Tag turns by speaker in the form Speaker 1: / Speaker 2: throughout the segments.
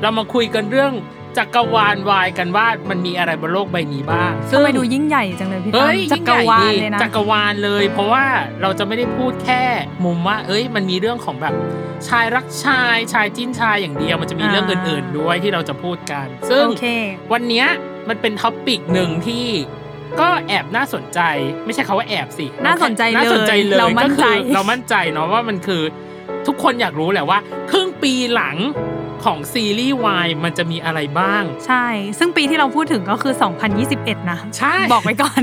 Speaker 1: เรามาคุยกันเรื่องจักรวาลวายกันว่ามันมีอะไรบนโลกใบนี้บ้างซึ่
Speaker 2: ทำไมดูยิ่งใหญ่จังเลยพี่ตั้
Speaker 1: เฮ้
Speaker 2: ม
Speaker 1: ย
Speaker 2: จั
Speaker 1: ยิ่ง
Speaker 2: กร
Speaker 1: ใหญ่
Speaker 2: วาล
Speaker 1: ดิ
Speaker 2: เลยนะ
Speaker 1: จักรวาลเลย เพราะว่าเราจะไม่ได้พูดแค่มุมว่า เอ้ย มันมีเรื่องของแบบชายรักชายชายจิ้นชายอย่างเดียวมันจะมีเรื่อง
Speaker 2: อ่า
Speaker 1: อื่น ๆ ด้วยที่เราจะพูดกัน ซึ่ง
Speaker 2: โอเค
Speaker 1: วันเนี้ยมันเป็นท็อปปิกหนึ่งที่ก็แอบน่าสนใจ ไม่ใช่คาว่าแอบสิ
Speaker 2: น่าสนใจ
Speaker 1: น่าสนใจเลย
Speaker 2: เลยเรามั่นใจ
Speaker 1: ก็คือเรามั่นใจเนาะว่ามันคือทุกคนอยากรู้แหละว่า ครึ่งปีหลังของซีรีส์วายมันจะมีอะไรบ้าง
Speaker 2: ใช่ ซึ่งปีที่เราพูดถึงก็คือ 2021 นะ
Speaker 1: ใช่
Speaker 2: บอกไว้ก่อน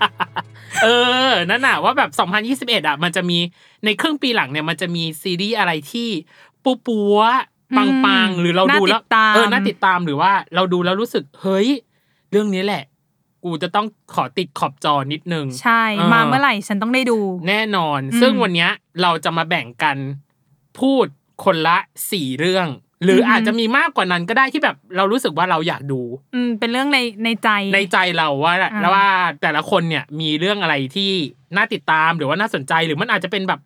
Speaker 1: เออ นั่นน่ะว่าแบบ 2021 อ่ะ มันจะมีในครึ่งปีหลังเนี่ย มันจะมีซีรีส์อะไรที่ปูปัว
Speaker 2: อื
Speaker 1: ปัง
Speaker 2: ม
Speaker 1: ปังๆ หรือเราดูแล้ว
Speaker 2: น่าติดตาม
Speaker 1: เออน่าติดตามหรือว่าเราดูแล้วรู้สึก เฮ้ย เรื่องนี้แหละ กูจะต้องขอติดขอบจอนิดนึง
Speaker 2: ใช่
Speaker 1: เออ
Speaker 2: มาเมื่อไหร่ฉันต้องได้ดู
Speaker 1: แน่นอน
Speaker 2: อืม
Speaker 1: ซึ่งวันเนี้ยเราจะมาแบ่งกันพูดคนละสี่เรื่อง หรืออ
Speaker 2: อฮึ
Speaker 1: อาจจะมีมากกว่านั้นก็ได้ที่แบบเรารู้สึกว่าเราอยากดู
Speaker 2: อืมเป็นเรื่องในในใจ
Speaker 1: ในใจเราว่า
Speaker 2: อ่า
Speaker 1: แล้วว่าแต่ละคนเนี่ยมีเรื่องอะไรที่น่าติดตามหรือว่าน่าสนใจหรือมันอาจจะเป็นแบบ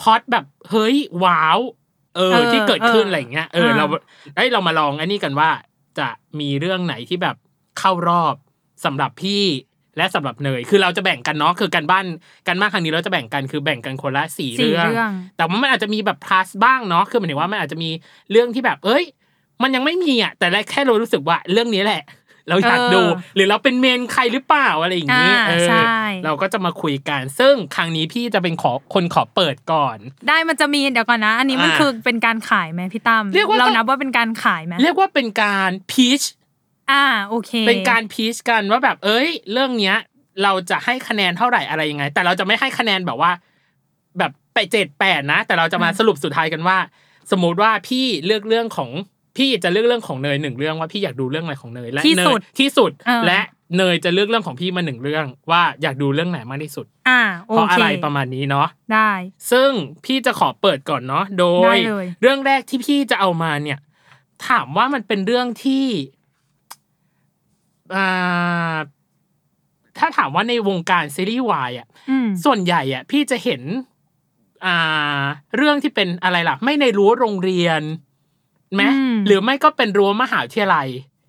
Speaker 1: พล็อดแบบเฮ้ยว้าวเออที่เกิดขึ้นอะไรอย่างเงี้ยเออเราได้ยเรามาลองอันนี้กันว่าจะมีเรื่องไหนที่แบบเข้ารอบสำหรับพี่และสำหรับเนยคือเราจะแบ่งกันเนาะคือการบ้านการบ้านครั้งนี้เราจะแบ่งกันคือแบ่งกันคนละสี่
Speaker 2: สี่
Speaker 1: เรื่อง
Speaker 2: เรื่อง
Speaker 1: แต่ว่ามันอาจจะมีแบบ plus บ้างเนาะ คือหมายถึงว่ามันอาจจะมีเรื่องที่แบบ เอ้ย มันยังไม่มีอ่ะ แต่แค่เรารู้สึกว่าเรื่องนี้แหละ เราอยากดู
Speaker 2: เออ
Speaker 1: หรือเราเป็นเมนใครหรือเปล่าอะไรอย่างนี้
Speaker 2: อ่า
Speaker 1: เออ
Speaker 2: ใช่
Speaker 1: เราก็จะมาคุยกัน ซึ่งครั้งนี้พี่จะเป็นขอคนขอเปิดก่อน
Speaker 2: ได้มันจะมีเดี๋ยวก่อนนะ อันนี้มัน
Speaker 1: อ่า
Speaker 2: คือเป็นการขายไหมพี่ตั้ม
Speaker 1: เรียกว่า
Speaker 2: เรานับว่าเป็นการขายไหม
Speaker 1: เรียกว่าเป็นการพีช
Speaker 2: อ่าโอเค
Speaker 1: เป็นการพีชกันว่าแบบ เอ้ย เรื่องเนี้ย เราจะให้คะแนนเท่าไหร่อะไรยังไง แต่เราจะไม่ให้คะแนนแบบว่า แบบไปเจ็ดแปดนะ แต่เราจะมา
Speaker 2: อืม
Speaker 1: สรุปสุดท้ายกันว่า สมมติว่าพี่เลือกเรื่องของพี่จะเลือกเรื่องของเนยหนึ่งเรื่องว่าพี่อยากดูเรื่องอะไรของเนยและ
Speaker 2: ที่
Speaker 1: เน
Speaker 2: สุ
Speaker 1: ย
Speaker 2: ด
Speaker 1: ที่สุด
Speaker 2: เออ
Speaker 1: และเนยจะเลือกเรื่องของพี่มาหนึ่งเรื่อง ว่าอยากดูเรื่องไหนมากที่สุด
Speaker 2: อ่าโอ
Speaker 1: เพราะ
Speaker 2: เค
Speaker 1: อะไรประมาณนี้เนาะ
Speaker 2: ได้
Speaker 1: ซึ่งพี่จะขอเปิดก่อนเนาะโด
Speaker 2: ได้
Speaker 1: ย
Speaker 2: เลย
Speaker 1: เรื่องแรกที่พี่จะเอามาเนี่ย ถามว่ามันเป็นเรื่องที่อ่าถ้าถามว่าในวงการซีรีส์วายอ่ะ
Speaker 2: อืม
Speaker 1: ส่วนใหญ่อ่ะ พี่จะเห็น อ่า เรื่องที่เป็นอะไรล่ะ ไม่ในรั้วโรงเรียนไหม
Speaker 2: อืม
Speaker 1: หรือไม่ก็เป็นรั้วมหาวิทยาลัย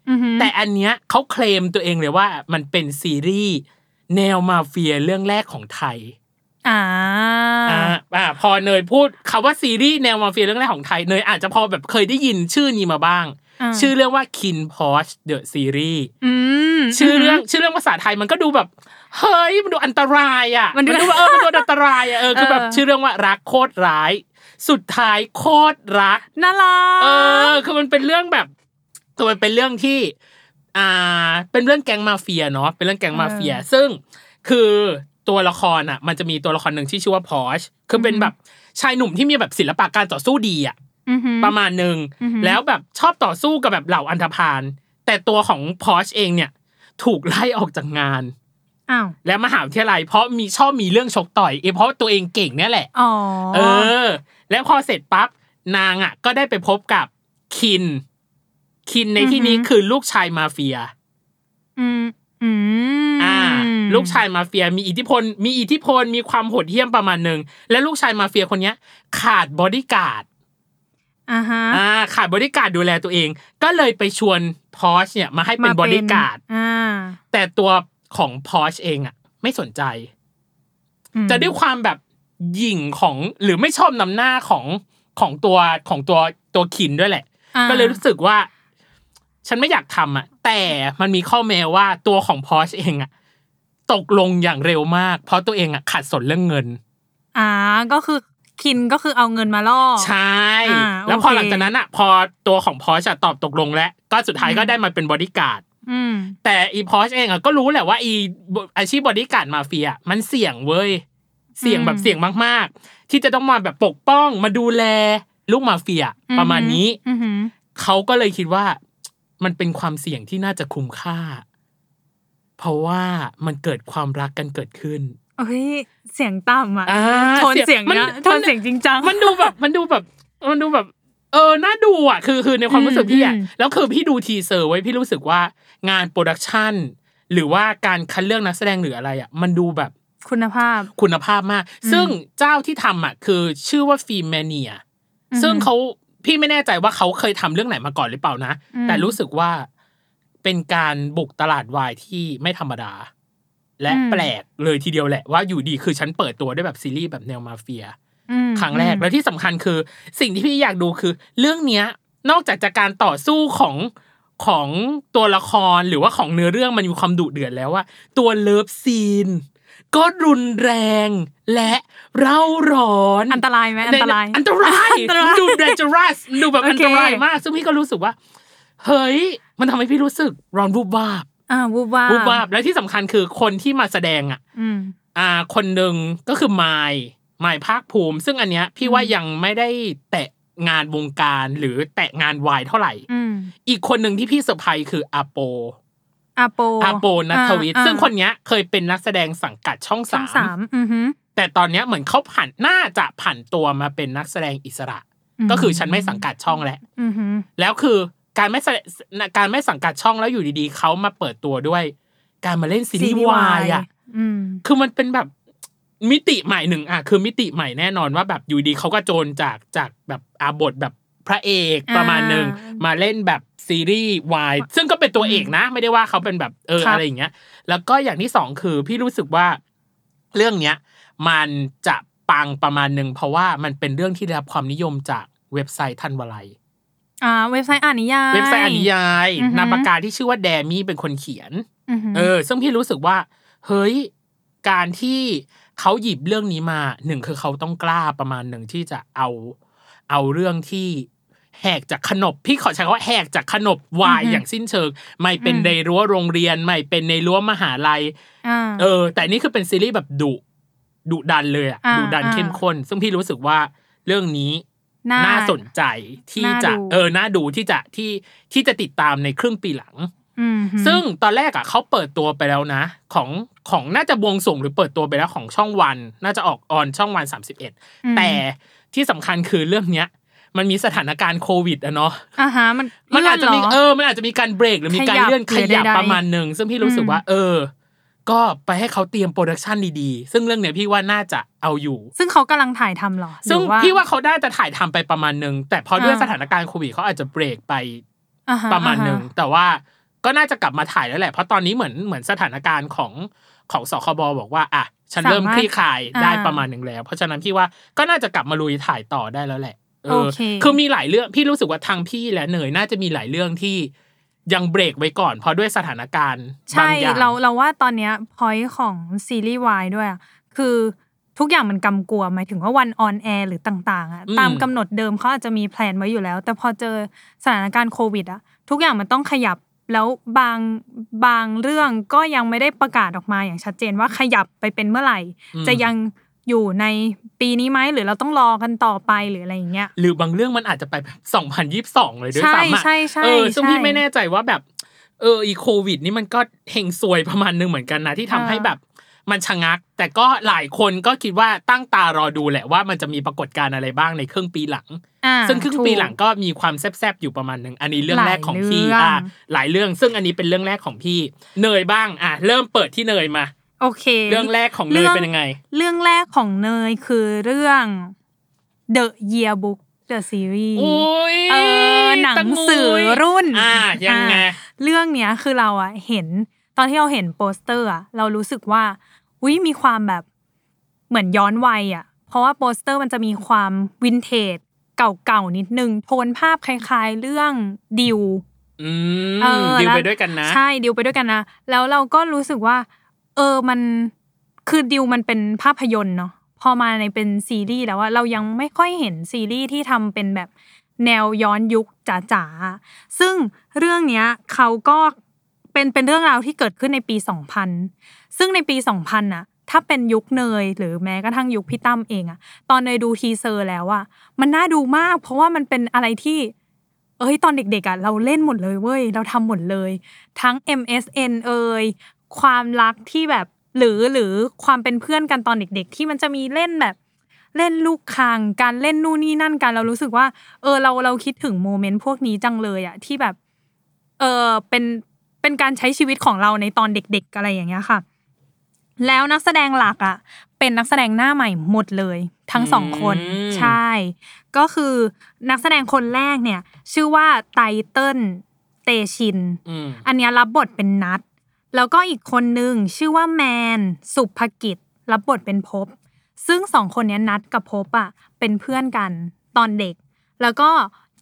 Speaker 2: อือหือ
Speaker 1: แต่อันเนี้ยเขาเคลมตัวเองเลยว่า มันเป็นซีรีส์แนวมาเฟียเรื่องแรกของไทย
Speaker 2: อ่า
Speaker 1: อ่าอ่าพอเนยพูดคำว่าซีรีส์แนวมาเฟียเรื่องแรกของไทยเนยอาจจะพอแบบเคยได้ยินชื่อนี้มาบ้าง
Speaker 2: อ่า
Speaker 1: ชื่อเรื่องว่า Kin Posh The Series
Speaker 2: อืม
Speaker 1: ชื่อเรื่องชื่อเรื่องภาษาไทยมันก็ดูแบบ เฮ้ยมันดูอันตรายอ่ะ
Speaker 2: มันดู
Speaker 1: แบบเออมันดูอันตรายอ่ะเออคือแบบ
Speaker 2: เออ
Speaker 1: ชื่อเรื่องว่ารักโคตรร้าย สุดท้ายโคตรรัก
Speaker 2: น่ารัก
Speaker 1: เออคือมันเป็นเรื่องแบบคือมันเป็นเรื่องที่ อ่า เป็นเรื่องแก๊งมาเฟียเนาะเป็นเรื่องแก๊งมาเฟีย
Speaker 2: เออ
Speaker 1: ซึ่งคือตัวละครอ่ะ มันจะมีตัวละครหนึ่งที่ชื่อว่าพอชคือเป็นแบ
Speaker 2: อือฮึ
Speaker 1: บชายหนุ่มที่มีแบบศิลปะการต่อสู้ดีอ่ะ
Speaker 2: อือหือ
Speaker 1: ประมาณหนึ่ง
Speaker 2: อือฮึ
Speaker 1: แล้วแบบชอบต่อสู้กับแบบเหล่าอันธพาลแต่ตัวของพอชเองเนี่ย ถูกไล่ออกจากงาน
Speaker 2: อ้าว
Speaker 1: และมหาวิทยาลัยเพราะมีชอบมีเรื่องชกต่อยเอยเพราะตัวเองเก่งเนี่ยแหละ
Speaker 2: อ๋อ
Speaker 1: เออ แล้วพอเสร็จปั๊บนางอ่ะ ก็ได้ไปพบกับคิน คินในที่นี้
Speaker 2: อือหือ
Speaker 1: คือลูกชายมาเฟีย
Speaker 2: อืมอืม
Speaker 1: อ่า
Speaker 2: ม
Speaker 1: ลูกชายมาเฟียมีอิทธิพล มีอิทธิพลมีความโหดเหี้ยมประมาณหนึ่งและลูกชายมาเฟียคนเนี้ย ขาดบอดี้การ์ด
Speaker 2: อ่าฮะ
Speaker 1: อ่าขาดบอดี้การ์ดดูแลตัวเอง ก็เลยไปชวนพอชเนี่ยมาให้เป็น
Speaker 2: ม
Speaker 1: บอดี้การ์ด
Speaker 2: อ่า
Speaker 1: แต่ตัวของพอชเองอ่ะ ไม่สนใจ
Speaker 2: อืม
Speaker 1: จะด้วยความแบบหยิ่งของหรือไม่ชอบนำหน้าของของตัวของตัวตัวขินด้วยแหละ
Speaker 2: อ่า
Speaker 1: ก็เลยรู้สึกว่า ฉันไม่อยากทำอ่ะ แต่มันมีข้อแม้ว่าตัวของพอชเองอ่ะ ตกลงอย่างเร็วมาก เพราะตัวเองอ่ะขาดสนเรื่องเงิน
Speaker 2: อ่าก็คือคินก็คือเอาเงินมาล่อ
Speaker 1: ใช่
Speaker 2: อ่า
Speaker 1: แล้วพอ
Speaker 2: โอเค
Speaker 1: หลังจากนั้นอ่ะ พอตัวของพอชอะตอบตกลงแล้ว ก็สุดท้าย
Speaker 2: อืม
Speaker 1: ก็ได้มาเป็นบอดี้การ์ด
Speaker 2: อืม
Speaker 1: แต่อีพอชเองอ่ะก็รู้แหละว่าอีบอาชีพบอดี้การ์ดมาเฟีย มันเสี่ยงเว้ย เสี่ยงแบบ
Speaker 2: อืม
Speaker 1: เสี่ยงมากๆ ที่จะต้องมาแบบปกป้องมาดูแลลูกมาเฟีย
Speaker 2: อืม
Speaker 1: ประมาณนี้
Speaker 2: อือหือ
Speaker 1: เขาก็เลยคิดว่า มันเป็นความเสี่ยงที่น่าจะคุ้มค่า เพราะว่ามันเกิดความรักกันเกิด ขึ้น
Speaker 2: เอ้ยเสียงต่ำอ่ะ
Speaker 1: อ่า
Speaker 2: โทนเสียง
Speaker 1: มั
Speaker 2: เนี้ยโทนเสียงจริงจัง
Speaker 1: มันดูแบบมันดูแบบ มันดูแบบ เออน่าดูอ่ะ คือคือในความรู้สึกพี่อ่ะ
Speaker 2: อืม
Speaker 1: แล้วคือพี่ดูทีเซอร์ไว้พี่รู้สึกว่างานโปรดักชันหรือว่าการคัดเลือกนักแสดงหรืออะไรอ่ะ มันดูแบบ
Speaker 2: คุณภาพ
Speaker 1: คุณภาพมาก
Speaker 2: อืม
Speaker 1: ซึ่งเจ้าที่ทำอ่ะคือชื่อว่าฟิล์มแมเนีย
Speaker 2: อือฮึ
Speaker 1: ซึ่งเขาพี่ไม่แน่ใจว่าเขาเคยทำเรื่องไหนมาก่อนหรือเปล่านะ
Speaker 2: อืม
Speaker 1: แต่รู้สึกว่าเป็นการบุกตลาดวายที่ไม่ธรรมดา และ
Speaker 2: อืม
Speaker 1: แปลกเลยทีเดียวแหละว่าอยู่ดีคือฉันเปิดตัวด้วยแบบซีรีส์แบบแนวมาเฟีย
Speaker 2: อืม
Speaker 1: ครั้งแรกและที่สำคัญคือ สิ่งที่พี่อยากดูคือ เรื่องเนี้ย นอกจากจากการต่อสู้ของของตัวละครหรือว่าของเนื้อเรื่องมันมีความดุเดือดแล้วว่า ตัวเลิฟซีน ก็รุนแรงและเร่าร้อน
Speaker 2: อันตรายไหมอันตราย
Speaker 1: อันตราย
Speaker 2: อันตราย
Speaker 1: ดู dangerous ดูแบบ
Speaker 2: โอเค
Speaker 1: อันตรายมาก ซึ่งพี่ก็รู้สึกว่า เฮ้ย มันทำให้พี่รู้สึกร้อนวูบวาบ
Speaker 2: อ่าวูบวาบ
Speaker 1: วูบวาบและที่สำคัญคือคนที่มาแสดงอ่ะ
Speaker 2: อืม
Speaker 1: อ่าคนหนึ่งก็คือไมล์ไมล์ภาคภูมิ ซึ่งอันเนี้ยพี่ว่ายังไม่ได้แตะงานวงการหรือแตะงานวายเท่าไหร่
Speaker 2: อืม
Speaker 1: อีกคนหนึ่งที่พี่เซอร์ไพรส์คืออาโป
Speaker 2: อาโป
Speaker 1: อาโปนัทวิทย์
Speaker 2: อ่า
Speaker 1: ซึ่งคนเนี้ยเคยเป็นนักแสดงสังกัดช่อง
Speaker 2: ช่อ
Speaker 1: สาง ม
Speaker 2: สามอือหือ
Speaker 1: แต่ตอนเนี้ยเหมือนเขาผ่านน่าจะผ่านตัวมาเป็นนักแสดงอิสระ ก็คือฉันไม่สังกัดช่องแล้ว
Speaker 2: อือหือ
Speaker 1: แล้วคือการไม่แสดการไม่สังกัดช่องแล้วอยู่ดีๆเขามาเปิดตัวด้วย การมาเล่นซีรีส์วายอะ
Speaker 2: อืม
Speaker 1: คือมันเป็นแบบมิติใหม่หนึ่งอ่ะคือมิติใหม่แน่นอนว่าแบบอยู่ดีเขาก็โจรจากจากแบบอาบทแบบพระเอก
Speaker 2: อ่า
Speaker 1: ประมาณหนึ่งมาเล่นแบบซีรีส์วายซึ่งก็เป็นตัวเอกนะ ไม่ได้ว่าเขาเป็นแบบเออ
Speaker 2: ครับ
Speaker 1: อะไรอย่างเงี้ย แล้วก็อย่างที่สองคือพี่รู้สึกว่าเรื่องเนี้ย มันจะปังประมาณหนึ่งเพราะว่ามันเป็นเรื่องที่ได้รับความนิยมจากเว็บไซต์ทันวลัย
Speaker 2: อ่า เว็บไซต์อ่านนิยาย
Speaker 1: เว็บไซต์อนิยาย
Speaker 2: อือฮึ
Speaker 1: นามปากกาที่ชื่อว่าแดมี่เป็นคนเขียน
Speaker 2: อือหือ
Speaker 1: เออ ซึ่งพี่รู้สึกว่า เฮ้ย การที่เขาหยิบเรื่องนี้มาหนึ่งคือเขาต้องกล้าประมาณหนึ่งที่จะเอา เอาเรื่องที่แหกจากขนบ พี่ขอใช้คำว่าแหกจากขนบวายอย่างสิ้นเชิง ไม่เป็นในรั้วโรงเรียน ไม่เป็นในรั้วมหาลัย
Speaker 2: อ่า
Speaker 1: เออ แต่นี่คือเป็นซีรีส์แบบดุดุดันเลยอะ
Speaker 2: อ่า
Speaker 1: ดุดัน
Speaker 2: อ่า
Speaker 1: เข้มข้น ซึ่งพี่รู้สึกว่าเรื่องนี้
Speaker 2: น่า
Speaker 1: น่าสนใจที่
Speaker 2: น่า
Speaker 1: จะ
Speaker 2: ดู
Speaker 1: เออน่าดูที่จะที่ที่จะติดตามในครึ่งปีหลัง
Speaker 2: อือหือ
Speaker 1: ซึ่งตอนแรกอ่ะเขาเปิดตัวไปแล้วนะ ของของน่าจะบวงส่งหรือเปิดตัวไปแล้วของช่องวัน น่าจะออกออนช่องวัน 31
Speaker 2: อืม
Speaker 1: แต่ที่สำคัญคือเรื่องเนี้ย มันมีสถานการณ์โควิดอะเนาะ
Speaker 2: อ่าฮะมัน
Speaker 1: มันอาจจะมี
Speaker 2: ลื่หร
Speaker 1: เออมันอาจจะมีการเบรกหรือมีการ
Speaker 2: ขยับ
Speaker 1: เลื่อนข
Speaker 2: หรือ
Speaker 1: ยับ
Speaker 2: ใดๆ
Speaker 1: ประมาณหนึ่งซึ่งพี่รู้สึกว่า เออ ก็ไปให้เขาเตรียมโปรดักชันดีๆ ซึ่งเรื่องเนี้ยพี่ว่าน่าจะเอาอยู่
Speaker 2: ซึ่งเขากำลังถ่ายทำเหรอหรือ
Speaker 1: ซึ่งพี่ว่าเขาได้จะถ่ายทำไปประมาณหนึ่งแต่พอด้วยสถานการณ์โควิดเขาอาจจะเบรกไป
Speaker 2: อ่ฮ
Speaker 1: ประมาณหนึ่ง
Speaker 2: อ่ฮ
Speaker 1: แต่ว่าก็น่าจะกลับมาถ่ายแล้วแหละ เพราะตอนนี้เหมือนเหมือนสถานการณ์ของของสคบบอกว่าอ่ะฉันเริ่มคลี่คลายได้ประมาณหนึ่งแล้ว เพราะฉะนั้นพี่ว่าก็น่าจะกลับมาลุยถ่ายต่อได้แล้วแหละเอ
Speaker 2: โอ
Speaker 1: อ
Speaker 2: เค
Speaker 1: คือมีหลายเรื่องพี่รู้สึกว่าทางพี่และเนยน่าจะมีหลายเรื่องที่ยังเบรกไว้ก่อน เพราะด้วยสถานการณ์บา
Speaker 2: ใช่
Speaker 1: งอย่าง
Speaker 2: เราเราว่าตอนเนี้ยพอยของซีรีส์วายด้วยอะคือทุกอย่างมันกำกวมหมายถึงว่าวันออนแอร์หรือต่างๆอะ
Speaker 1: อืม
Speaker 2: ตามกำหนดเดิมเขาอาจจะมีแพลนไว้อยู่แล้ว แต่พอเจอสถานการณ์โควิดอะทุกอย่างมันต้องขยับแล้วบางบางเรื่องก็ยังไม่ได้ประกาศออกมาอย่างชัดเจนว่าขยับไปเป็นเมื่อไหร่
Speaker 1: อืม
Speaker 2: จะยังอยู่ในปีนี้ไหมหรือเราต้องรอกันต่อไปหรืออะไรอย่างเงี้ย
Speaker 1: หรือบางเรื่องมันอาจจะไปแบบ2022 เลยด้วย
Speaker 2: ใช่
Speaker 1: ซ้ำอะ
Speaker 2: ใช่ใช่
Speaker 1: เออซึ่งพี่
Speaker 2: ใช่
Speaker 1: ไม่แน่ใจว่าแบบ เอออีโควิด นี่มันก็เฮงซวยประมาณนึงเหมือนกันนะ ที่ทำ
Speaker 2: อ่า
Speaker 1: ให้แบบมันชะงัก แต่ก็หลายคนก็คิดว่าตั้งตารอดูแหละว่ามันจะมีปรากฏการณ์อะไรบ้างในครึ่งปีหลัง
Speaker 2: อ่า
Speaker 1: ซึ่งครึ่งปีหลัง
Speaker 2: ถู
Speaker 1: ก็มีความแซบๆอยู่ประมาณหนึ่งอันนี้เรื่องแรกของพี่
Speaker 2: หลายเรื่อง
Speaker 1: อ่ะหลายเรื่องซึ่งอันนี้เป็นเรื่องแรกของพี่เนยบ้างอ่ะเริ่มเปิดที่เนยมา
Speaker 2: โอเค
Speaker 1: เรื่องแรกของเนยเป็นยังไง
Speaker 2: เรื่องแรกของเนยคือเรื่อง The Yearbook The Series
Speaker 1: โอ้ย
Speaker 2: เออหนัง
Speaker 1: ตะย
Speaker 2: สือรุ่น
Speaker 1: อ่ายังไง
Speaker 2: อ่ะเรื่องเนี้ยคือเราอะเห็นตอนที่เราเห็นโปสเตอร์อะเรารู้สึกว่าอุ้ยมีความแบบเหมือนย้อนวัยอะเพราะว่าโปสเตอร์มันจะมีความวินเทจเก่าๆนิดนึงโทนภาพคล้ายๆ เรื่องดิว
Speaker 1: อืม
Speaker 2: เออ
Speaker 1: ดิว
Speaker 2: แล้
Speaker 1: ไปด้วยกันนะ
Speaker 2: ใช่ดิวไปด้วยกันนะ แล้วเราก็รู้สึกว่า เออมันคือดิวมันเป็นภาพยนตร์เนาะพอมาในเป็นซีรีส์แล้วว่าเรายังไม่ค่อยเห็นซีรีส์ที่ทำเป็นแบบแนวย้อนยุคจ๋าๆซึ่งเรื่องเนี้ยเขาก็เป็นเป็นเรื่องราวที่เกิดขึ้นในปี 2000 ซึ่งในปี 2000น่ะถ้าเป็นยุคเนยหรือแม้กระทั่งยุคพี่ตั้มเองอะตอนเนยดูทีเซอร์แล้วอะมันน่าดูมาก เพราะว่ามันเป็นอะไรที่ เอ้ยตอนเด็กๆอ่ะเราเล่นหมดเลยเว้ยเราทำหมดเลย ทั้ง MSN เอ่ยความรักที่แบบหรือหรือความเป็นเพื่อนกันตอนเด็ก ๆ ที่มันจะมีเล่นแบบ เล่นลูกคางการเล่นนู่นนี่นั่นกันเรารู้สึกว่า เออเราเราคิดถึงโมเมนต์พวกนี้จังเลยอะที่แบบ เออเป็นเป็นการใช้ชีวิตของเราในตอนเด็ก ๆ อะไรอย่างเงี้ยค่ะ แล้วนักแสดงหลักอะเป็นนักแสดงหน้าใหม่หมดเลย ทั้งสองคน
Speaker 1: อืม
Speaker 2: ใช่ ก็คือนักแสดงคนแรกเนี่ย ชื่อว่าไตเติ้ลเตชิน
Speaker 1: อืม
Speaker 2: อันเนี้ยรับบทเป็นนัด แล้วก็อีกคนหนึ่งชื่อว่าแมน สุภกิจ รับบทเป็นภพบ ซึ่งสองคนเนี้ยนัดกับภพบอ่ะเป็นเพื่อนกันตอนเด็ก แล้วก็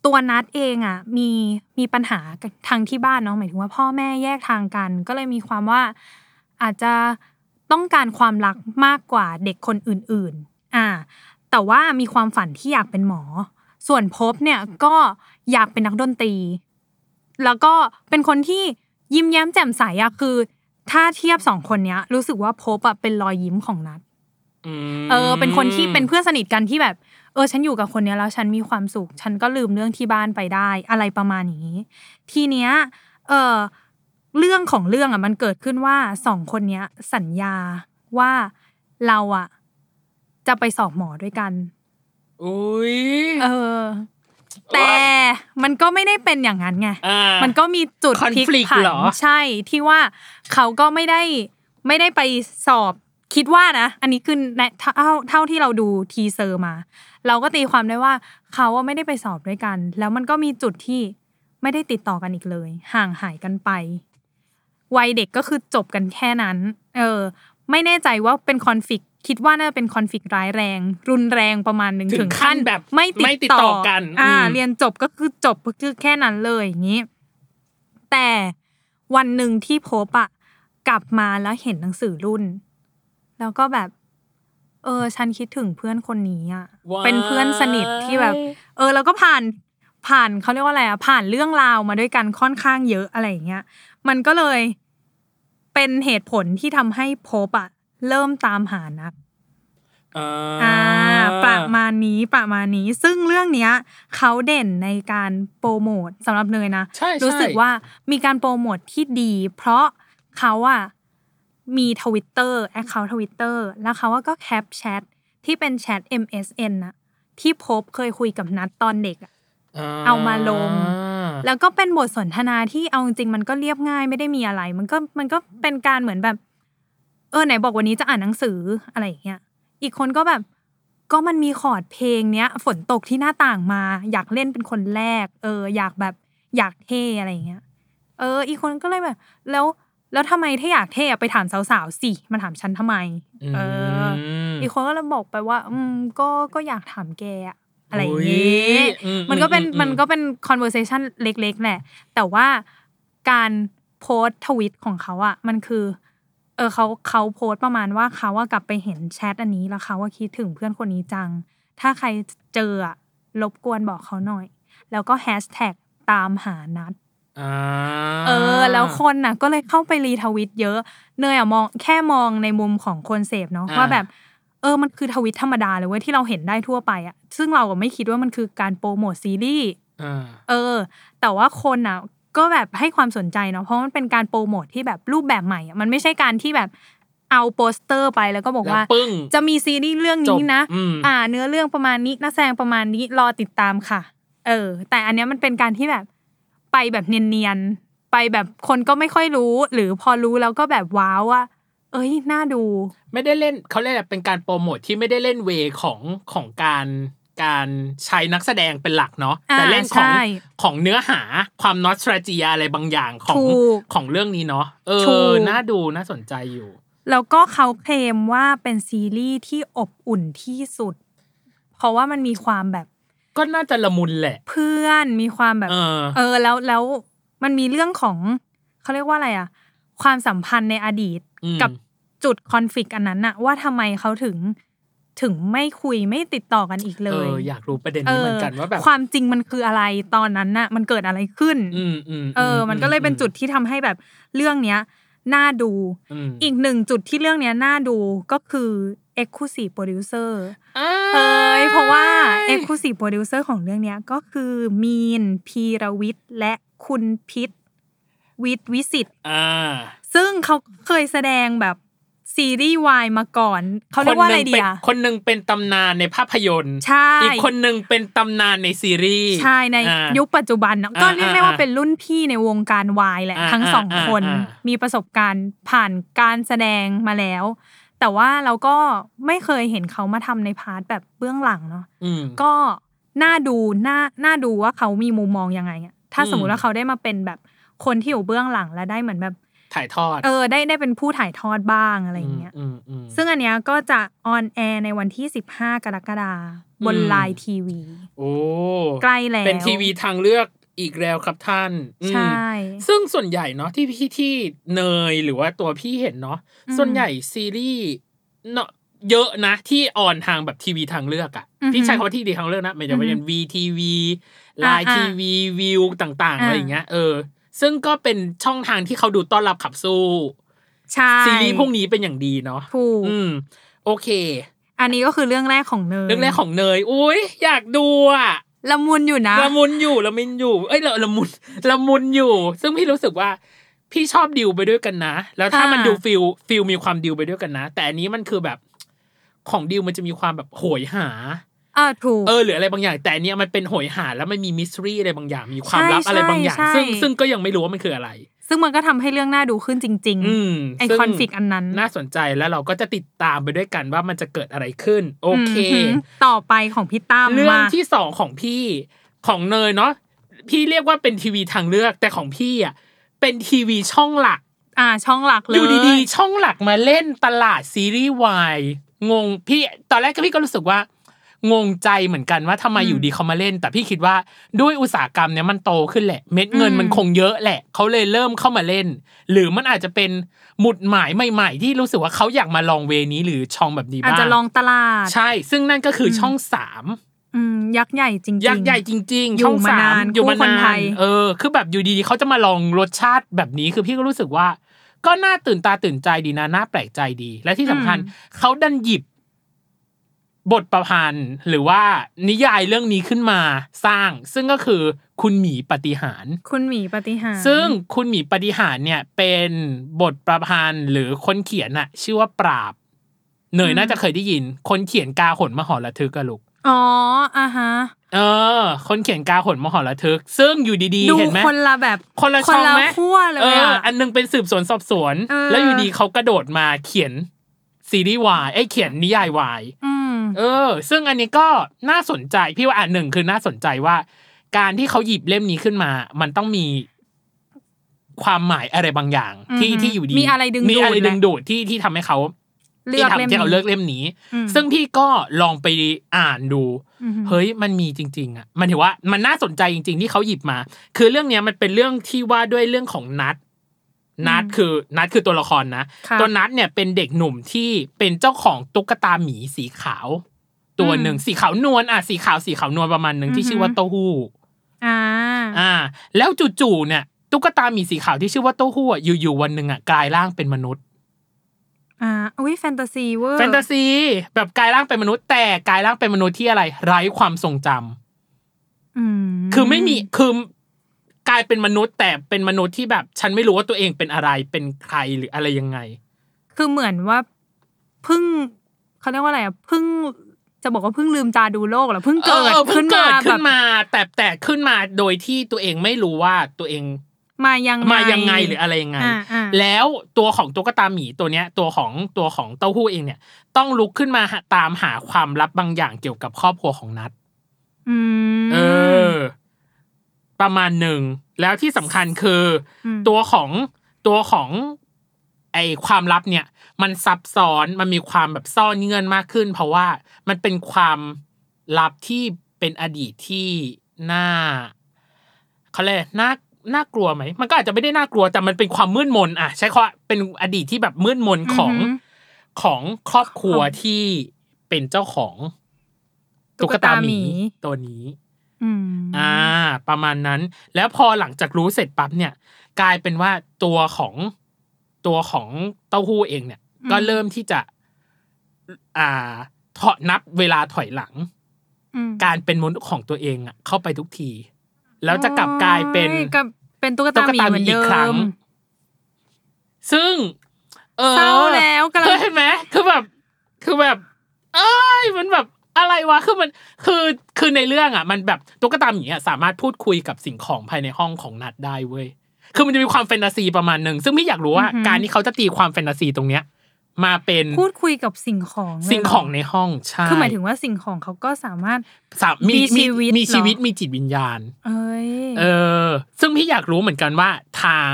Speaker 2: ตัวนัดเองอ่ะมีมีปัญหากับทางที่บ้านเนาะหมายถึงว่าพ่อแม่แยกทางกัน ก็เลยมีความว่าอาจจะต้องการความรักมากกว่าเด็กคนอื่นๆ อ่า แต่ว่ามีความฝันที่อยากเป็นหมอ ส่วนภพบเนี่ยก็อยากเป็นนักดนตรี แล้วก็เป็นคนที่ยิ้มแย้มแจ่มใสอะคือ ถ้าเทียบสองคนเนี้ย รู้สึกว่าภพบอะเป็นรอยยิ้มของนัด
Speaker 1: ม
Speaker 2: เออเป็นคนที่เป็นเพื่อนสนิทกันที่แบบเออฉันอยู่กับคนเนี้ยแล้วฉันมีความสุข ฉันก็ลืมเรื่องที่บ้านไปได้อะไรประมาณนี้ ทีเนี้ยเออเรื่องของเรื่องอ่ะมันเกิดขึ้นว่าสองคนเนี้ย สัญญาว่าเราอ่ะ จะไปสอบหมอด้วยกัน
Speaker 1: อุ้ย
Speaker 2: เออ แต่มันก็ไม่ได้เป็นอย่างนั้นไง
Speaker 1: อ่า
Speaker 2: มันก็มีจุดพลิก
Speaker 1: Conflict
Speaker 2: ผัน
Speaker 1: เหรอ
Speaker 2: ใช่ที่ว่าเขาก็ไม่ได้ไม่ได้ไปสอบคิดว่านะ อันนี้คือในเท่าเท่าที่เราดูทีเซอร์มา เราก็ตีความได้ว่าเขาอะไม่ได้ไปสอบด้วยกัน แล้วมันก็มีจุดที่ไม่ได้ติดต่อกันอีกเลย ห่างหายกันไป วัยเด็กก็คือจบกันแค่นั้น เออ ไม่แน่ใจว่าเป็นคอนฟ lict คิดว่าน่าจะเป็นคอนฟ lict ร้ายแรง รุนแรงประมาณหนึ่ง
Speaker 1: ถึงขั้นแบบ
Speaker 2: ไม่
Speaker 1: ไม่ติ
Speaker 2: ติ
Speaker 1: ดต่อกัน
Speaker 2: อ่า
Speaker 1: อืม
Speaker 2: เรียนจบก็คือจบก็คือแค่นั้นเลยอย่างนี้ แต่วันหนึ่งที่พบอะกลับมาแล้วเห็นหนังสือรุ่น แล้วก็แบบ เออ ฉันคิดถึงเพื่อนคนนี้อะ
Speaker 1: ว้าย
Speaker 2: เป็นเพื่อนสนิทที่แบบ เออ แล้วก็ผ่านผ่านเขาเรียกว่าอะไรอะผ่านเรื่องราวมาด้วยกันค่อนข้างเยอะอะไรอย่างเงี้ย มันก็เลยเป็นเหตุผลที่ทำให้พบอะเริ่มตามหานัก
Speaker 1: อ่า
Speaker 2: อ่าประมาณนี้ประมาณนี้ ซึ่งเรื่องเนี้ยเขาเด่นในการโปรโมทสำหรับเนยนะ
Speaker 1: ใช่ใช่
Speaker 2: รู้สึกว่ามีการโปรโมทที่ดี เพราะเขาอะมีทวิตเตอร์แอคเคาท์ทวิตเตอร์แล้วเขาก็แคปแชทที่เป็นแชท MSN นะที่พบเคยคุยกับนัดตอนเด็กอะ เอามาลง แล้วก็เป็นบทสนทนาที่เอาจริงๆมันก็เรียบง่ายไม่ได้มีอะไร มันก็มันก็เป็นการเหมือนแบบ เออไหนบอกวันนี้จะอ่านหนังสืออะไรอย่างเงี้ยอีกคนก็แบบก็มันมีคอร์ดเพลงเนี้ย ฝนตกที่หน้าต่างมา อยากเล่นเป็นคนแรก เออ อยากแบบอยากเท่อะไรอย่างเงี้ย เออ อีกคนก็เลยแบบ แล้วแล้วทำไมถ้าอยากเท่อะไปถามสาวๆสิมาถามฉันทำไม เออ
Speaker 1: ม
Speaker 2: อีกคนก็เลยบอกไปว่า อืมก็ก็อยากถามแกอะอะไรอย่างเงี้
Speaker 1: อุ๊
Speaker 2: ย
Speaker 1: อื
Speaker 2: มันก็เป็น
Speaker 1: อื
Speaker 2: มันก็เป็น conversation เล็กๆแหละ แต่ว่าการโพสต์ทวิตของเขาอะมันคือ เออเขาเขาโพสต์ประมาณว่าเขาว่ากลับไปเห็นแชทอันนี้แล้วเขาว่าคิดถึงเพื่อนคนนี้จัง ถ้าใครเจออะรบกวนบอกเขาหน่อย แล้วก็แฮชแท็กตามหานัด
Speaker 1: อ่า
Speaker 2: เออ แล้วคนน่ะ ก็เลยเข้าไปรีทวิตเยอะ เนยอะมองแค่มองในมุมของคนเสพเนาะว่าแบบ เออมันคือทวิตธรรมดาเลยเว้ยที่เราเห็นได้ทั่วไปอะซึ่งเราก็ไม่คิดว่ามันคือการโปรโมทซีรีส์
Speaker 1: อ่า
Speaker 2: เออ แต่ว่าคนอ่ะก็แบบให้ความสนใจเนาะเพราะมันเป็นการโปรโมทที่แบบรูปแบบใหม่อะมันไม่ใช่การที่แบบเอาโปสเตอร์ไปแล้วก็บอกว่า
Speaker 1: แล้วปึ้ง
Speaker 2: จะมีซีรีส์เรื่องนี้นะ
Speaker 1: จบอืม
Speaker 2: อ่า เนื้อเรื่องประมาณนี้นักแสดงประมาณนี้รอติดตามค่ะ เออ แต่อันเนี้ยมันเป็นการที่แบบไปแบบเนียนๆไปแบบคนก็ไม่ค่อยรู้ หรือพอรู้แล้วก็แบบว้าวว่าเอ เอ้ยน่าดู
Speaker 1: ไม่ได้เล่นเขาเรียกอะไรเป็นการโปรโมทที่ไม่ได้เล่นเวของของการการใช้นักแสดงเป็นหลักเนาะ
Speaker 2: อ่า
Speaker 1: แต่เล่นของ
Speaker 2: ใช่
Speaker 1: ของเนื้อหาความนอสตราจีอะไรบางอย่างของ
Speaker 2: ถูก
Speaker 1: ของเรื่องนี้เนาะเอ
Speaker 2: ถู
Speaker 1: อก น่าดูน่าสนใจอยู่
Speaker 2: แล้วก็เขาเคลมว่าเป็นซีรีส์ที่อบอุ่นที่สุด เพราะว่ามันมีความแบบ
Speaker 1: ก็น่าจะละมุนแหละ
Speaker 2: เพื่อนมีความแบบ
Speaker 1: เออ
Speaker 2: เออแล้วแล้วมันมีเรื่องของเขาเรียกว่าอะไรอะความสัมพันธ์ในอดีต
Speaker 1: อืม
Speaker 2: กับจุดคอนฟ lict อันนั้นอะว่าทำไมเขาถึงถึงไม่คุยไม่ติดต่อกันอีกเล
Speaker 1: เออย อยากรู้ประเด็นนี้เหมือนกันว่าแบบ
Speaker 2: ความจริงมันคืออะไรตอนนั้นน่ะ มันเกิดอะไรขึ้น
Speaker 1: อืมอืม
Speaker 2: เออ มันก็เลยเป็นจุดที่ทำให้แบบเรื่องเนี้ยน่าดู
Speaker 1: ม
Speaker 2: อีกหนึ่งจุดที่เรื่องเนี้ยน่าดูก็คือ Exclusive Producer
Speaker 1: อ้
Speaker 2: เอ้ยเพราะว่า
Speaker 1: เอ
Speaker 2: Exclusive Producer ของเรื่องเนี้ยก็คือมีนพีรวิทย์และคุณพิษ วิทย์วิสิทธิ์
Speaker 1: ่า
Speaker 2: ซึ่งเขาเคยแสดงแบบซีรีส์วายมาก่อน เขาเรียกว่าอะไรดีอะ
Speaker 1: คนหนึ่งเป็นคนหนึ่งเป็นตำนานในภาพยนตร์
Speaker 2: ใช่
Speaker 1: อีกคนหนึ่งเป็นตำนานในซีรีส์
Speaker 2: ใช่ใน
Speaker 1: อ่า
Speaker 2: ยุคปัจจุบันนะ
Speaker 1: อ่า
Speaker 2: ก็เรียกได้ว่า
Speaker 1: อ่า
Speaker 2: เป็นรุ่นพี่ในวงการวายแหละ
Speaker 1: อ่า
Speaker 2: ทั้งสอง
Speaker 1: อ่า
Speaker 2: คน
Speaker 1: อ่า
Speaker 2: มีประสบการณ์ผ่านการแสดงมาแล้ว แต่ว่าเราก็ไม่เคยเห็นเขามาทำในพาร์ทแบบเบื้องหลังเนาะ
Speaker 1: อืม
Speaker 2: ก็น่าดูน่าน่าดูว่าเขามีมุมมองยังไงอะถ้าสมม
Speaker 1: อื
Speaker 2: ติ
Speaker 1: ม
Speaker 2: ว่าเขาได้มาเป็นแบบคนที่อยู่เบื้องหลังและได้เหมือนแบบ
Speaker 1: ถ่ายทอด
Speaker 2: เออได้ได้เป็นผู้ถ่ายทอดบ้างอะไรอย่างเงี้ย
Speaker 1: มอืมอืม
Speaker 2: ซึ่งอันเนี้ยก็จะออนแอร์ในวันที่ 15 กรกฎาคมบน
Speaker 1: อืม
Speaker 2: ไลน์ทีวี
Speaker 1: โอ้
Speaker 2: ใกล้แล้ว
Speaker 1: เป็นทีวีทางเลือกอีกแล้วครับท่านอืม
Speaker 2: ใช่
Speaker 1: ซึ่งส่วนใหญ่เนาะที่พี่ที่เนยหรือว่าตัวพี่เห็นเนาะ
Speaker 2: อืม
Speaker 1: ส่วนใหญ่ซีรีส์เนาะเยอะนะที่ออนทางแบบทีวีทางเลือกอะ
Speaker 2: อือฮึ
Speaker 1: พี่ใช้คำว่าทีวีทางเลือกนะหมายถึงว่า
Speaker 2: อือฮึ
Speaker 1: เป็นวีทีวีไลน์
Speaker 2: อ่าๆ
Speaker 1: ทีวีวิวต่างๆ
Speaker 2: อ่า
Speaker 1: อะไรอย่างเงี้ยเออ ซึ่งก็เป็นช่องทางที่เขาดูต้อนรับขับสู้
Speaker 2: ใช่
Speaker 1: ซีรีส์พวกนี้เป็นอย่างดีเนาะ
Speaker 2: ถูก
Speaker 1: อืม โอเค
Speaker 2: อันนี้ก็คือเรื่องแรกของเนย
Speaker 1: เรื่องแรกของเนย อุ้ยอยากดูอ่ะ
Speaker 2: ละมุนอยู่นะ
Speaker 1: ละมุนอยู่ละมินอยู่ เอ้ยละละมุนละมุนอยู่ ซึ่งพี่รู้สึกว่า พี่ชอบดิวไปด้วยกันนะ แล้วถ้า
Speaker 2: อ่ามั
Speaker 1: มันดูฟิลฟิลมีความดิวไปด้วยกันนะ แต่อันนี้มันคือแบบของดิวมันจะมีความแบบโหยหา
Speaker 2: อ่าถูก
Speaker 1: เออหรืออะไรบางอย่าง แต่อันเนี้ยมันเป็นโหยหาแล้วมันมีมิสทรีอะไรบางอย่าง มีความลับ
Speaker 2: ใช่
Speaker 1: อะไรบางอย่าง
Speaker 2: ใช่ใช่
Speaker 1: ซึ่งซึ่งก็ยังไม่รู้ว่ามันคืออะไร
Speaker 2: ซึ่งมันก็ทำให้เรื่องน่าดูขึ้นจริง
Speaker 1: อืม
Speaker 2: ๆไอ
Speaker 1: ซึ่ง
Speaker 2: คอนฟ lict อันนั้น
Speaker 1: น่าสนใจแล้วเราก็จะติดตามไปด้วยกันว่ามันจะเกิดอะไรขึ้น โอเค
Speaker 2: อืมต่อไปของพี่ตั้ม
Speaker 1: เรื่อง
Speaker 2: มา
Speaker 1: ที่สองของพี่ของเนยเนาะพี่เรียกว่าเป็นทีวีทางเลือกแต่ของพี่อ่ะเป็นทีวีช่องหลัก
Speaker 2: อ่าช่องหลักเล
Speaker 1: อย ยู่ดีๆ ช่องหลักมาเล่นตลาดซีรีส์วายงงพี่ตอนแรกก็พี่ก็รู้สึกว่า งงใจเหมือนกันว่าทำไมอยู่ดีเขามาเล่น แต่พี่คิดว่าด้วยอุตสาหกรรมเนี้ยมันโตขึ้นแหละ เม็ดเงินมันคงเยอะแหละเขาเลยเริ่มเข้ามาเล่น หรือมันอาจจะเป็นหมุดหมายใหม่ ๆ ที่รู้สึกว่าเขาอยากมาลองเวนี้หรือช่องแบบนี้
Speaker 2: อาจ
Speaker 1: บ้าง
Speaker 2: จะลองตลาด
Speaker 1: ใช่ ซึ่งนั่นก็คืออช่องสาม
Speaker 2: อืมยักษ์ใหญ่จริงๆ
Speaker 1: ยักษ์ใหญ่จริง
Speaker 2: อยู่
Speaker 1: ๆ ช่อง
Speaker 2: มา
Speaker 1: สาน
Speaker 2: าม น
Speaker 1: อยู่มา
Speaker 2: คู่คน
Speaker 1: นา
Speaker 2: ไท
Speaker 1: น
Speaker 2: ย
Speaker 1: เออ คือแบบอยู่ดีๆเขาจะมาลองรสชาติแบบนี้ คือพี่ก็รู้สึกว่า ก็น่าตื่นตาตื่นใจดีนะ น่าแปลกใจดี และที่สำคัญเขาดันหยิบบทประพันธ์หรือว่านิยายเรื่องนี้ขึ้นมาสร้าง ซึ่งก็คือคุณหมีปฏิหาร
Speaker 2: คุณหมีปฏิหาร
Speaker 1: ซึ่งคุณหมีปฏิหารเนี่ยเป็นบทประพันธ์หรือคนเขียนน่ะ ชื่อว่าปราบ เนยน่าจะเคยได้ยิน คนเขียนกาหนมหรทึกอะลูก
Speaker 2: อ๋ออ่าฮะ
Speaker 1: เออ คนเขียนกาหนมหรทึก ซึ่งอยู่ดี
Speaker 2: ดู
Speaker 1: ๆ เห็นไหม
Speaker 2: คนละแบบ
Speaker 1: คนละช่องไหม
Speaker 2: ขั้วเลย
Speaker 1: เออ
Speaker 2: อะ
Speaker 1: อันหนึงเป็นสืบสวนสอบสวน
Speaker 2: เออ
Speaker 1: แล้วอยู่ดีเขากระโดดมาเขียนซีรีส์วายไอ้ยเขียนนิยายวาย
Speaker 2: อืม
Speaker 1: เออ ซึ่งอันนี้ก็น่าสนใจ พี่ว่าอันหนึ่งคือน่าสนใจว่า การที่เขาหยิบเล่มนี้ขึ้นมา มันต้องมีความหมายอะไรบางอย่าง ที่
Speaker 2: อือฮึ
Speaker 1: ที่อยู่ดี
Speaker 2: มีอะไรดึงดูด
Speaker 1: มีอะไร
Speaker 2: แหละ
Speaker 1: ดึงดูดที่ที่ทำให้เขา
Speaker 2: เลือก
Speaker 1: ที่
Speaker 2: เล่ม
Speaker 1: ทำให้เขาเลือกเล่มนี้
Speaker 2: อืม
Speaker 1: ซึ่งพี่ก็ลองไปอ่านดู
Speaker 2: อือฮึ
Speaker 1: เฮ้ยมันมีจริง ๆ อ่ะ มันถือว่ามันน่าสนใจจริง ๆ ที่เขาหยิบมา คือเรื่องเนี้ยมันเป็นเรื่องที่ว่าด้วยเรื่องของนัด นัดคือนัดคือตัวละครนะ
Speaker 2: ค่ะ
Speaker 1: ตัวนัดเนี่ยเป็นเด็กหนุ่มที่เป็นเจ้าของตุ๊กตาหมีสีขาว ตัวหนึ่ง
Speaker 2: อืม
Speaker 1: สีขาวนวลอ่ะสีขาวสีขาวนวลประมาณหนึ่งที่
Speaker 2: อือฮึ
Speaker 1: ชื่อว่าเต้าหู้
Speaker 2: อ่า
Speaker 1: อ่า แล้วจู่ๆเนี่ย ตุ๊กตาหมีสีขาวที่ชื่อว่าเต้าหู้อ่ะอยู่ๆวันหนึ่งอ่ะกลายร่างเป็นมนุษย์
Speaker 2: อ่าอุ้ยแฟนตาซีเวอร์
Speaker 1: แฟนตาซีแบบกลายร่างเป็นมนุษย์ แต่กลายร่างเป็นมนุษย์ที่อะไร ไร้ความทรงจำ
Speaker 2: อืม
Speaker 1: คือไม่มีคือกลายเป็นมนุษย์แต่เป็นมนุษย์ที่แบบ ฉันไม่รู้ว่าตัวเองเป็นอะไรเป็นใครหรืออะไรยังไง
Speaker 2: คือเหมือนว่าเพึ่งเขาเรียกว่าอะไรอะเพึ่งจะบอกว่าเพึ่งลืมตาดูโลกเหรอเพึ่งเกิด
Speaker 1: ออพิ่
Speaker 2: ขึ้
Speaker 1: ง
Speaker 2: นมา
Speaker 1: เกิด
Speaker 2: แบ
Speaker 1: ขึ้
Speaker 2: บ
Speaker 1: นมา แต่แต่ขึ้นมาโดยที่ตัวเองไม่รู้ว่าตัวเอง
Speaker 2: มายังไง
Speaker 1: มายังไงหรืออะไรยังไง
Speaker 2: อ่าอ่า
Speaker 1: แล้วตัวของตุ๊กตาหมีตัวเนี้ย ตัวของตัวของเต้าหู้เองเนี่ย ต้องลุกขึ้นมาหาตามหาความลับบางอย่างเกี่ยวกับครอบครัวของนัท
Speaker 2: อืม
Speaker 1: เออ ประมาณหนึ่ง แล้วที่สำคัญคืออ
Speaker 2: ม
Speaker 1: ตัวของตัวของไอความลับเนี่ย มันซับซ้อนมันมีความแบบซ่อนเงื่อนมากขึ้น เพราะว่ามันเป็นความลับที่เป็นอดีตที่น่าเขาเรียกอะไรน่าน่ากลัวไหมมันก็อาจจะไม่ได้น่ากลัวแต่มันเป็นความมืดมนอ่ะใช้คำว่าเป็นอดีตที่แบบมืดมนของ
Speaker 2: ม
Speaker 1: ของครอบครัวที่เป็นเจ้าของ
Speaker 2: ตุ๊กตาหมี
Speaker 1: ตัวนี้
Speaker 2: อืม
Speaker 1: อ่า ประมาณนั้น แล้วพอหลังจากรู้เสร็จปั๊บเนี่ย กลายเป็นว่าตัวของตัวของเต้าหู้เองเนี่ย ก็เริ่มที่จะ อ่าถอนับเวลาถอยหลัง
Speaker 2: อืม
Speaker 1: การเป็นมนุษย์ของตัวเองอะเข้าไปทุกที แล้วจะกลับกลายเป็น
Speaker 2: โอ้กลับเป็นตุ๊ก
Speaker 1: ตุ๊
Speaker 2: ตาก หมี
Speaker 1: ตาห
Speaker 2: เห
Speaker 1: มี
Speaker 2: มือน
Speaker 1: อี
Speaker 2: เดิ
Speaker 1: กครั้ง
Speaker 2: ม
Speaker 1: ซึ่ง เออ
Speaker 2: เศร้าแล้วกำลัง
Speaker 1: เออเห็นไหมคือแบบ คือแบบ เอ้ย มันแบบอะไรวะ คือมัน คือ คือในเรื่องอ่ะ มันแบบตุ๊กตาหมีอ่ะสามารถพูดคุยกับสิ่งของภายในห้องของนัดได้เว้ย คือมันจะมีความแฟนตาซีประมาณหนึ่ง ซึ่งพี่อยากรู้ว่า การที่เขาจะตีความแฟนตาซีตรงเนี้ย มาเป็น
Speaker 2: พูดคุยกับสิ่งของเลย
Speaker 1: สิ่งของใน
Speaker 2: เหร
Speaker 1: ห้อง ใช่
Speaker 2: คือหมายถึงว่าสิ่งของเขาก็สามารถ
Speaker 1: สามมี
Speaker 2: มีชี
Speaker 1: มี
Speaker 2: วิต
Speaker 1: มีชีวิต
Speaker 2: เหรอ
Speaker 1: มีจิตวิญญาณ
Speaker 2: เอ้ย
Speaker 1: เออ ซึ่งพี่อยากรู้เหมือนกันว่าทาง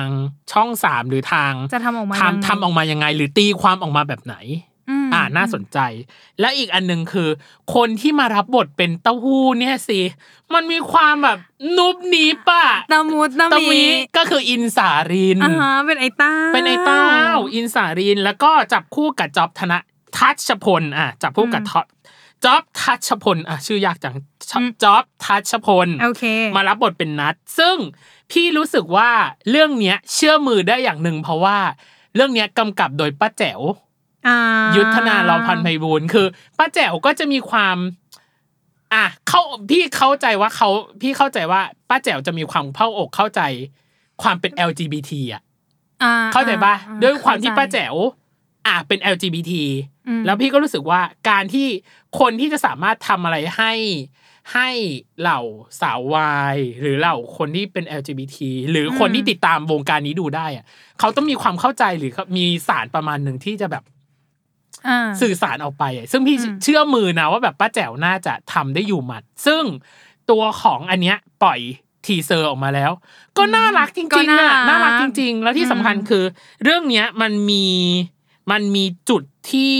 Speaker 1: ช่องสามหรือทาง
Speaker 2: จะทำออกมา
Speaker 1: ทำทำออกมายังไง หรือตีความออกมาแบบไหน อ่าน่าสนใจ และอีกอันหนึ่งคือ คนที่มารับบทเป็นเต้าหู้เนี่ยสิ มันมีความแบบนุบหนีบอะ
Speaker 2: ตะมุดตะ
Speaker 1: ตะ
Speaker 2: มี
Speaker 1: มีก็คืออินสาริน
Speaker 2: อ่าฮะเป็นไอ้ต้า
Speaker 1: เป็นไอ้เต้า อินสาริน แล้วก็จับคู่กับจ๊อบธนทัชพลอ่ะจับคู่กับท็อปจ๊อบทัชพลอ่ะชื่อยากจังจ๊อบทัชพล
Speaker 2: โอเค
Speaker 1: มารับบทเป็นนัด ซึ่งพี่รู้สึกว่าเรื่องเนี้ยเชื่อมือได้อย่างหนึ่งเพราะว่า เรื่องเนี้ยกำกับโดยป้าแจ๋ว
Speaker 2: อ่า
Speaker 1: ยุทธนาลอพันธ์ไพบูลย์คือป้าแจ๋วก็จะมีความ อ่ะเข้าพี่เข้าใจว่าเขาพี่เข้าใจว่าป้าแจ๋วจะมีความเข้าอกเข้าใจความเป็น LGBT อ่ะ
Speaker 2: อ่
Speaker 1: เข้าใจปะ
Speaker 2: อ่
Speaker 1: ด้วยความที่
Speaker 2: เข้ใจ
Speaker 1: ป้าแจ๋วอ่ะเป็น LGBT
Speaker 2: อืม
Speaker 1: แล้วพี่ก็รู้สึกว่าการที่คนที่จะสามารถทำอะไรให้ให้เหล่าสาววายหรือเหล่าคนที่เป็น LGBT หรือคนที่ติดตามวงการนี้ดูได้อ่ะเขาต้องมีความเข้าใจหรือเขามีสารประมาณหนึ่งที่จะแบบ
Speaker 2: อ่า
Speaker 1: สื่อสารออกไปอะซึ่งพี่
Speaker 2: อืม
Speaker 1: เชื่อมือนะว่าแบบป้าแจ๋วน่าจะทำได้อยู่หมัด ซึ่งตัวของอันเนี้ยปล่อยทีเซอร์ออกมาแล้ว ก็น่ารักจ
Speaker 2: ก็
Speaker 1: ริงๆ
Speaker 2: น่า
Speaker 1: อ่ะ
Speaker 2: รัก
Speaker 1: น่ารักจริง ๆ แล้วที่สำคัญ
Speaker 2: อืม
Speaker 1: คือ เรื่องเนี้ยมันมีมันมีจุดที่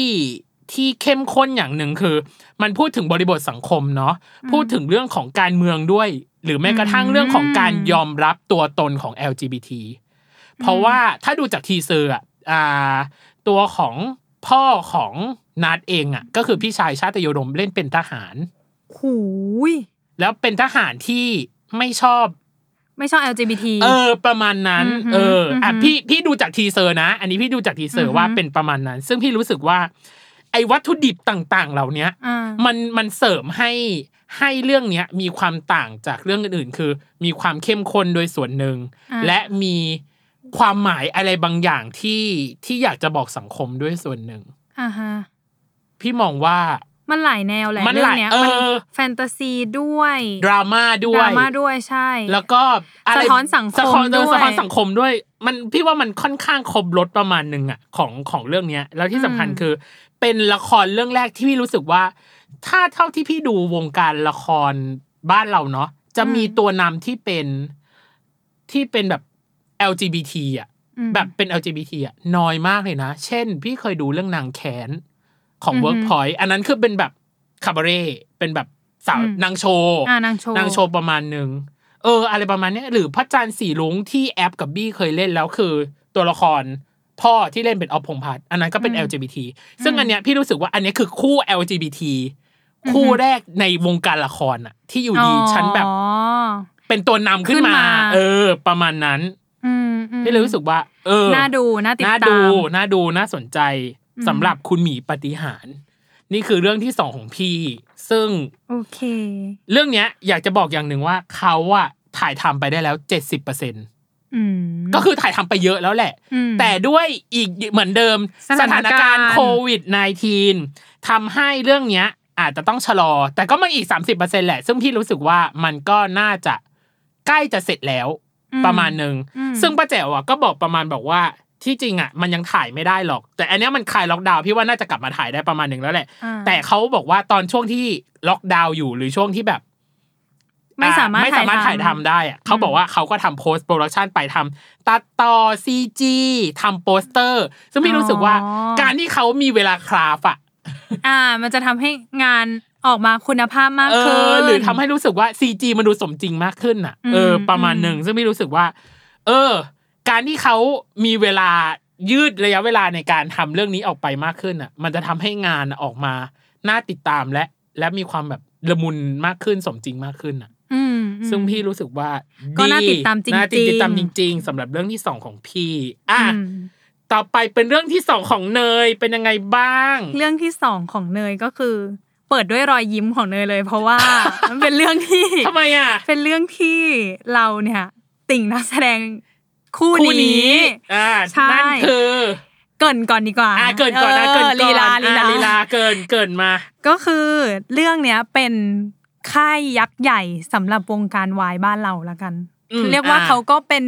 Speaker 1: ที่เข้มข้นอย่างหนึ่งคือ มันพูดถึงบริบทสังคมเนาะพูดถึงเรื่องของการเมืองด้วย หรือแม้กระทั่งเรื่องของการยอมรับตัวตนของ LGBT เพราะว่าถ้าดูจากทีเซอร์อ่ะอ่า ตัวของพ่อของนัดเองอ่ะ ก็คือพี่ชายชาติโยดมเล่นเป็นทหาร
Speaker 2: หูย
Speaker 1: แล้วเป็นทหารที่ไม่ชอบ
Speaker 2: ไม่ชอบ LGBT
Speaker 1: เออ ประมาณนั้น
Speaker 2: อือหือ
Speaker 1: เอออ่ะ
Speaker 2: อือหือ
Speaker 1: พี่พี่ดูจากทีเซอร์นะ อันนี้พี่ดูจากทีเซอ
Speaker 2: อื
Speaker 1: ร์
Speaker 2: อหือ
Speaker 1: ว่าเป็นประมาณนั้น ซึ่งพี่รู้สึกว่า ไอ้วัตถุดิบต่าง ๆ เหล่าเนี้ย
Speaker 2: อ่า
Speaker 1: มันมันเสริมให้ให้เรื่องเนี้ยมีความต่างจากเรื่องอื่นๆ คือ มีความเข้มข้นโดยส่วนหนึ่ง
Speaker 2: อ่า
Speaker 1: และมีความหมายอะไรบางอย่างที่ที่อยากจะบอกสังคมด้วยส่วนหนึ่ง
Speaker 2: อ่าฮะ
Speaker 1: พี่มองว่า
Speaker 2: มันหลายแนวแหละ
Speaker 1: มัน
Speaker 2: เรื่
Speaker 1: ห
Speaker 2: อง
Speaker 1: ลาย
Speaker 2: เนี้ย
Speaker 1: เอ
Speaker 2: มัน
Speaker 1: อ
Speaker 2: แฟนตาซีด้วย
Speaker 1: ดราม่าด้ว
Speaker 2: ด
Speaker 1: ย
Speaker 2: ราม่าด้วยใช่
Speaker 1: แล้วก็อะไร
Speaker 2: สะท้อนสังคม
Speaker 1: สะท้อนเออ
Speaker 2: ด้วย
Speaker 1: สะท้อนสังคมด้วย มันพี่ว่ามันค่อนข้างครบรถประมาณหนึ่งอ่ะของของเรื่องเนี้ย แล้วที่สำคัญคือ เป็นละครเรื่องแรกที่พี่รู้สึกว่า ถ้าเท่าที่พี่ดูวงการละครบ้านเราเนาะจะมีตัวนำที่เป็นที่เป็นแบบ LGBT อ่ะ
Speaker 2: อืม
Speaker 1: แบบเป็น LGBT อ่ะน้อยมากเลยนะ เช่น พี่เคยดูเรื่องนางแขนของ
Speaker 2: อือฮึ
Speaker 1: Workpoint อันนั้นคือเป็นแบบคาบาเร่เป็นแบบสาว
Speaker 2: อืม
Speaker 1: นางโชว์
Speaker 2: อ่านางโชว์
Speaker 1: นางโชว์ประมาณหนึ่ง เออ อะไรประมาณเนี้ยหรือพระจันทร์สีลุงที่แอปกับบี้เคยเล่นแล้วคือตัวละครพ่อที่เล่นเป็นออฟพงษ์พัฒน์อันนั้นก็เป็น
Speaker 2: อืม
Speaker 1: LGBT ซึ่งอันเนี้ยพี่รู้สึกว่าอันเนี้ยคือคู่ LGBT คู่แรกในวงการละครอะที่อยู่ดีฉันแบบ
Speaker 2: อ๋อ
Speaker 1: เป็นตัวนำขึ้นมา
Speaker 2: ขึ้นมา
Speaker 1: เออ ประมาณนั้น
Speaker 2: อืมอืม
Speaker 1: พี่เลยรู้สึกว่า เออ
Speaker 2: น่าดูน่าติด
Speaker 1: น่า
Speaker 2: ตา
Speaker 1: ดู
Speaker 2: ม
Speaker 1: น่าดู น่าสนใจ
Speaker 2: อืม
Speaker 1: สำหรับคุณหมีปฏิหาร นี่คือเรื่องที่สองของพี่ ซึ่ง
Speaker 2: โอเค
Speaker 1: เรื่องเนี้ยอยากจะบอกอย่างหนึ่งว่าเขาอะถ่ายทำไปได้แล้ว 70%
Speaker 2: อืม
Speaker 1: ก็คือถ่ายทำไปเยอะแล้วแหละ
Speaker 2: ม
Speaker 1: แต่ด้วยอีกเหมือนเดิม
Speaker 2: สถานการณ์
Speaker 1: โควิด -19 ทำให้เรื่องเนี้ยอาจจะต้องชะลอ แต่ก็มาอีก 30%แหละ ซึ่งพี่รู้สึกว่ามันก็น่าจะใกล้จะเสร็จแล้ว
Speaker 2: อืม
Speaker 1: ประมาณหนึ่ง
Speaker 2: อืม
Speaker 1: ซึ่งป้าแจ๋วอะก็บอกประมาณบอกว่า ที่จริงอ่ะมันยังถ่ายไม่ได้หรอก แต่อันเนี้ยมันคลายล็อกดาวน์พี่ว่าน่าจะกลับมาถ่ายได้ประมาณหนึ่งแล้วแหละ
Speaker 2: อ่า
Speaker 1: แต่เขาบอกว่าตอนช่วงที่ล็อกดาวน์อยู่หรือช่วงที่แบบ
Speaker 2: ไม่สามารถ
Speaker 1: อ่ไม่สามารถถ่ายทำได้อะเขาบอกว่าเขาก็ทำโพสต์โปรดักชันไปทำตัดต่อซีจีทำโปสเตอร์ ซึ่งพี่รู้สึกว่า
Speaker 2: อ๋อ
Speaker 1: การที่เขามีเวลาคราฟอะ
Speaker 2: อ่า มันจะทำให้งานออกมาคุณภาพมาก
Speaker 1: เอ
Speaker 2: ขึ้
Speaker 1: อน หรือทำให้รู้สึกว่า CG มันดูสมจริงมากขึ้นอ่ะ
Speaker 2: อืม
Speaker 1: เออประมาณหนึ่ง
Speaker 2: อืม
Speaker 1: ซึ่งพี่รู้สึกว่า เออ การที่เขามีเวลายืดระยะเวลาในการทำเรื่องนี้ออกไปมากขึ้นอ่ะ มันจะทำให้งานออกมาน่าติดตามและ และมีความแบบละมุนมากขึ้นสมจริงมากขึ้นอ่ะ
Speaker 2: อืม
Speaker 1: ซึ่งพี่รู้สึกว่า
Speaker 2: ก็น่าติดตามจริงๆ
Speaker 1: น่าติดตามจริง ๆสำหรับเรื่องที่สองของพี่อ่ะ
Speaker 2: อืม
Speaker 1: ต่อไปเป็นเรื่องที่สองของเนยเป็นยังไงบ้าง
Speaker 2: เรื่องที่สองของเนยก็คือ เปิดด้วยรอยยิ้มของเนยเลย เพราะว่า มันเป็นเรื่องที่
Speaker 1: ทำไมอ่ะ
Speaker 2: เป็นเรื่องที่เราเนี่ย ติ่งนักแสดงคู่
Speaker 1: คู่
Speaker 2: นี้
Speaker 1: นี้อ่า
Speaker 2: ใช่
Speaker 1: นั่นคือ
Speaker 2: เกรินก่อนดีกว่า
Speaker 1: อ่ะเกินก่อนนะเกินก่อน
Speaker 2: ลีลา
Speaker 1: อ่ะ
Speaker 2: ลีลา
Speaker 1: ลีลาเกินเกินมา
Speaker 2: ก็คือเรื่องเนี้ยเป็นค่ายยักษ์ใหญ่สำหรับวงการวายบ้านเราละกัน
Speaker 1: อืม
Speaker 2: เรียกว่า
Speaker 1: อ่ะ
Speaker 2: เขาก็เป็น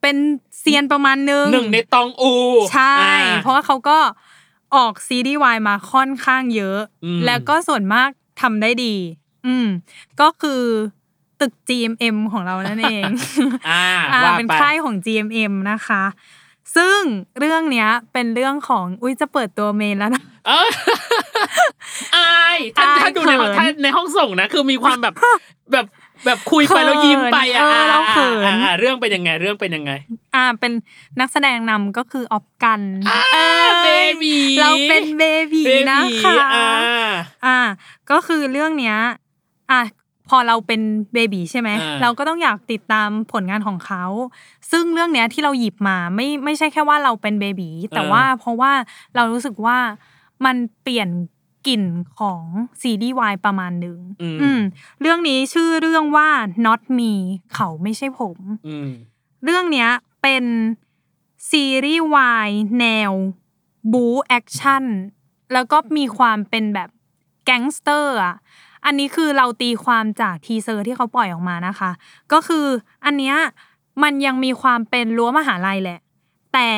Speaker 2: เป็นเซียนประมาณนึง
Speaker 1: หนึ่งในตองอู
Speaker 2: ใช่
Speaker 1: อ่
Speaker 2: เพราะว่าเขาก็ออกซีดีวายมาค่อนข้างเยอะ
Speaker 1: อืม
Speaker 2: แล้วก็ส่วนมากทำได้ดี อืม ก็คือตึก GMM ของเรานั่นเอง
Speaker 1: อ่า
Speaker 2: อ่า
Speaker 1: ว่า
Speaker 2: เป็น
Speaker 1: ไป
Speaker 2: ค่ายของ GMM นะคะ ซึ่งเรื่องเนี้ยเป็นเรื่องของอุ้ยจะเปิดตัวเมนแล้วนะ
Speaker 1: เอยอายท่าน
Speaker 2: อาย
Speaker 1: ท่านดูในห้อง
Speaker 2: เขิน
Speaker 1: ท่านในห้องส่งนะ คือมีความแบบ แบบแบบคุยไปแล้วยิ้มไปอ่ะ
Speaker 2: เขินเออเราเขิน
Speaker 1: อ่ะอ่ะอ่ะเรื่องเป็นยังไงเรื่องเป็นยังไง
Speaker 2: อ่าเป็นนักแสดงนำก็คือออฟกันเอ้ย
Speaker 1: เบบี
Speaker 2: เราเป็นเบบี
Speaker 1: เบ
Speaker 2: นะ
Speaker 1: บี
Speaker 2: คะ
Speaker 1: อ่า
Speaker 2: อ่า ก็คือเรื่องเนี้ยอ่ะพอเราเป็นเบบีใช่ไหม
Speaker 1: อ่า
Speaker 2: เราก็ต้องอยากติดตามผลงานของเขา ซึ่งเรื่องเนี้ยที่เราหยิบมาไม่ไม่ใช่แค่ว่าเราเป็นเบบีแต่ว่าเพราะว่าเรารู้สึกว่ามันเปลี่ยนกลิ่นของซีดีวายประมาณหนึ่ง
Speaker 1: อืม
Speaker 2: อืม เรื่องนี้ชื่อเรื่องว่า not me เขาไม่ใช่ผม
Speaker 1: อืม
Speaker 2: เรื่องเนี้ยเป็นซีรีส์วายแนวบู๊แอคชั่นแล้วก็มีความเป็นแบบแก๊งสเตอร์อ่ะ อันนี้คือเราตีความจากทีเซอร์ที่เขาปล่อยออกมานะคะ ก็คืออันเนี้ยมันยังมีความเป็นรั้วมหาลัยแหละ แต่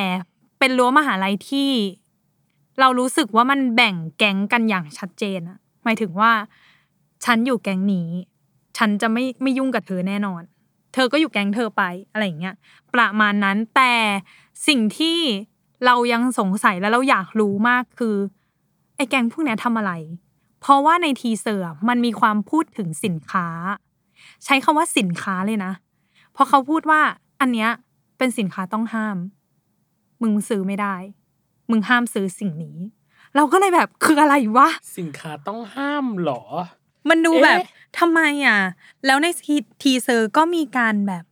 Speaker 2: เป็นรั้วมหาลัยที่ เรารู้สึกว่ามันแบ่งแก๊งกันอย่างชัดเจนอะหมายถึงว่า ฉันอยู่แก๊งนี้ ฉันจะไม่ไม่ยุ่งกับเธอแน่นอน เธอก็อยู่แก๊งเธอไปอะไรอย่างเงี้ยประมาณนั้นแต่สิ่งที่เรายังสงสัยและเราอยากรู้มากคือไอ้แก๊งพวกเนี้ยทำอะไร เพราะว่าในทีเซอร์อะมันมีความพูดถึงสินค้า ใช้คำว่าสินค้าเลยนะ เพราะเขาพูดว่าอันเนี้ยเป็นสินค้าต้องห้าม มึงซื้อไม่ได้ มึงห้ามซื้อสิ่งนี้ เราก็เลยแบบคืออะไรวะ
Speaker 1: สินค้าต้องห้ามเหรอ
Speaker 2: มันดู
Speaker 1: เอ๊ะ
Speaker 2: แบบทำไมอ่ะ แล้วในทีทีเซอร์ก็มีการแบบ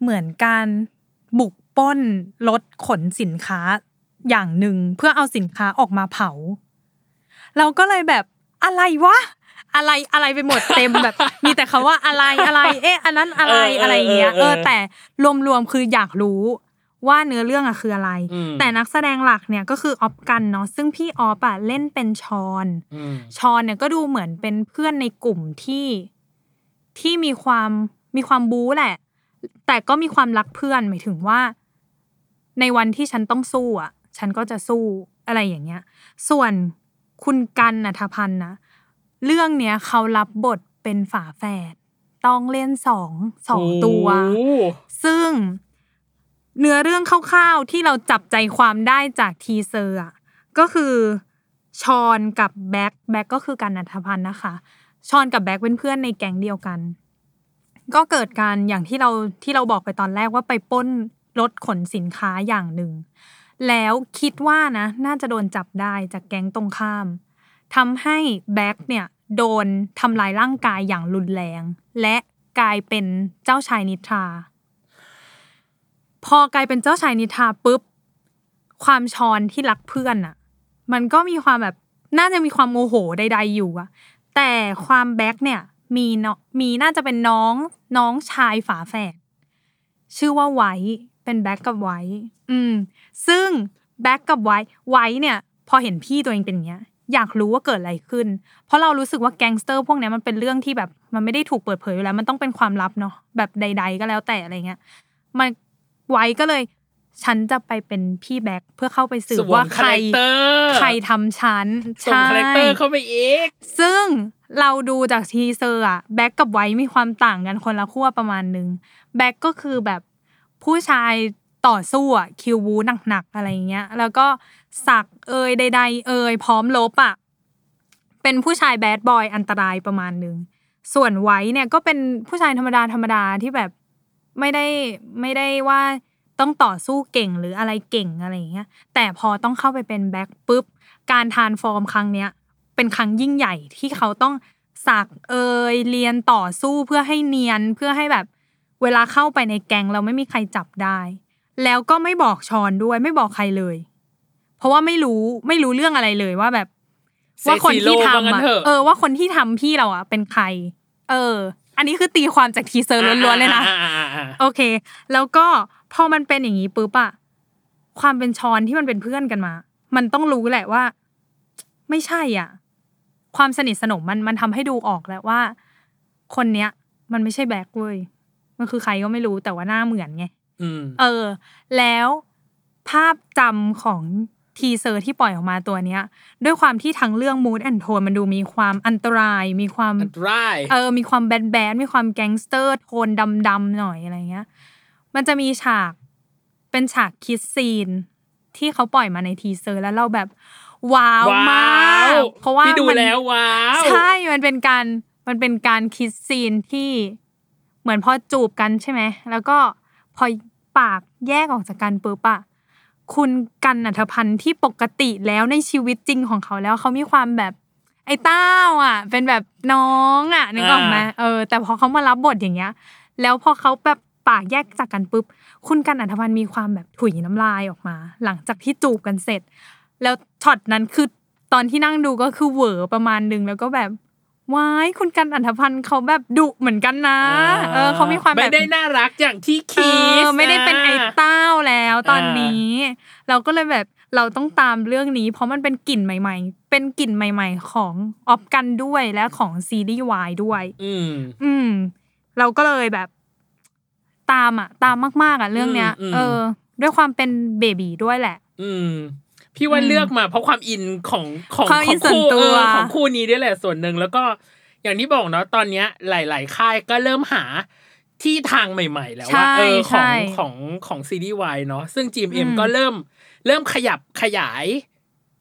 Speaker 2: เหมือนการบุกปล้นรถขนสินค้าอย่างหนึ่งเพื่อเอาสินค้าออกมาเผา เราก็เลยแบบอะไรวะ อะไรอะไรไปหมดเต็มแบบ มีแต่คาว่าอะไรอะไร เอ๊ะ อันนั้นอะไร
Speaker 1: เออเออ
Speaker 2: อะไรอย่างเงี้ย
Speaker 1: เอ
Speaker 2: เอ
Speaker 1: อ
Speaker 2: อ
Speaker 1: เออ
Speaker 2: แต่รวมๆคืออยากรู้ว่าเนื้อเรื่องอะคืออะไร
Speaker 1: อืม
Speaker 2: แต่นักแสดงหลักเนี่ยก็คือออฟกันเนาะซึ่งพี่ออฟอะเล่นเป็นชอน
Speaker 1: อืม
Speaker 2: ชอนเนี่ยก็ดูเหมือนเป็นเพื่อนในกลุ่มที่ที่มีความมีความบู๊แหละ แต่ก็มีความรักเพื่อนหมายถึงว่า ในวันที่ฉันต้องสู้อ่ะ ฉันก็จะสู้อะไรอย่างเงี้ย ส่วนคุณกันนัทพันธ์นะเรื่องเนี้ยเขารับบทเป็นฝาแฝดต้องเล่นสองสองตัว
Speaker 1: โอ้
Speaker 2: ซึ่งเนื้อเรื่องคร่าวๆที่เราจับใจความได้จากทีเซอร์อะก็คือชอนกับแบ็คแบ็คก็คือการนัทพันธ์นะคะ ชอนกับแบ็คเป็นเพื่อนในแก๊งเดียวกัน ก็เกิดการอย่างที่เราที่เราบอกไปตอนแรกว่าไปปล้นรถขนสินค้าอย่างหนึ่ง แล้วคิดว่านะน่าจะโดนจับได้จากแก๊งตรงข้ามทำให้แบ็คเนี่ยโดนทำลายร่างกายอย่างรุนแรง และกลายเป็นเจ้าชายนิทรา พอกลายเป็นเจ้าชายนิทราปุ๊บ ความชอนที่รักเพื่อนอะมันก็มีความแบบน่าจะมีความโมโหใด ๆ อยู่อะแต่ความแบ็คเนี่ยมีเนาะมีน่าจะเป็นน้องน้องชายฝาแฝดชื่อว่าไวท์เป็นแบ็คกับไวท์อืม ซึ่งแบ็คกับไวท์ไวท์เนี่ย พอเห็นพี่ตัวเองเป็นอย่างเงี้ย อยากรู้ว่าเกิดอะไรขึ้น เพราะเรารู้สึกว่าแก๊งสเตอร์พวกเนี้ยมันเป็นเรื่องที่แบบ มันไม่ได้ถูกเปิดเผยอยู่แล้ว มันต้องเป็นความลับเนาะแบบใด ๆ ก็แล้วแต่อะไรเงี้ย มันไว้ก็เลย ฉันจะไปเป็นพี่แบ็คเพื่อเข้าไปสื
Speaker 1: ส
Speaker 2: บ
Speaker 1: ว
Speaker 2: ว่าม ใคร
Speaker 1: คาแรคเตอร์
Speaker 2: ใครทำฉัน
Speaker 1: ส่ง
Speaker 2: ใช่
Speaker 1: คาแรคเตอร์เข้าไปอีก
Speaker 2: ซึ่งเราดูจากทีเซอร์อะแบ็กกับไว้มีความต่างกันคนละขั้วประมาณนึงแบ็กก็คือแบบผู้ชายต่อสู้อะคิวบูหนักๆอะไรอย่างเงี้ย แล้วก็สักเอยใด ๆ เอยพร้อมลบอะเป็นผู้ชายแบดบอยอันตรายประมาณนึง ส่วนไว้เนี่ยก็เป็นผู้ชายธรรมดาธรรมดาที่แบบไม่ได้ไม่ได้ว่าต้องต่อสู้เก่งหรืออะไรเก่งอะไรอย่างเงี้ยแต่พอต้องเข้าไปเป็นแบ็คปุ๊บ การทานฟอร์มครั้งเนี้ยเป็นครั้งยิ่งใหญ่ที่เขาต้องสักเอยเรียนต่อสู้เพื่อให้เนียนเพื่อให้แบบเวลาเข้าไปในแก๊งเราไม่มีใครจับได้ แล้วก็ไม่บอกชอนด้วยไม่บอกใครเลย เพราะว่าไม่รู้ไม่รู้เรื่องอะไรเลยว่าแบบ
Speaker 1: เซ
Speaker 2: ว่าคน
Speaker 1: ซิโล
Speaker 2: ที่
Speaker 1: ว่า
Speaker 2: ทำ
Speaker 1: งั้
Speaker 2: อะ
Speaker 1: นเถอะ
Speaker 2: เออ ว่าคนที่ทำพี่เราอะเป็นใคร เออ อันนี้คือตีความจากทีเซอร์ล้วนๆเลยนะ
Speaker 1: อ่าอ่าอ่าอ่า
Speaker 2: โอเค แล้วก็พอมันเป็นอย่างนี้ปุ๊บอะความเป็นชอนที่มันเป็นเพื่อนกันมา มันต้องรู้แหละว่า ไม่ใช่อ่ะ ความสนิทสนมมันมันทำให้ดูออกแล้วว่า คนเนี้ย มันไม่ใช่แบ็คเว้ยมันคือใครก็ไม่รู้แต่ว่าหน้าเหมือนไง
Speaker 1: อืม
Speaker 2: เออ แล้วภาพจำของทีเซอร์ที่ปล่อยออกมาตัวเนี้ย ด้วยความที่ทั้งเรื่อง mood and tone มันดูมีความอันตราย มีความ
Speaker 1: อันตราย
Speaker 2: เออ มีความแบนแบนๆมีความแก๊งสเตอร์ โทนดำๆหน่อยอะไรเงี้ย มันจะมีฉากเป็นฉากคิสซีน ที่เขาปล่อยมาในทีเซอร์แล้วเราแบบ ว้าวมาก
Speaker 1: ว
Speaker 2: เพราะว่า
Speaker 1: พี่ดู
Speaker 2: มัน
Speaker 1: แล้วว้าว
Speaker 2: ใช่ มันเป็นการ มันเป็นการคิสซีนที่เหมือนพอจูบกันใช่ไหม แล้วก็พอปากแยกออกจากกันปุ๊บอะคุณกันอัธพันธ์ที่ปกติแล้วในชีวิตจริงของเขาแล้วเขามีความแบบไอ้เต้าอ่ะ เป็นแบบน้องอ่ะนึกออกไหม
Speaker 1: อ่า
Speaker 2: เออ แต่พอเขามารับบทอย่างเงี้ย แล้วพอเขาแบบปากแยกจากกันปุ๊บ คุณกันอัธพันธ์มีความแบบถุยน้ำลายออกมา หลังจากที่จูบกันเสร็จ แล้วช็อตนั้นคือตอนที่นั่งดูก็คือเหวอประมาณหนึ่งแล้วก็แบบว้ายคุณกันอัธพันธ์เขาแบบดุเหมือนกันนะ เออเขามีความแบบ
Speaker 1: ไม่ได้น่ารักอย่างที่
Speaker 2: เอ
Speaker 1: คิด
Speaker 2: อไม่ได้เป็นไอ้
Speaker 1: อ่า
Speaker 2: เต้าแล้วตอน
Speaker 1: อ่านี้
Speaker 2: นี้ เราก็เลยแบบเราต้องตามเรื่องนี้ เพราะมันเป็นกลิ่นใหม่ ๆ เป็นกลิ่นใหม่ ๆ ของออฟกันด้วยและของซีรีส์วายด้วย
Speaker 1: อืม
Speaker 2: อืม เราก็เลยแบบ ตามอ่ะ ตามมากๆอ่ะเรื่องเนี้ย
Speaker 1: อืมอืม
Speaker 2: เออ ด้วยความเป็นเบบีด้วยแหละ
Speaker 1: อืม พี่ว่า
Speaker 2: อืม
Speaker 1: เลือกมาเพราะความอินของของ
Speaker 2: ความอิน
Speaker 1: ขงคู่
Speaker 2: ส่วนตัว
Speaker 1: เออของคู่นี้ด้วยแหละส่วนหนึ่งแล้วก็อย่างที่บอกเนาะตอนเนี้ยหลาย ๆ ค่ายก็เริ่มหาที่ทางใหม่ ๆ แล้วว่า
Speaker 2: ใช่
Speaker 1: เออข
Speaker 2: ใช่
Speaker 1: องของของซีรีส์วายเนาะซึ่ง GMM
Speaker 2: อืม
Speaker 1: ก็เริ่มเริ่มขยับขยาย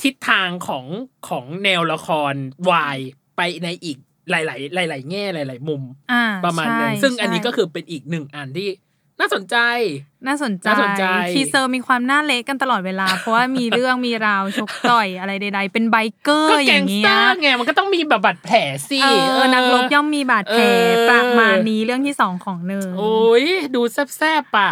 Speaker 1: ทิศทางของของแนวละครวายไปในอีกหลาย ๆ หลาย ๆ แง่หลาย ๆ มุม
Speaker 2: อ่
Speaker 1: ประมาณนึง
Speaker 2: ใช่
Speaker 1: ซึ่งอันนี้ก็
Speaker 2: ใช่
Speaker 1: คือเป็นอีกหนึ่งอันที่น่าสนใจ
Speaker 2: น่าสนใจ
Speaker 1: น่าสนใจ
Speaker 2: ทีเซอร์มีความหน้าเละกันตลอดเวลา เพราะว่ามีเรื่องมีราวชกต่อยอะไรใด ๆ เป็นไบเกอ
Speaker 1: ก็
Speaker 2: ร์อ
Speaker 1: แก๊
Speaker 2: ย่าง ง
Speaker 1: ส
Speaker 2: เงี้
Speaker 1: เต
Speaker 2: ย
Speaker 1: อร์ไงมันก็ต้องมีแบบบาดแผลสิ
Speaker 2: เอ
Speaker 1: เ
Speaker 2: อนักรบย่อมมีบาดแผล
Speaker 1: เออ
Speaker 2: ประมาณนี้เรื่องที่สองของเนย
Speaker 1: โอ้ยดูแซ่บๆปะ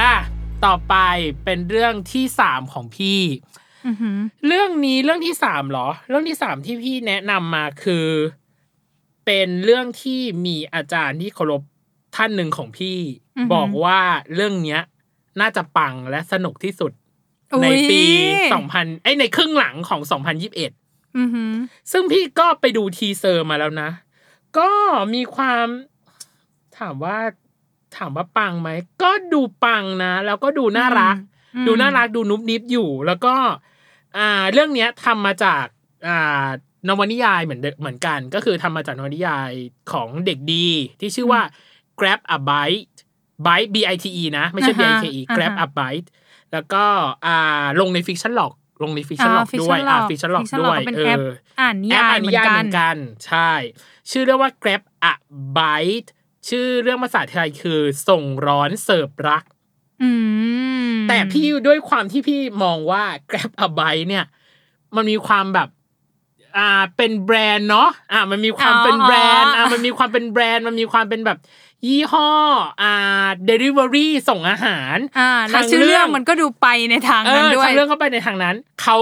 Speaker 1: อ่ะต่อไปเป็นเรื่องที่สามของพี่
Speaker 2: อือหือ
Speaker 1: เรื่องนี้เรื่องที่สามเหรอ เรื่องที่สามที่พี่แนะนำมาคือ เป็นเรื่องที่มีอาจารย์ที่เคารพท่านหนึ่งของพี่
Speaker 2: อือหือ
Speaker 1: บอกว่าเรื่องเนี้ย น่าจะปังและสนุกที่สุดใน
Speaker 2: อุ๊ย
Speaker 1: ปีสองพันไอยในครึ่งหลังของสองพันยิบเอ็ด
Speaker 2: อือหือ
Speaker 1: ซึ่งพี่ก็ไปดูทีเซอร์มาแล้วนะ ก็มีความถามว่าถามว่าปังไหม ก็ดูปังนะ แล้วก็ดูน่ารัก
Speaker 2: อืม
Speaker 1: ดูน่ารักดูนุบนิบอยู่ แล้วก็อ่าเรื่องเนี้ยทำมาจากอ่านวนิยายเหมือนเดิเหมือนกัน ก็คือทำมาจากนวนิยายของเด็กดี ที่ชื่อว่า grab a bite bite b i t e นะ ไม่ใช่ b
Speaker 2: อ่า
Speaker 1: i
Speaker 2: ฮะ
Speaker 1: t e grab a bite แล้วก็อ่าลงในฟิกชันหลอกลงในฟิกชันหลอกด้วยอ่าฟิกชันหลอก
Speaker 2: Fiction
Speaker 1: ด้วย
Speaker 2: Log เป็น
Speaker 1: เอ
Speaker 2: แอป
Speaker 1: อ
Speaker 2: อ่านนิ
Speaker 1: แอป
Speaker 2: ยาย
Speaker 1: อ่าน
Speaker 2: เห
Speaker 1: นิ
Speaker 2: มือน
Speaker 1: ยาย
Speaker 2: กั
Speaker 1: เห
Speaker 2: น
Speaker 1: มือนกันใช่ ชื่อเรื่องว่า Grab a Bite ชื่อเรื่องภาษาไทยคือส่งร้อนเสิร์ฟรัก
Speaker 2: อืม
Speaker 1: แต่พี่ด้วยความที่พี่มองว่า Grab a bike เนี่ย มันมีความแบบ อ่าเป็นแบรนด์เนาะอ่า มันมีความเป็นแบรนด์อ่ามันมีความเป็นแบรนด์มันมีความเป็นแบบ ยี่ห้อ อ่า delivery ส่งอาหาร
Speaker 2: อ่าแล้
Speaker 1: ทาว ง
Speaker 2: ชื่อเรื่อง
Speaker 1: เรื่อง
Speaker 2: มันก็ดูไปในทางนั้นด้วย
Speaker 1: เออทำเรื่องเข้าไปในทางนั้นเขา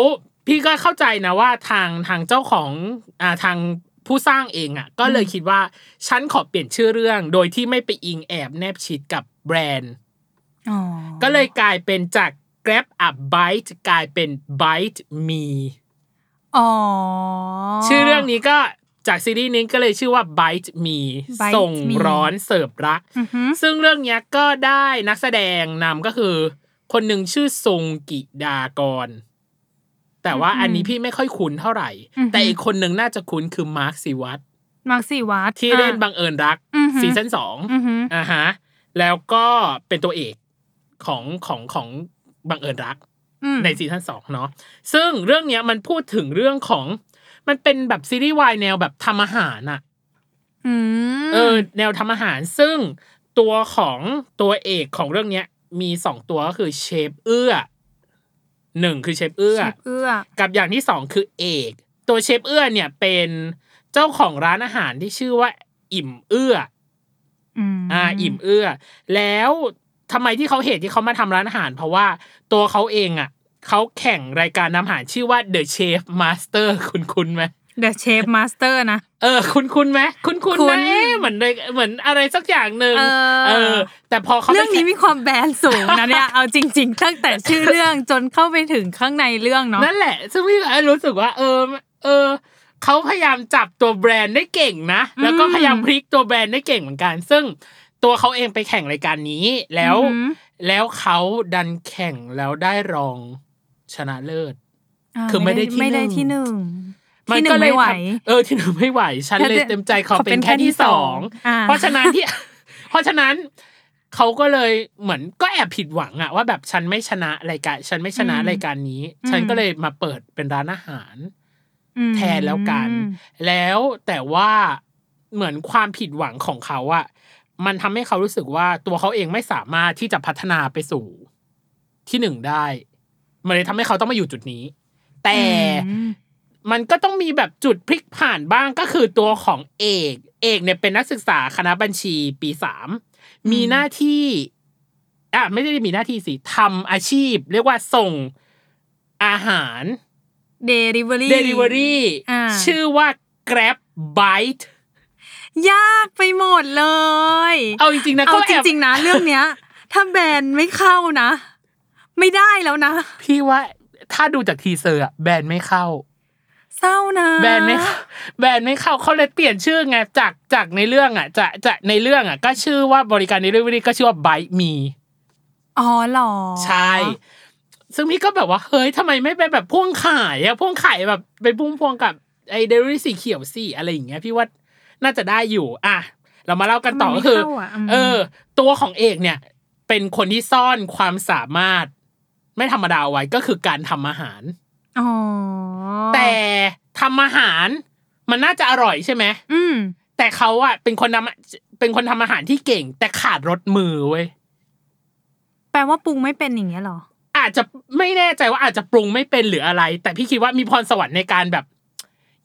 Speaker 1: พี่ก็เข้าใจนะว่าทางทางเจ้าของอ่าทางผู้สร้างเองอ่ะ ก็เลยคิดว่าฉันขอเปลี่ยนชื่อเรื่อง โดยที่ไม่ไปอิงแอบแนบชิดกับแบรนด์
Speaker 2: อ๋อ
Speaker 1: ก็เลยกลายเป็นจาก Grab a bite กลายเป็น bite me
Speaker 2: อ๋อ
Speaker 1: ชื่อเรื่องนี้ก็จากซีรีส์นี้ก็เลยชื่อว่า bite me
Speaker 2: Bite
Speaker 1: ส่ง
Speaker 2: Me
Speaker 1: ร้อนเสิร์ฟรัก
Speaker 2: อือหือ
Speaker 1: ซึ่งเรื่องเนี้ยก็ได้นักแสดงนำก็คือ คนหนึ่งชื่อทรงกิดากร แต่ว่าอันนี้พี่ไม่ค่อยคุ้นเท่าไหร่
Speaker 2: อือฮึ
Speaker 1: แต่อีกคนหนึ่งน่าจะคุ้นคือมาร์คซิวัต
Speaker 2: มาร์คสี่วัด
Speaker 1: ที่เล่น
Speaker 2: อ่ะ
Speaker 1: บังเอิญรัก
Speaker 2: อือฮึ
Speaker 1: ซีซั่นสอง
Speaker 2: อือหือ
Speaker 1: อ่าฮะแล้วก็เป็นตัวเอกของของของบังเอิญรัก
Speaker 2: อืม
Speaker 1: ในซีซั่นสองเนาะซึ่งเรื่องเนี้ยมันพูดถึงเรื่องของ มันเป็นแบบซีรีส์วายแนวแบบทำอาหารอะ
Speaker 2: อืม
Speaker 1: เออแนวทำอาหารซึ่งตัวของตัวเอกของเรื่องเนี้ย มีสองตัวก็คือเชฟเอื้อหนึ่งคือเชฟเอื้อ
Speaker 2: เชฟเอื้อ
Speaker 1: กับอย่างที่สองคือเอก ตัวเชฟเอื้อเนี่ยเป็นเจ้าของร้านอาหารที่ชื่อว่า อิ่มเอื้อ
Speaker 2: อืม
Speaker 1: อ่าอิ่มเอื้อ แล้วทำไมที่เขาเหตุที่เขามาทำร้านอาหาร เพราะว่าตัวเขาเองอ่ะเขาแข่งรายการทำอาหารชื่อว่า The Chef Master คุณคุณไหม
Speaker 2: เดอะเชฟมาสเตอร์นะ
Speaker 1: เออ คุณคุณไหมคุณคุณ
Speaker 2: คุ้
Speaker 1: นะ
Speaker 2: น
Speaker 1: เอ๊ะเหมือนเลยเหมือนอะไรสักอย่างหนึ่ง
Speaker 2: เออ
Speaker 1: เออ แต่พอเขาไป
Speaker 2: เรื่องนี้
Speaker 1: แข่
Speaker 2: มีความแบรนด์สูงนะ เนี่ย เอาจริง ๆ ตั้งแต่ชื่อเรื่องจนเข้าไปถึงข้างในเรื่องเนาะ
Speaker 1: นั่นแหละ ซึ่งพี่ก็รู้สึกว่า เออ เออเขาพยายามจับตัวแบรนด์ได้เก่งนะ แล้วก็
Speaker 2: อืม
Speaker 1: พยายามพลิกตัวแบรนด์ได้เก่งเหมือนกัน ซึ่งตัวเขาเองไปแข่งรายการนี้ แล้ว
Speaker 2: อือหือ
Speaker 1: แล้วเขาดันแข่งแล้วได้รองชนะเลิศ
Speaker 2: า
Speaker 1: คือไม่ได้ที่
Speaker 2: ไม่ได้
Speaker 1: หนึ่ง
Speaker 2: ที่หนึ่ง
Speaker 1: มั
Speaker 2: ที่หนึ่
Speaker 1: ก็
Speaker 2: ง
Speaker 1: เล
Speaker 2: ไม่
Speaker 1: ย
Speaker 2: ไหว
Speaker 1: ทำเออที่หนึ่งไม่ไหว ฉันเลยเต็มใจขอ
Speaker 2: ขอเป็
Speaker 1: เป็น น
Speaker 2: แค่
Speaker 1: แค่
Speaker 2: ที่
Speaker 1: ที่
Speaker 2: ส
Speaker 1: ส
Speaker 2: อ
Speaker 1: อง ง
Speaker 2: อ่า
Speaker 1: เพราะฉะนั้น ที่ เพราะฉะนั้นเขาก็เลยเหมือนก็แอบผิดหวังอะว่าแบบฉันไม่ชนะรายการฉันไม่ชนะรายการนี้ ฉันก็เลยมาเปิดเป็นร้านอาหาร
Speaker 2: อืม
Speaker 1: แทนแล้วกัน แล้วแต่ว่าเหมือนความผิดหวังของเขาอะมันทำให้เขารู้สึกว่าตัวเขาเองไม่สามารถที่จะพัฒนาไปสู่ ที่หนึ่งได้ มันเลยทำให้เขาต้องมาอยู่จุดนี้ แต่
Speaker 2: อืม
Speaker 1: มันก็ต้องมีแบบจุดพลิกผ่านบ้างก็คือตัวของเอก เอกเนี่ยเป็นนักศึกษาคณะบัญชีปีสามมีหน้าที่อ่ะไม่ได้มีหน้าที่สิทำอาชีพ เรียกว่าส่งอาหาร
Speaker 2: delivery
Speaker 1: Delivery
Speaker 2: อ่า
Speaker 1: ชื่อว่า Grab Bite
Speaker 2: ยากไปหมดเลย
Speaker 1: เอาจริงๆนะ
Speaker 2: เอา
Speaker 1: ก็
Speaker 2: จ
Speaker 1: แอบ
Speaker 2: ริง ๆ นะเรื่องเนี้ย ถ้าแบรนด์ไม่เข้านะ ไม่ได้แล้วนะ
Speaker 1: พี่ว่าถ้าดูจากทีเซอร์อะแบรนด์ไม่เข้า
Speaker 2: เศร้านะ
Speaker 1: แบรนด์ไม่เข้าแบรนด์ไม่เข้าเขาเลยเปลี่ยนชื่อไงจากจากในเรื่องอ่ะจะจะในเรื่องอ่ะ ก็ชื่อว่าบริการ Delivery ก็ชื่อว่า Bite Me
Speaker 2: อ๋อเหรอ
Speaker 1: ใช่ ซึ่งพี่ก็แบบว่า เฮ้ยทำไมไม่ไปแบบพ่วงขายอะพ่วงขายแบบไปพุ่มพวงกับไอเดลี่สีเขียวสิอะไรอย่างเงี้ยพี่ว่าน่าจะได้อยู่ อ่ะ เรามาเล่ากันต่อก็คือ
Speaker 2: มันไม่เข้าะม
Speaker 1: เออ ตัวของเอกเนี่ย เป็นคนที่ซ่อนความสามารถ ไม่ธรรมดาเอาไว้ก็คือการทำอาหาร
Speaker 2: อ๋อ
Speaker 1: แต่ทำอาหารมันน่าจะอร่อยใช่ไหม
Speaker 2: อืม
Speaker 1: แต่เขาอะเป็นคนทำเป็นคนทำอาหารที่เก่ง แต่ขาดรสมือเว้ย
Speaker 2: แปลว่าปรุงไม่เป็นอย่างเงี้ยเหรอ
Speaker 1: อาจจะไม่แน่ใจว่าอาจจะปรุงไม่เป็นหรืออะไร แต่พี่คิดว่ามีพรสวรรค์ในการแบบ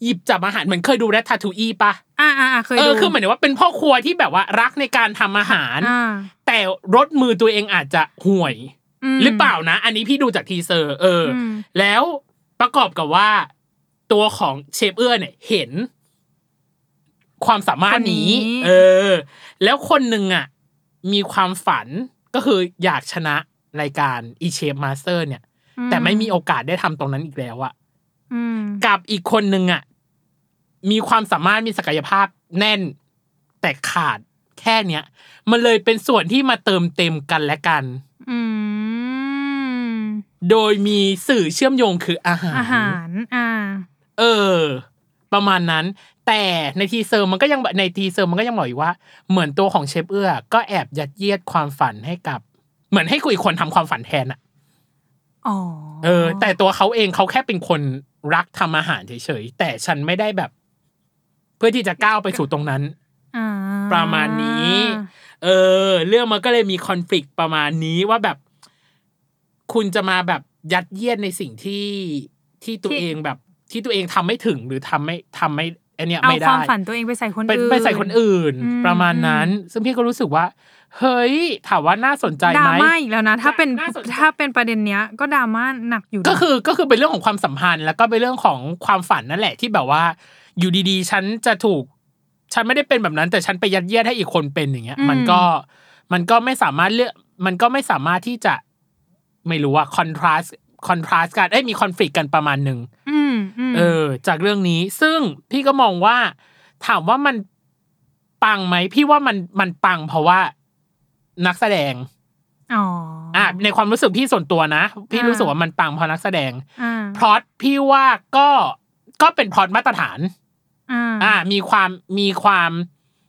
Speaker 1: หยิบจับอาหารเหมือนเคยดูแรททาทูอีปะ
Speaker 2: อ่าอ่าอ่าเคย
Speaker 1: เอ
Speaker 2: ดู
Speaker 1: อคือเหมือนว่าเป็นพ่อครัวที่แบบว่ารักในการทำอาหาร
Speaker 2: อ่า
Speaker 1: แต่รสมือตัวเองอาจจะห่วย
Speaker 2: ม
Speaker 1: หรือเปล่านะ อันนี้พี่ดูจากทีเซอร์ เอออ
Speaker 2: ม
Speaker 1: แล้วประกอบกับว่า ตัวของเชฟเอื้อเนี่ยเห็น ความสามารถนี้ เออ แล้วคนหนึ่งอ่ะ มีความฝันก็คืออยากชนะรายการอีเชฟมาสเตอร์เนี่ย
Speaker 2: อื
Speaker 1: แต่ไม่มีโอกาสได้ทำตรงนั้นอีกแล้วอะ
Speaker 2: อืม
Speaker 1: กับอีกคนนึงอะมีความสามารถมีศักยภาพแน่น แต่ขาดแค่เนี้ย มันเลยเป็นส่วนที่มาเติมเต็มกันและกัน
Speaker 2: อืม
Speaker 1: โดยมีสื่อเชื่อมโยงคืออาหาร
Speaker 2: อาหาร อ่า
Speaker 1: เออ ประมาณนั้น แต่ในทีเซอร์มันก็ยังในทีเซอร์มันก็ยังบอกอีกว่า เหมือนตัวของเชฟเอื้อ ก็แอบยัดเยียดความฝันให้กับ เหมือนให้คุยคนทำความฝันแทนอะ
Speaker 2: อ๋อ
Speaker 1: เออแต่ตัวเขาเองเขาแค่เป็นคนรักทำอาหารเฉยๆแต่ฉันไม่ได้แบบ เพื่อที่จะก้าวไปสู่ตรงนั้น
Speaker 2: อ่า
Speaker 1: ประมาณนี้ เ เออ เรื่องมันก็เลยมีคอนฟ lict ประมาณนี้ว่าแบบ คุณจะมาแบบยัดเยียดในสิ่งที่ที่ตัว
Speaker 2: ที่
Speaker 1: เองแบบที่ตัวเองทำไม่ถึงหรือทำไม่ทำไม่อันเนี้ย
Speaker 2: เอา
Speaker 1: ไม่
Speaker 2: ค
Speaker 1: ได้
Speaker 2: วามฝันตัวเองไปใส่คน
Speaker 1: เป็น
Speaker 2: อื่น
Speaker 1: ไปใส่คนอื่น
Speaker 2: อืม
Speaker 1: ประมาณนั้น ซึ่งพี่ก็รู้สึกว่า เฮ้ย ถามว่าน่าสนใจ
Speaker 2: ดรา
Speaker 1: ไหม
Speaker 2: ม่าอีกแล้วนะ ถ้าเป็น
Speaker 1: น่าสนใจ
Speaker 2: ถ้าเป็นประเด็นเนี้ย ก็ดราม่าหนักอยู่นะ
Speaker 1: ก็คือก็คือเป็นเรื่องของความสัมพันธ์ แล้วก็เป็นเรื่องของความฝันนั่นแหละที่แบบว่า อยู่ดีๆ ฉันจะถูก ฉันไม่ได้เป็นแบบนั้น แต่ฉันไปยัดเยียดให้อีกคนเป็นอย่างเงี้ย มันก็มันก็ไม่สามารถเลือกมันก็ไม่สามารถที่จะไม่รู้ว่าคอนทราสคอนทราสกันเอ้ยมีคอนฟ lict กันประมาณหนึ่ง
Speaker 2: อืมอืม
Speaker 1: เออ จากเรื่องนี้ซึ่งพี่ก็มองว่า ถามว่ามันปังไหมพี่ว่ามันมันปังเพราะว่านักแสดง
Speaker 2: อ๋ออ่ะ
Speaker 1: อ่ะในความรู้สึกพี่ส่วนตัวนะ พี่
Speaker 2: อ่ารู้
Speaker 1: รู้สึกว่ามันปังเพราะนักแสดง
Speaker 2: อ่า
Speaker 1: พล็อตพี่ว่าก็ก็เป็นพล็อตมาตรฐาน
Speaker 2: อ่า
Speaker 1: อ่ามีความมีความ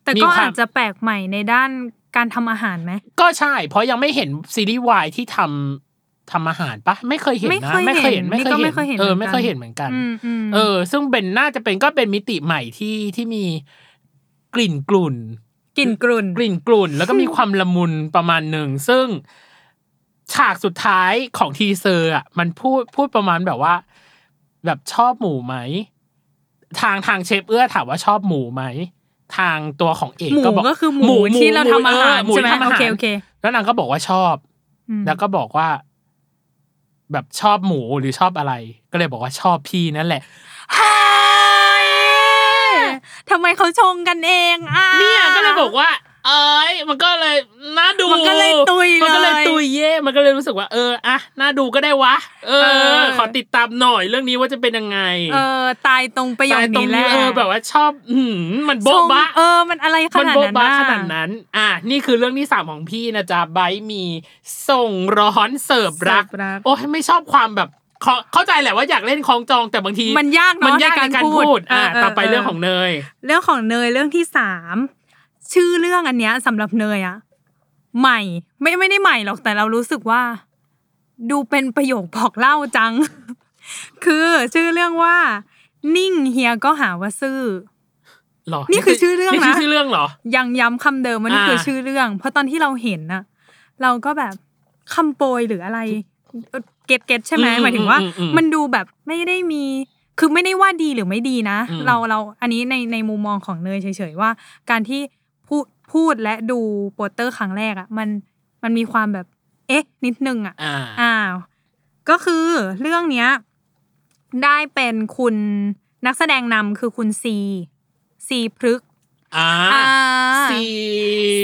Speaker 2: แต่
Speaker 1: มี
Speaker 2: ก็
Speaker 1: ความ
Speaker 2: อาจจะแปลกใหม่ในด้านการทำอาหารไหม
Speaker 1: ก็ใช่ เพราะยังไม่เห็นซีรีส์วายที่ทำทำอาหารปะไม่เคยเห็นนะ
Speaker 2: ไม่เคยเห็น
Speaker 1: ไม่เคย
Speaker 2: นี่ก็ไม่
Speaker 1: เห็น
Speaker 2: เคยเห็น
Speaker 1: เออ
Speaker 2: เหมือนกัน
Speaker 1: ไม่เคยเห็นเหมือนกัน
Speaker 2: อืมอืม
Speaker 1: เออ ซึ่งเป็นน่าจะเป็นก็เป็นมิติใหม่ที่ที่มีกลิ่นกลุ่น
Speaker 2: กลิ่นกลุ่น
Speaker 1: กลิ่นกลุ่นแล้วก็มีความละมุนประมาณหนึ่ง ซึ่งฉากสุดท้ายของทีเซอร์อ่ะมันพูดพูดประมาณแบบว่า แบบชอบหมูไหม ทางทางเชฟเอื้อถามว่าชอบหมูไหม ทางตัวของเอก
Speaker 2: หมู
Speaker 1: ก็บอก
Speaker 2: ก็คือหมูที่เราทำอาหาร
Speaker 1: เหมู
Speaker 2: ใช่ไหม
Speaker 1: ที่ทำอา
Speaker 2: โอ
Speaker 1: หาร
Speaker 2: เคโอเค
Speaker 1: แล้วนางก็บอกว่าชอบ
Speaker 2: อืม
Speaker 1: แล้วก็บอกว่า แบบชอบหมูหรือชอบอะไร ก็เลยบอกว่าชอบพี่นั่นแหละ
Speaker 2: เฮ้ยทำไมเขาชงกันเองอ่ะ
Speaker 1: เนี่ยก็เลยบอกว่า เอ้ยมันก็เลยน่าดู
Speaker 2: มันก็เลยตุยเลย
Speaker 1: มันก็เลยตุยเย่มันก็เลยรู้สึกว่า เอออะน่าดูก็ได้วะ เอ
Speaker 2: เอ
Speaker 1: อ
Speaker 2: อ
Speaker 1: ขอติดตามหน่อยเรื่องนี้ว่าจะเป็นยังไง
Speaker 2: เออตายตรงประโยค
Speaker 1: ตายตร
Speaker 2: นี้
Speaker 1: ง
Speaker 2: แห
Speaker 1: นี้
Speaker 2: ละ
Speaker 1: เออแบบว่าชอบอืมมันโบ๊ะ
Speaker 2: ชง
Speaker 1: บะ
Speaker 2: เออ มันอะไรข
Speaker 1: มัน
Speaker 2: นาด
Speaker 1: โบ๊ะ
Speaker 2: นั้น
Speaker 1: บะ
Speaker 2: น่ะ
Speaker 1: ขนาดนั้น อ่ะนี่คือเรื่องที่สามของพี่นะจ๊ะไบร์ทมีส่งร้อนเสิร์ฟรัก
Speaker 2: เสิรัก
Speaker 1: โอ้ยไม่ชอบความแบบเข้าเข้าใจแหละว่าอยากเล่นคล้องจองแต่บางที
Speaker 2: มันยากเนอะ
Speaker 1: มันยากใน
Speaker 2: ใน
Speaker 1: กา
Speaker 2: การ รพูด
Speaker 1: พูด อ่ะ
Speaker 2: เออเออ
Speaker 1: ต่อไป
Speaker 2: เออ
Speaker 1: เรื่องของเนย
Speaker 2: เรื่องของเนยเรื่องที่สามชื่อเรื่องอันเนี้ยสำหรับเนยอะใหม่ ไม่ไม่ได้ใหม่หรอกแต่เรารู้สึกว่า ดูเป็นประโยคบอกเล่าจัง คือชื่อเรื่องว่า นิ่งเฮียก็หาว่าซื่อ
Speaker 1: หรอ
Speaker 2: นี่คือชื่อเรื่องนะ
Speaker 1: นี่คือชื่อเรื่องเหรอ
Speaker 2: ยังย้ำคำเดิมว่านี่
Speaker 1: อ่า
Speaker 2: คือชื่อเรื่อง เพราะตอนที่เราเห็นนะเราก็แบบคำโปรยหรืออะไรเอ่อเก็ตเก็ตใช่ไหมหมายถึงว่า
Speaker 1: อือือื
Speaker 2: มันดูแบบไม่ได้มีคือไม่ได้ว่าดีหรือไม่ดีนะ
Speaker 1: อืม
Speaker 2: เราเราอันนี้ในในมุมมองของเนยเฉยๆว่า การที่พูดพูดและดูโปสเตอร์ครั้งแรกอะ่ะมันมันมีความแบบ เอ๊ะ นิดนึงอะ่ะ
Speaker 1: อ่า
Speaker 2: อ้าวก็คือเรื่องเนี้ยได้เป็นคุณนักแสดงนำคือคุณซีซีพฤกษ์
Speaker 1: อ่า
Speaker 2: อ่า
Speaker 1: ซี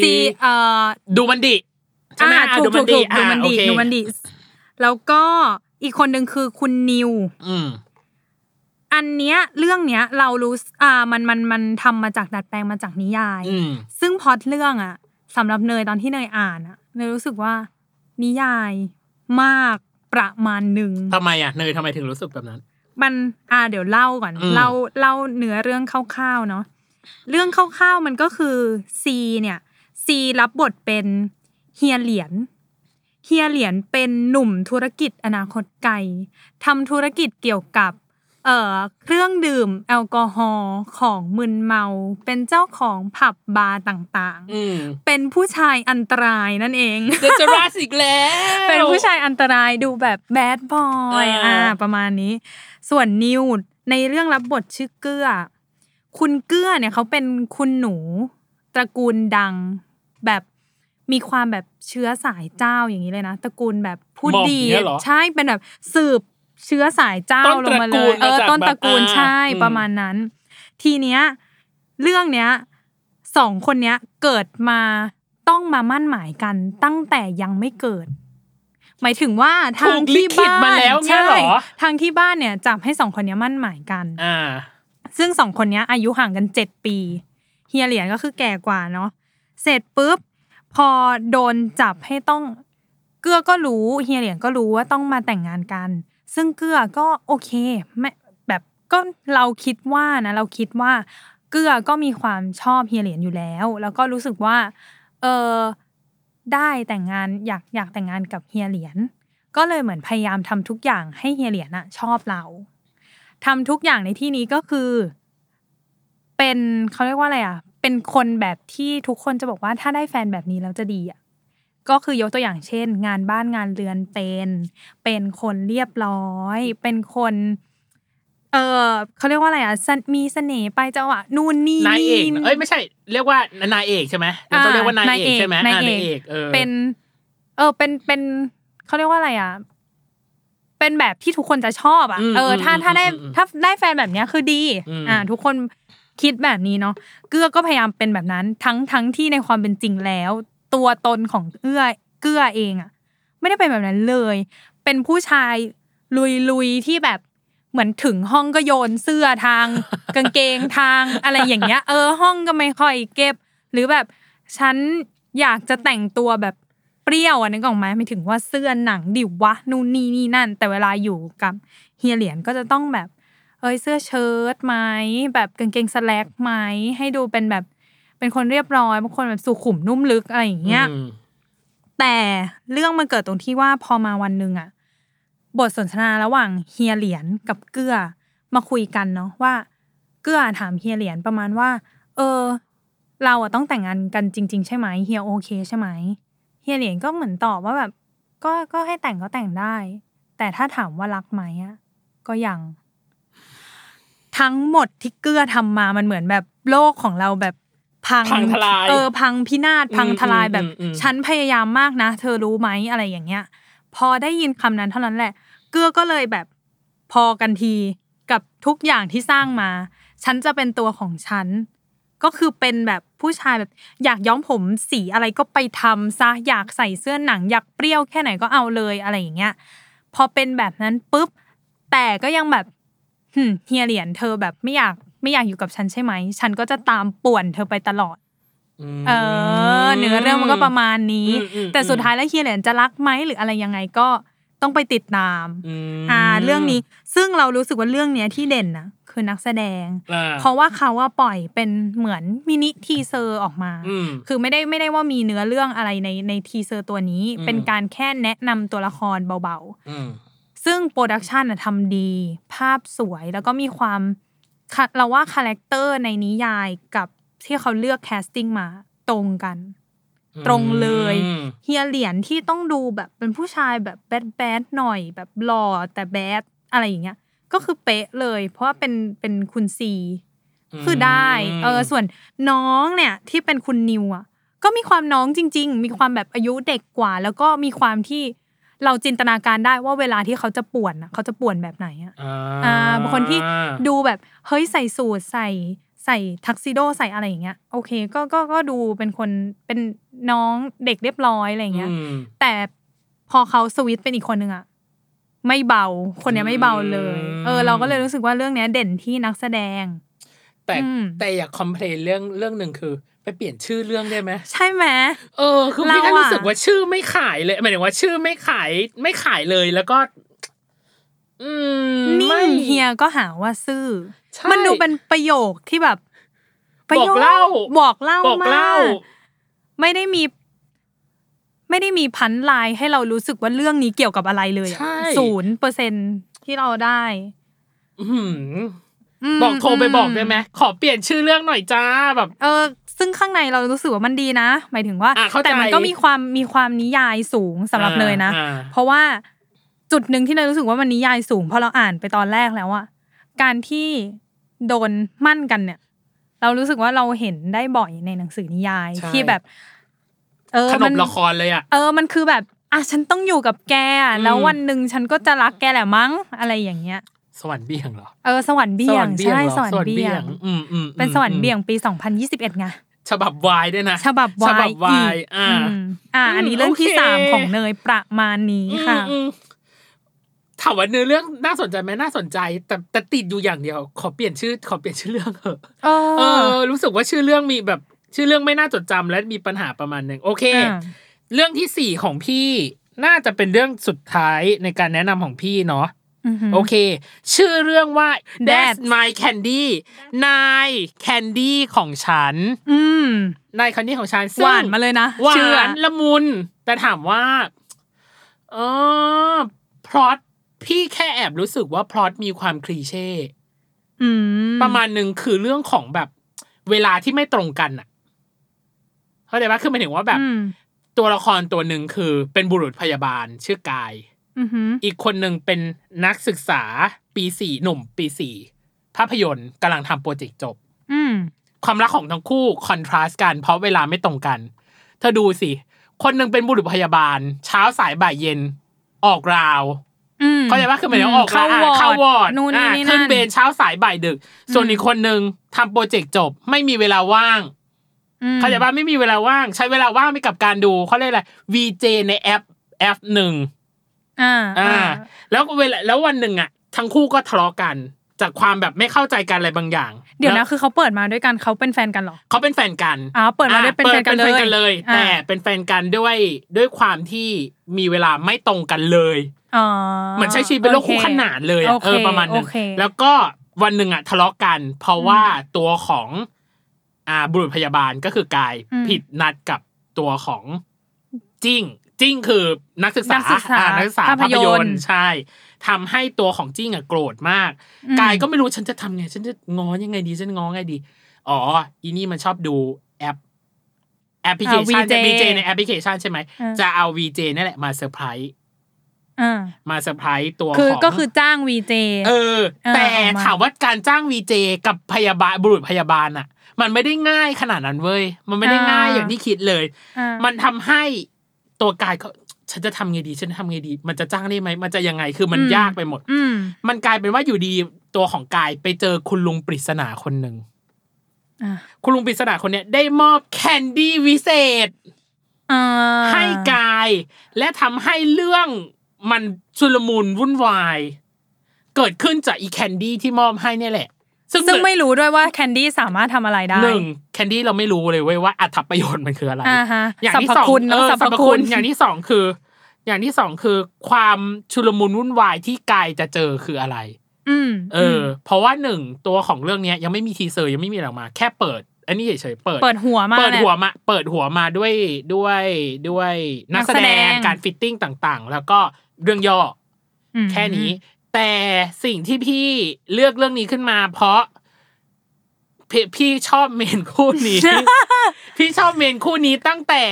Speaker 2: ซีเอ่อ
Speaker 1: ดูมันดิใช่ไหม
Speaker 2: อ่า
Speaker 1: อ่า
Speaker 2: ถูกถูกถูกดูมันดี
Speaker 1: อ่าโอเค
Speaker 2: ดูมันดีแล้วก็อีกคนหนึ่งคือคุณนิว
Speaker 1: อืม
Speaker 2: อันเนี้ยเรื่องเนี้ยเรารู้สึกอ่ามันมันมันทำมาจากดัดแปลงมาจากนิยาย
Speaker 1: อืม
Speaker 2: ซึ่งพล็อตเรื่องอะสำหรับเนยตอนที่เนยอ่านอะเนยรู้สึกว่า นิยายมากประมาณหนึ่ง
Speaker 1: ทำไมอ่ะ เนยทำไมถึงรู้สึกแบบนั้น
Speaker 2: มันอ่าเดี๋ยวเล่าก่อน
Speaker 1: อืม
Speaker 2: เล่าเล่าเนื้อเรื่องคร่าวๆเนาะเรื่องคร่าวๆมันก็คือซีเนี่ยซีรับบทเป็นเฮียเหรียญเฮียเหรียญเป็นหนุ่มธุรกิจอนาคตไกลทำธุรกิจเกี่ยวกับ เอ่อเครื่องดื่มแอลกอฮอล์ของมึนเมา เป็นเจ้าของผับบาร์ต่าง
Speaker 1: อืม
Speaker 2: ๆ เป็นผู้ชายอันตรายนั่นเอง
Speaker 1: เดจราสอีกแล้ว
Speaker 2: เป็นผู้ชายอันตรายดูแบบแบดบอ
Speaker 1: เอออ่
Speaker 2: ย่าประมาณนี้ ส่วนนิวในเรื่องรับบทชื่อเกื้อ คุณเกื้อเนี่ยเขาเป็นคุณหนูตระกูลดัง แบบมีความแบบเชื้อสายเจ้าอย่างนี้เลยนะตระกูลแบบพูด
Speaker 1: หม่อม
Speaker 2: ดี
Speaker 1: เนี่ยเหรอ
Speaker 2: ใช่เป็นแบบสืบเชื้อสายเจ้า
Speaker 1: ต้น
Speaker 2: ลงมา
Speaker 1: ตระกู
Speaker 2: เล
Speaker 1: ล
Speaker 2: ยเออ
Speaker 1: มาจาก
Speaker 2: ต้นตระกูล
Speaker 1: แบบอ่า
Speaker 2: ใช่
Speaker 1: อืม
Speaker 2: ประมาณนั้น ทีเนี้ยเรื่องเนี้ยสองคนเนี้ยเกิดมาต้องมามั่นหมายกันตั้งแต่ยังไม่เกิด หมายถึงว่าทาง
Speaker 1: ถูก
Speaker 2: ที่
Speaker 1: ลิขิต
Speaker 2: บ้าน
Speaker 1: มาแล้วเนี่ย
Speaker 2: ใช่
Speaker 1: เหรอ
Speaker 2: ทางที่บ้านเนี่ยจับให้สองคนเนี้ยมั่นหมายกัน
Speaker 1: อ่า
Speaker 2: ซึ่งสองคนเนี้ยอายุห่างกันเจ็ดปีเฮียเหรียญก็คือแก่กว่าเนาะเสร็จปุ๊บ พอโดนจับให้ต้องเกื้อก็รู้เฮียเหรียญก็รู้ว่าต้องมาแต่งงานกัน ซึ่งเกื้อก็โอเคไม่แบบก็เราคิดว่านะเราคิดว่าเกื้อก็มีความชอบเฮียเหรียญอยู่แล้ว แล้วก็รู้สึกว่าเออได้แต่งงานอยากอยากแต่งงานกับเฮียเหรียญก็เลยเหมือนพยายามทำทุกอย่างให้เฮียเหรียญอะชอบเรา ทำทุกอย่างในที่นี้ก็คือ เป็นเขาเรียกว่าอะไรอ่ะ เป็นคนแบบที่ทุกคนจะบอกว่าถ้าได้แฟนแบบนี้แล้วจะดีอ่ะก็คือยกตัวอย่างเช่น งานบ้านงานเรือนเป็น เป็นคนเรียบร้อย เป็นคน เออเขาเรียกว่าอะไรอ่ะสนมีเสน่ห์ไปจังหวะนู่นนี่
Speaker 1: นายเอก
Speaker 2: นี่
Speaker 1: เอ้ยไม่ใช่ เรียกว่านายเอกใช่ไหมเราต้องเรียกว่านายเอกใช่ไหมอ่านายเอกเออ
Speaker 2: เป็น เออเป็นเป็นเขาเรียกว่าอะไรอ่ะ เป็นแบบที่ทุกคนจะชอบอ่ะ
Speaker 1: อืม
Speaker 2: เออ ถ้า
Speaker 1: อืม
Speaker 2: ถ้าได้
Speaker 1: อืมอืม
Speaker 2: ถ้าได้แฟนแบบเนี้ยคือดี
Speaker 1: อืม
Speaker 2: ทุกคนคิดแบบนี้เนาะเกื้อก็พยายามเป็นแบบนั้น ทั้งทั้งที่ในความเป็นจริงแล้ว ตัวตนของเอื้อเกื้อเองอ่ะ ไม่ได้เป็นแบบนั้นเลย เป็นผู้ชายลุยลุยๆที่แบบเหมือนถึงห้องก็โยนเสื้อทาง กางเกงทางอะไรอย่างเงี้ย เออห้องก็ไม่ค่อยเก็บ หรือแบบฉันอยากจะแต่งตัวแบบเปรี้ยวอันนึกออกไหมไม่ถึงว่าเสื้อหนังดิวะนู่นนี่นี่นั่น แต่เวลาอยู่กับเฮียเหรียญก็จะต้องแบบ เอ้ยเสื้อเชิ้ตไหมแบบกางเกงสแลกไหมให้ดูเป็นแบบเป็นคนเรียบร้อยบางคนแบบสุขุมนุ่มลึกอะไรอย่างเงี้ย
Speaker 1: อืม
Speaker 2: แต่เรื่องมันเกิดตรงที่ว่าพอมาวันหนึ่งอะบทสนทนาระหว่างเฮียเหรียญกับเกื้อมาคุยกันเนาะว่า เกื้อถามเฮียเหรียญประมาณว่า เออ เราอะต้องแต่งงานกันจริง ๆ ใช่ไหมเฮียโอเคใช่ไหมเฮียเหรียญก็เหมือนตอบว่าแบบ ก็ก็ให้แต่งก็แต่งได้ แต่ถ้าถามว่ารักไหมอะก็ยัง ทั้งหมดที่เกื้อทำมามันเหมือนแบบโลกของเราแบบพัง
Speaker 1: พังทลาย
Speaker 2: เออ พังพินาศพังทลายแบบ
Speaker 1: อืมอืมอืม
Speaker 2: ฉันพยายามมากนะ เธอรู้ไหมอะไรอย่างเงี้ย พอได้ยินคำนั้นเท่านั้นแหละ เกื้อก็เลยแบบพอกันทีกับทุกอย่างที่สร้างมา ฉันจะเป็นตัวของฉัน ก็คือเป็นแบบผู้ชายแบบ อยากย้อมผมสีอะไรก็ไปทำซะอยากใส่เสื้อหนัง อยากเปรี้ยวแค่ไหนก็เอาเลยอะไรอย่างเงี้ย พอเป็นแบบนั้นปุ๊บ แต่ก็ยังแบบหึ่มเฮียเหรียญเธอแบบไม่อยากไม่อยากอยู่กับฉันใช่ไหม ฉันก็จะตามป่วนเธอไปตลอด
Speaker 1: ม
Speaker 2: เออเนื้อเรื่องมันก็ประมาณนี้
Speaker 1: อืมอืมอืม
Speaker 2: แต่สุดท้ายแล้วเฮียเหรียญจะรักไหมหรืออะไรยังไงก็ต้องไปติดตาม
Speaker 1: อืม
Speaker 2: อ่าเรื่องนี้ซึ่งเรารู้สึกว่าเรื่องเนี้ยที่เด่นนะคือนักแสดง
Speaker 1: อ่า
Speaker 2: เพราะว่าเขาว่าปล่อยเป็นเหมือนมินิทีเซอร์ออกมา
Speaker 1: อืม
Speaker 2: คือไม่ได้ไม่ได้ว่ามีเนื้อเรื่องอะไรในในทีเซอร์ตัวนี้
Speaker 1: อืม
Speaker 2: เป็นการแค่แนะนำตัวละครเบาๆ
Speaker 1: อืม
Speaker 2: ซึ่งโปรดักชันน่ะทำดี ภาพสวยแล้วก็มีความค่ะเราว่าคาแรคเตอร์ในนิยายกับที่เขาเลือกแคสติ้งมาตรงกัน ตรงเลย
Speaker 1: อืม
Speaker 2: เฮียเหรียญที่ต้องดูแบบเป็นผู้ชายแบบแบดแบดๆหน่อยแบบหล่อแต่แบดอะไรอย่างเงี้ย ก็คือเป๊ะเลย เพราะว่าเป็นเป็นคุณซีคือได้เออส่วนน้องเนี่ยที่เป็นคุณนิวอ่ะก็มีความน้องจริง ๆ มีความแบบอายุเด็กกว่า แล้วก็มีความที่เราจินตนาการได้ว่าเวลาที่เขาจะป่วนน่ะเขาจะป่วนแบบไหนอ่ะ อ่าบางคนที่ดูแบบเฮ้ยใส่สูทใส่ใส่ทักซิโดใส่อะไรอย่างเงี้ยโอเคก็ก็ก็ดูเป็นคนเป็นน้องเด็กเรียบร้อยอะไรอย่างเงี้ย
Speaker 1: อืม
Speaker 2: แต่พอเขาสวิตช์เป็นอีกคนนึงอะไม่เบาคนเนี้ยไม่เบาเลย
Speaker 1: อืม
Speaker 2: เออ เราก็เลยรู้สึกว่าเรื่องเนี้ยเด่นที่นักแสดง
Speaker 1: แต่
Speaker 2: อืม
Speaker 1: แต่อยากคอมเพลนเรื่องเรื่องหนึ่งคือ ไปเปลี่ยนชื่อเรื่องได้ไหม
Speaker 2: ใช่ไหม
Speaker 1: เออคือ
Speaker 2: เรา
Speaker 1: พี่ก็
Speaker 2: อะ
Speaker 1: รู้สึกว่าชื่อไม่ขายเลยหมายถึงว่าชื่อไม่ขายไม่ขายเลยแล้วก็ อืม
Speaker 2: นิ่
Speaker 1: ไม่
Speaker 2: งเฮียก็หาว่าซื่อ
Speaker 1: ใช่
Speaker 2: มันดูเป็นประโยคที่แบบประโย
Speaker 1: บ
Speaker 2: ค
Speaker 1: อกเล่า
Speaker 2: บอกเล่า
Speaker 1: บอกเล่า
Speaker 2: มาก ไม่ได้มี ไม่ได้มีพันลายให้เรารู้สึกว่าเรื่องนี้เกี่ยวกับอะไรเลย
Speaker 1: ใช่
Speaker 2: ศูนย์เปอร์เซ็นที่เราได้
Speaker 1: อื้อหือ
Speaker 2: ม
Speaker 1: บอกโทรไปบอกได้ไหมขอเปลี่ยนชื่อเรื่องหน่อยจ้าแบบ
Speaker 2: เออ ซึ่งข้างในเรารู้สึกว่ามันดีนะ หมายถึงว่า
Speaker 1: อ่ะเข้าใจ
Speaker 2: แต่มันก็มีความมีความนิยายสูงสำหรับ
Speaker 1: อ่า
Speaker 2: เลยนะ
Speaker 1: อ่า
Speaker 2: เพราะว่าจุดหนึ่งที่เรารู้สึกว่ามันนิยายสูงพอเราอ่านไปตอนแรกแล้วอะการที่โดนมั่นกันเนี่ย เรารู้สึกว่าเราเห็นได้บ่อยในหนังสือนิยาย
Speaker 1: ใช่
Speaker 2: ที่แบบ เออ
Speaker 1: ขน
Speaker 2: มั
Speaker 1: มละครเลยอ่ะ
Speaker 2: เออ มันคือแบบ อ่ะ ฉันต้องอยู่กับแกอะ
Speaker 1: อืม
Speaker 2: แล้ววันหนึ่งฉันก็จะรักแกแหละมั้ง อะไรอย่างเงี้ย
Speaker 1: สวรรค์เบี่ยงเหรอ
Speaker 2: เออ สวรรค์เบี่
Speaker 1: ส
Speaker 2: ยง
Speaker 1: วรรค์เบี่ยง
Speaker 2: ใช่
Speaker 1: เหรอ
Speaker 2: สวรรค์เบี่ยง
Speaker 1: อืมอืม
Speaker 2: เป็นสวรรค์เบี่ยง
Speaker 1: อืม
Speaker 2: ปี 2021ไง
Speaker 1: ฉบับวายด้วยนะ
Speaker 2: ฉบับวา
Speaker 1: ฉบั
Speaker 2: ย
Speaker 1: บวาย
Speaker 2: อีก
Speaker 1: อ่า
Speaker 2: อืมอ่ะอันนี้เรื่องที่
Speaker 1: โอเค
Speaker 2: สามของเนยประมาณนี้ค่ะ
Speaker 1: อืมอืมถามว่าเนื้อเรื่องน่าสนใจไหมน่าสนใจ แต่แต่ติดอยู่อย่างเดียว ขอเปลี่ยนชื่อ ขอเปลี่ยนชื่อเรื่องเถ อะ
Speaker 2: เออ
Speaker 1: เออรู้สึกว่าชื่อเรื่องมีแบบชื่อเรื่องไม่น่าจดจำและมีปัญหาประมาณหนึ่งโอเค
Speaker 2: อ่า
Speaker 1: เรื่องที่สี่ของพี่น่าจะเป็นเรื่องสุดท้ายในการแนะนำของพี่เนาะ
Speaker 2: หื
Speaker 1: โอเค ชื่อเรื่องว่า
Speaker 2: That's
Speaker 1: That's My Candy นายแคนดี้ของฉัน
Speaker 2: อืม
Speaker 1: นายแคนดี้ของฉันซึ่ง
Speaker 2: หวานมาเลยนะ
Speaker 1: หวา
Speaker 2: เชื่อ
Speaker 1: นละมุน แต่ถามว่าเออพล็อตพี่แค่แอบรู้สึกว่าพล็อตมีความคลีเช่
Speaker 2: อืม
Speaker 1: ประมาณหนึ่งคือเรื่องของแบบ เวลาที่ไม่ตรงกันอ่ะเข้าใจปะคือหมายถึงว่าแบบ
Speaker 2: อืม
Speaker 1: ตัวละครตัวหนึ่งคือเป็นบุรุษพยาบาลชื่อกาย
Speaker 2: อือหือ
Speaker 1: อีกคนหนึ่งเป็นนักศึกษาปีสี่หนุ่มปีสี่ภาพยนตร์กำลังทำโปรเจกต์จบ
Speaker 2: อืม
Speaker 1: ความรักของทั้งคู่คอนทราสต์กัน เพราะเวลาไม่ตรงกัน เธอดูสิ คนหนึ่งเป็นบุรุษพยาบาล เช้าสายบ่ายเย็น ออกราว
Speaker 2: อืม
Speaker 1: เข้าใจว่าคือหมายถึงออก
Speaker 2: เข้า
Speaker 1: ละ
Speaker 2: ว
Speaker 1: อ่ะ
Speaker 2: อร์ด
Speaker 1: เข้าวอร์ด
Speaker 2: นู่นนี่
Speaker 1: อ่ะ
Speaker 2: นี่
Speaker 1: ขึ้
Speaker 2: นั่
Speaker 1: น
Speaker 2: น
Speaker 1: เบนเช้าสายบ่ายดึก ส่วน
Speaker 2: อืม
Speaker 1: อีกคนหนึ่งทำโปรเจกต์จบ ไม่มีเวลาว่าง
Speaker 2: อืม
Speaker 1: เข้าใจว่าไม่มีเวลาว่าง ใช้เวลาว่างไปกับการดูเขาเรียกอะไร VJ ในแอปแอปหนึ่ง
Speaker 2: อ่า
Speaker 1: อ่า
Speaker 2: อ่า
Speaker 1: แล้วเวลาแล้ววันหนึ่งอ่ะ ทั้งคู่ก็ทะเลาะกัน จากความแบบไม่เข้าใจกันอะไรบางอย่าง
Speaker 2: เดี๋ยว
Speaker 1: แล้
Speaker 2: นะคือเขาเปิดมาด้วยกันเขาเป็นแฟนกันเหรอ
Speaker 1: เขาเป็นแฟนกัน
Speaker 2: อ้าวเปิดมาได้
Speaker 1: อ่ะ
Speaker 2: เป็นแฟนกัน
Speaker 1: เปิด
Speaker 2: เล
Speaker 1: เลยย แต่เป็นแฟนกันด้วยด้วยความที่มีเวลาไม่ตรงกันเลย
Speaker 2: อ๋อ
Speaker 1: เหมือนใช้ชีวิตเป็นโลกคู่ขนานเลยอะ
Speaker 2: โอค
Speaker 1: เออประมาณนึง
Speaker 2: โอเค
Speaker 1: แล้วก็วันหนึ่งอ่ะทะเลาะกัน เพราะว่าตัวของอ่าบุรุษพยาบาลก็คือกาย
Speaker 2: อืม
Speaker 1: ผิดนัดกับตัวของจิ้ง จิ้งคือนักศึกษา
Speaker 2: นักศึกษา
Speaker 1: อ่นักศึกษาภา
Speaker 2: ภาพ
Speaker 1: พ
Speaker 2: ยนตร์
Speaker 1: ยนตร์ใช่ทำให้ตัวของจิ้งอ่ะโกรธมาก
Speaker 2: อืม
Speaker 1: กายก็ไม่รู้ฉันจะทำไง ฉันจะง้อยังไงดีฉันง้อไงดี อ๋อ อีนี่มันชอบดูแอปแอปพลิเคชัน
Speaker 2: อ่า VJ
Speaker 1: จะ VJ ในแอปพลิเคชันใช่ไหม
Speaker 2: อ่า
Speaker 1: จะเอา VJ นั่นแหละมาเซอร์ไพรส์
Speaker 2: อ่า
Speaker 1: มาเซอร์ไพรส์ตัว
Speaker 2: คือ
Speaker 1: ของ
Speaker 2: ก็คือจ้างวีเจ
Speaker 1: เออ
Speaker 2: เออ
Speaker 1: แต่
Speaker 2: ออกมา
Speaker 1: ถามว่าการจ้างวีเจกับพยาบาลบุรุษพยาบาลอะมันไม่ได้ง่ายขนาดนั้นเว้ย มันไม่ได้ง่ายอย่างที่คิดเลย มันทำให้ตัวกายเขาฉันจะทำไงดี ฉันจะทำไงดี มันจะจ้างได้ไหม มันจะยังไงคือมันยากไปหมด
Speaker 2: อืม
Speaker 1: มันกลายเป็นว่าอยู่ดีตัวของกายไปเจอคุณลุงปริศนาคนหนึ่ง
Speaker 2: อ่า
Speaker 1: คุณลุงปริศนาคนเนี้ยได้มอบแคนดี้วิเศษ
Speaker 2: อ่า
Speaker 1: ให้กายและทำให้เรื่องมันชุลมุนวุ่นวาย เกิดขึ้นจากอีแคนดี้ที่มอบให้เนี่ยแหละ ซึ่ง
Speaker 2: ซึ่งไม่รู้ด้วยว่าแคนดี้สามารถทำอะไรได้
Speaker 1: หนึ่งแคนดี้เราไม่รู้เลยเว้ยว่าอัตประโยชน์มันคืออะไร
Speaker 2: อ่าฮะ
Speaker 1: อย่าง
Speaker 2: สรร
Speaker 1: ที่
Speaker 2: พ
Speaker 1: สอง
Speaker 2: คุณ
Speaker 1: เอ
Speaker 2: เนอะ
Speaker 1: อส
Speaker 2: สร
Speaker 1: ร
Speaker 2: ร
Speaker 1: ร
Speaker 2: พ
Speaker 1: พ
Speaker 2: คุ
Speaker 1: คุณ ณอย่างที่สองคือ อย่างที่สองคือความชุลมุนวุ่นวายที่กายจะเจอคืออะไร
Speaker 2: อืม
Speaker 1: เอออเพราะว่าหนึ่งตัวของเรื่องเนี้ยยังไม่มีทีเซอร์ยังไม่มีอะไรออกมา แค่เปิด อันนี้เฉยๆเปิด
Speaker 2: เปิดหัวมา
Speaker 1: เปิดหัว
Speaker 2: แหละ
Speaker 1: มาเปิดหัวมาด้วยด้วยด้วย
Speaker 2: นั
Speaker 1: นั
Speaker 2: ก
Speaker 1: ก
Speaker 2: แส
Speaker 1: แส
Speaker 2: ดง
Speaker 1: ดงการฟิตติ้งต่างๆ แล้วก็เรื่องย่ออ
Speaker 2: อืม
Speaker 1: แค่นี้ แต่สิ่งที่พี่เลือกเรื่องนี้ขึ้นมา เพราะพี่พี่ชอบเมนคู่นี้ พี่ชอบเมนคู่นี้ตั้งแต่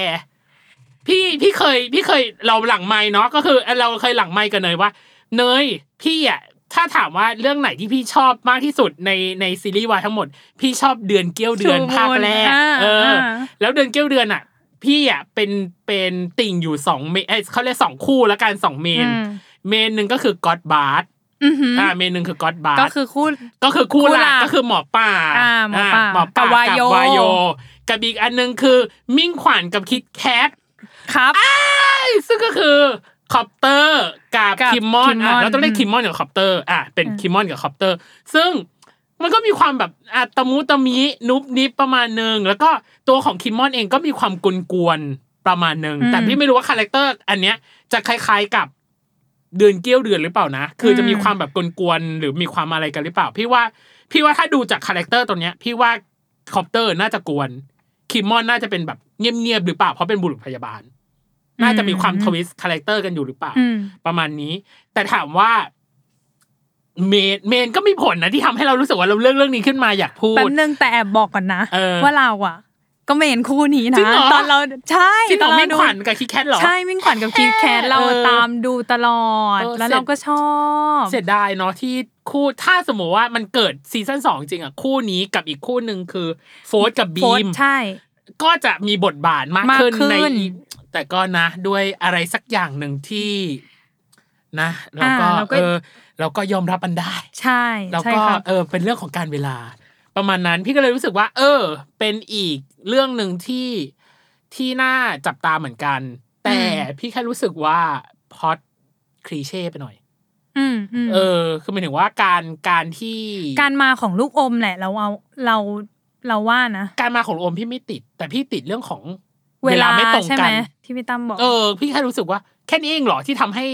Speaker 1: พี่พี่เคย พี่เคยเราหลังไม้เนาะก็คือเราเคยหลังไม้กันเนยว่า เนยพี่อ่ะถ้าถามว่าเรื่องไหนที่พี่ชอบมากที่สุดในในซีรีส์วายทั้งหมด พี่ชอบเดือนเกี้ยวเดือน
Speaker 2: ชูมูล
Speaker 1: ภาคแรก
Speaker 2: อ่า
Speaker 1: เอออ
Speaker 2: า
Speaker 1: แล้วเดือนเกี้ยวเดือนอ่ะ พี่อ่ะเป็นเป็นติ่งอยู่สองเมนเอ้ยเขาเรียกสองคู่ละกันสองเมน
Speaker 2: อืม
Speaker 1: เมนหนึ่งก็คือก็อดบาร์
Speaker 2: อือหืออ
Speaker 1: อ่าเมนหนึ่งคือก็อดบาร์
Speaker 2: ก็คือคู่
Speaker 1: ก็คือคู่ห
Speaker 2: คู่
Speaker 1: ลั
Speaker 2: หลั
Speaker 1: ก
Speaker 2: ก
Speaker 1: ก็คือหมอป่า
Speaker 2: อ่าหมอป่า
Speaker 1: หมอป่า
Speaker 2: กับวายโย
Speaker 1: กับวายโยกับอีกอันหนึงคือมิ่งขวัญกับคิดแคท
Speaker 2: ครับ
Speaker 1: ซึ่งก็คือคอปเตอร์กับ
Speaker 2: กับ
Speaker 1: คิมมอนอ่ะ
Speaker 2: Kimmon
Speaker 1: เราต้องเรียก
Speaker 2: อืม
Speaker 1: คิมมอนกับคอปเตอร์อ่ะเป็น
Speaker 2: อืม
Speaker 1: คิมมอนกับคอปเตอร์ ซึ่งมันก็มีความแบบอ่ะตะมุตะมินุบนิบประมาณหนึ่งแล้วก็ตัวของคิมมอนเองก็มีความกุนกวนๆประมาณหนึ่งแต่พี่ไม่รู้ว่าคาแรคเตอร์อันเนี้ยจะคล้ายๆกับเดือนเกี้ยวเดือนหรือเปล่านะ คือจะมีความแบบกวนๆหรือมีความอะไรกันหรือเปล่า พี่ว่า พี่ว่าถ้าดูจากคาแรคเตอร์ตัวเนี้ย พี่ว่าคอปเตอร์น่าจะกวน คิมมอนน่าจะเป็นแบบเงียบๆหรือเปล่าเพราะเป็นบุรุษพยาบาล น่าจะมีความทวิสต์คาแรคเตอร์กันอยู่หรือเปล่า
Speaker 2: อืม
Speaker 1: ประมาณนี้ แต่ถามว่าเมนเมนก็มีผลนะที่ทำให้เรารู้สึกว่าเราเลือกเรื่องนี้ขึ้นมาอยากพู
Speaker 2: แป๊
Speaker 1: ด
Speaker 2: บนึงแต่แอบบอกก่อนนะ
Speaker 1: เออ
Speaker 2: ว่าเราอ่ะ ก็เมนคู่นี้
Speaker 1: จริง
Speaker 2: นะ
Speaker 1: เหรอ
Speaker 2: ตอนเราใช่
Speaker 1: ที่
Speaker 2: ต
Speaker 1: เรา
Speaker 2: นเรา
Speaker 1: ไม่ขวัญกับคิดแคทหรอ
Speaker 2: ใช่มิ่งขวัญกับคิดแคทเรา
Speaker 1: เออ
Speaker 2: ตามดูตลอด
Speaker 1: เออ
Speaker 2: แล้วเราก็ชอบ
Speaker 1: เสียดายเนาะที่คู่ถ้าสมมติว่ามันเกิดซีซั่นสองจริงอ่ะ คู่นี้กับอีกคู่หนึ่งคือโฟร์ธกับบี
Speaker 2: โพส
Speaker 1: ม
Speaker 2: ต์ใช่
Speaker 1: ก็จะมีบทบาทมาก
Speaker 2: มาก
Speaker 1: ขึ้นใน
Speaker 2: ขึ้น
Speaker 1: แต่ก็นะ ด้วยอะไรสักอย่างหนึ่งที่นะเราก็เออเราก็ยอมรับมันได้
Speaker 2: ใช่
Speaker 1: แล้ว
Speaker 2: ใช่
Speaker 1: ก็
Speaker 2: ครับ
Speaker 1: เออเป็นเรื่องของการเวลา ประมาณนั้นพี่ก็เลยรู้สึกว่า เออ เป็นอีกเรื่องหนึ่งที่ที่น่าจับตาเหมือนกัน แต่พี่แค่รู้สึกว่าพอดคลีเช่ไปหน่อย
Speaker 2: อืมอืม
Speaker 1: เออ คือหมายถึงว่าการการที่
Speaker 2: การมาของลูกอมแหละ เราเอาเราเราว่านะ
Speaker 1: การมาของโอมพี่ไม่ติด แต่พี่ติดเรื่องของ
Speaker 2: เว
Speaker 1: ไม่ตรง
Speaker 2: ใช่
Speaker 1: กั
Speaker 2: ไหม
Speaker 1: น
Speaker 2: ที่พี่ตั้มบอก
Speaker 1: เออ พี่แค่รู้สึกว่าแค่นี้เองเหรอที่ทำให้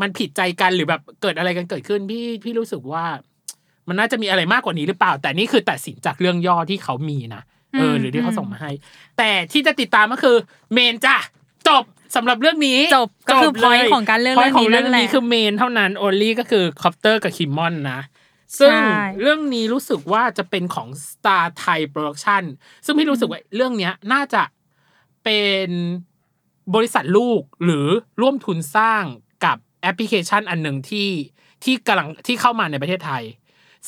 Speaker 1: มันผิดใจกันหรือแบบเกิดอะไรกันเกิดขึ้น พี่พี่รู้สึกว่า มันน่าจะมีอะไรมากกว่านี้หรือเปล่า แต่นี่คือตัดสินจากเรื่องย่อที่เขามีนะเออ
Speaker 2: ม
Speaker 1: อหรือที่เขาส่งมาให้ แต่ที่จะติดตามก็คือ เมนจ้ะจบสำหรับเรื่องนี้
Speaker 2: จบก็คือ
Speaker 1: เลย
Speaker 2: point ของการเลือก
Speaker 1: point
Speaker 2: เรื่องนี้
Speaker 1: ขเรื่อง
Speaker 2: นั่นแหละ
Speaker 1: นี้คือเมนเท่านั้นโอลี่ก็คือคอปเตอร์กับคิมมอนนะ ซึ่ง
Speaker 2: ใช่
Speaker 1: เรื่องนี้รู้สึกว่าจะเป็นของ Star Thai Production ซึ่งพี่รู้สึกว่าเรื่องเนี้ยน่าจะเป็นบริษัทลูกหรือร่วมทุนสร้างกับแอปพลิเคชันอันหนึ่งที่ที่กำลังที่เข้ามาในประเทศไทย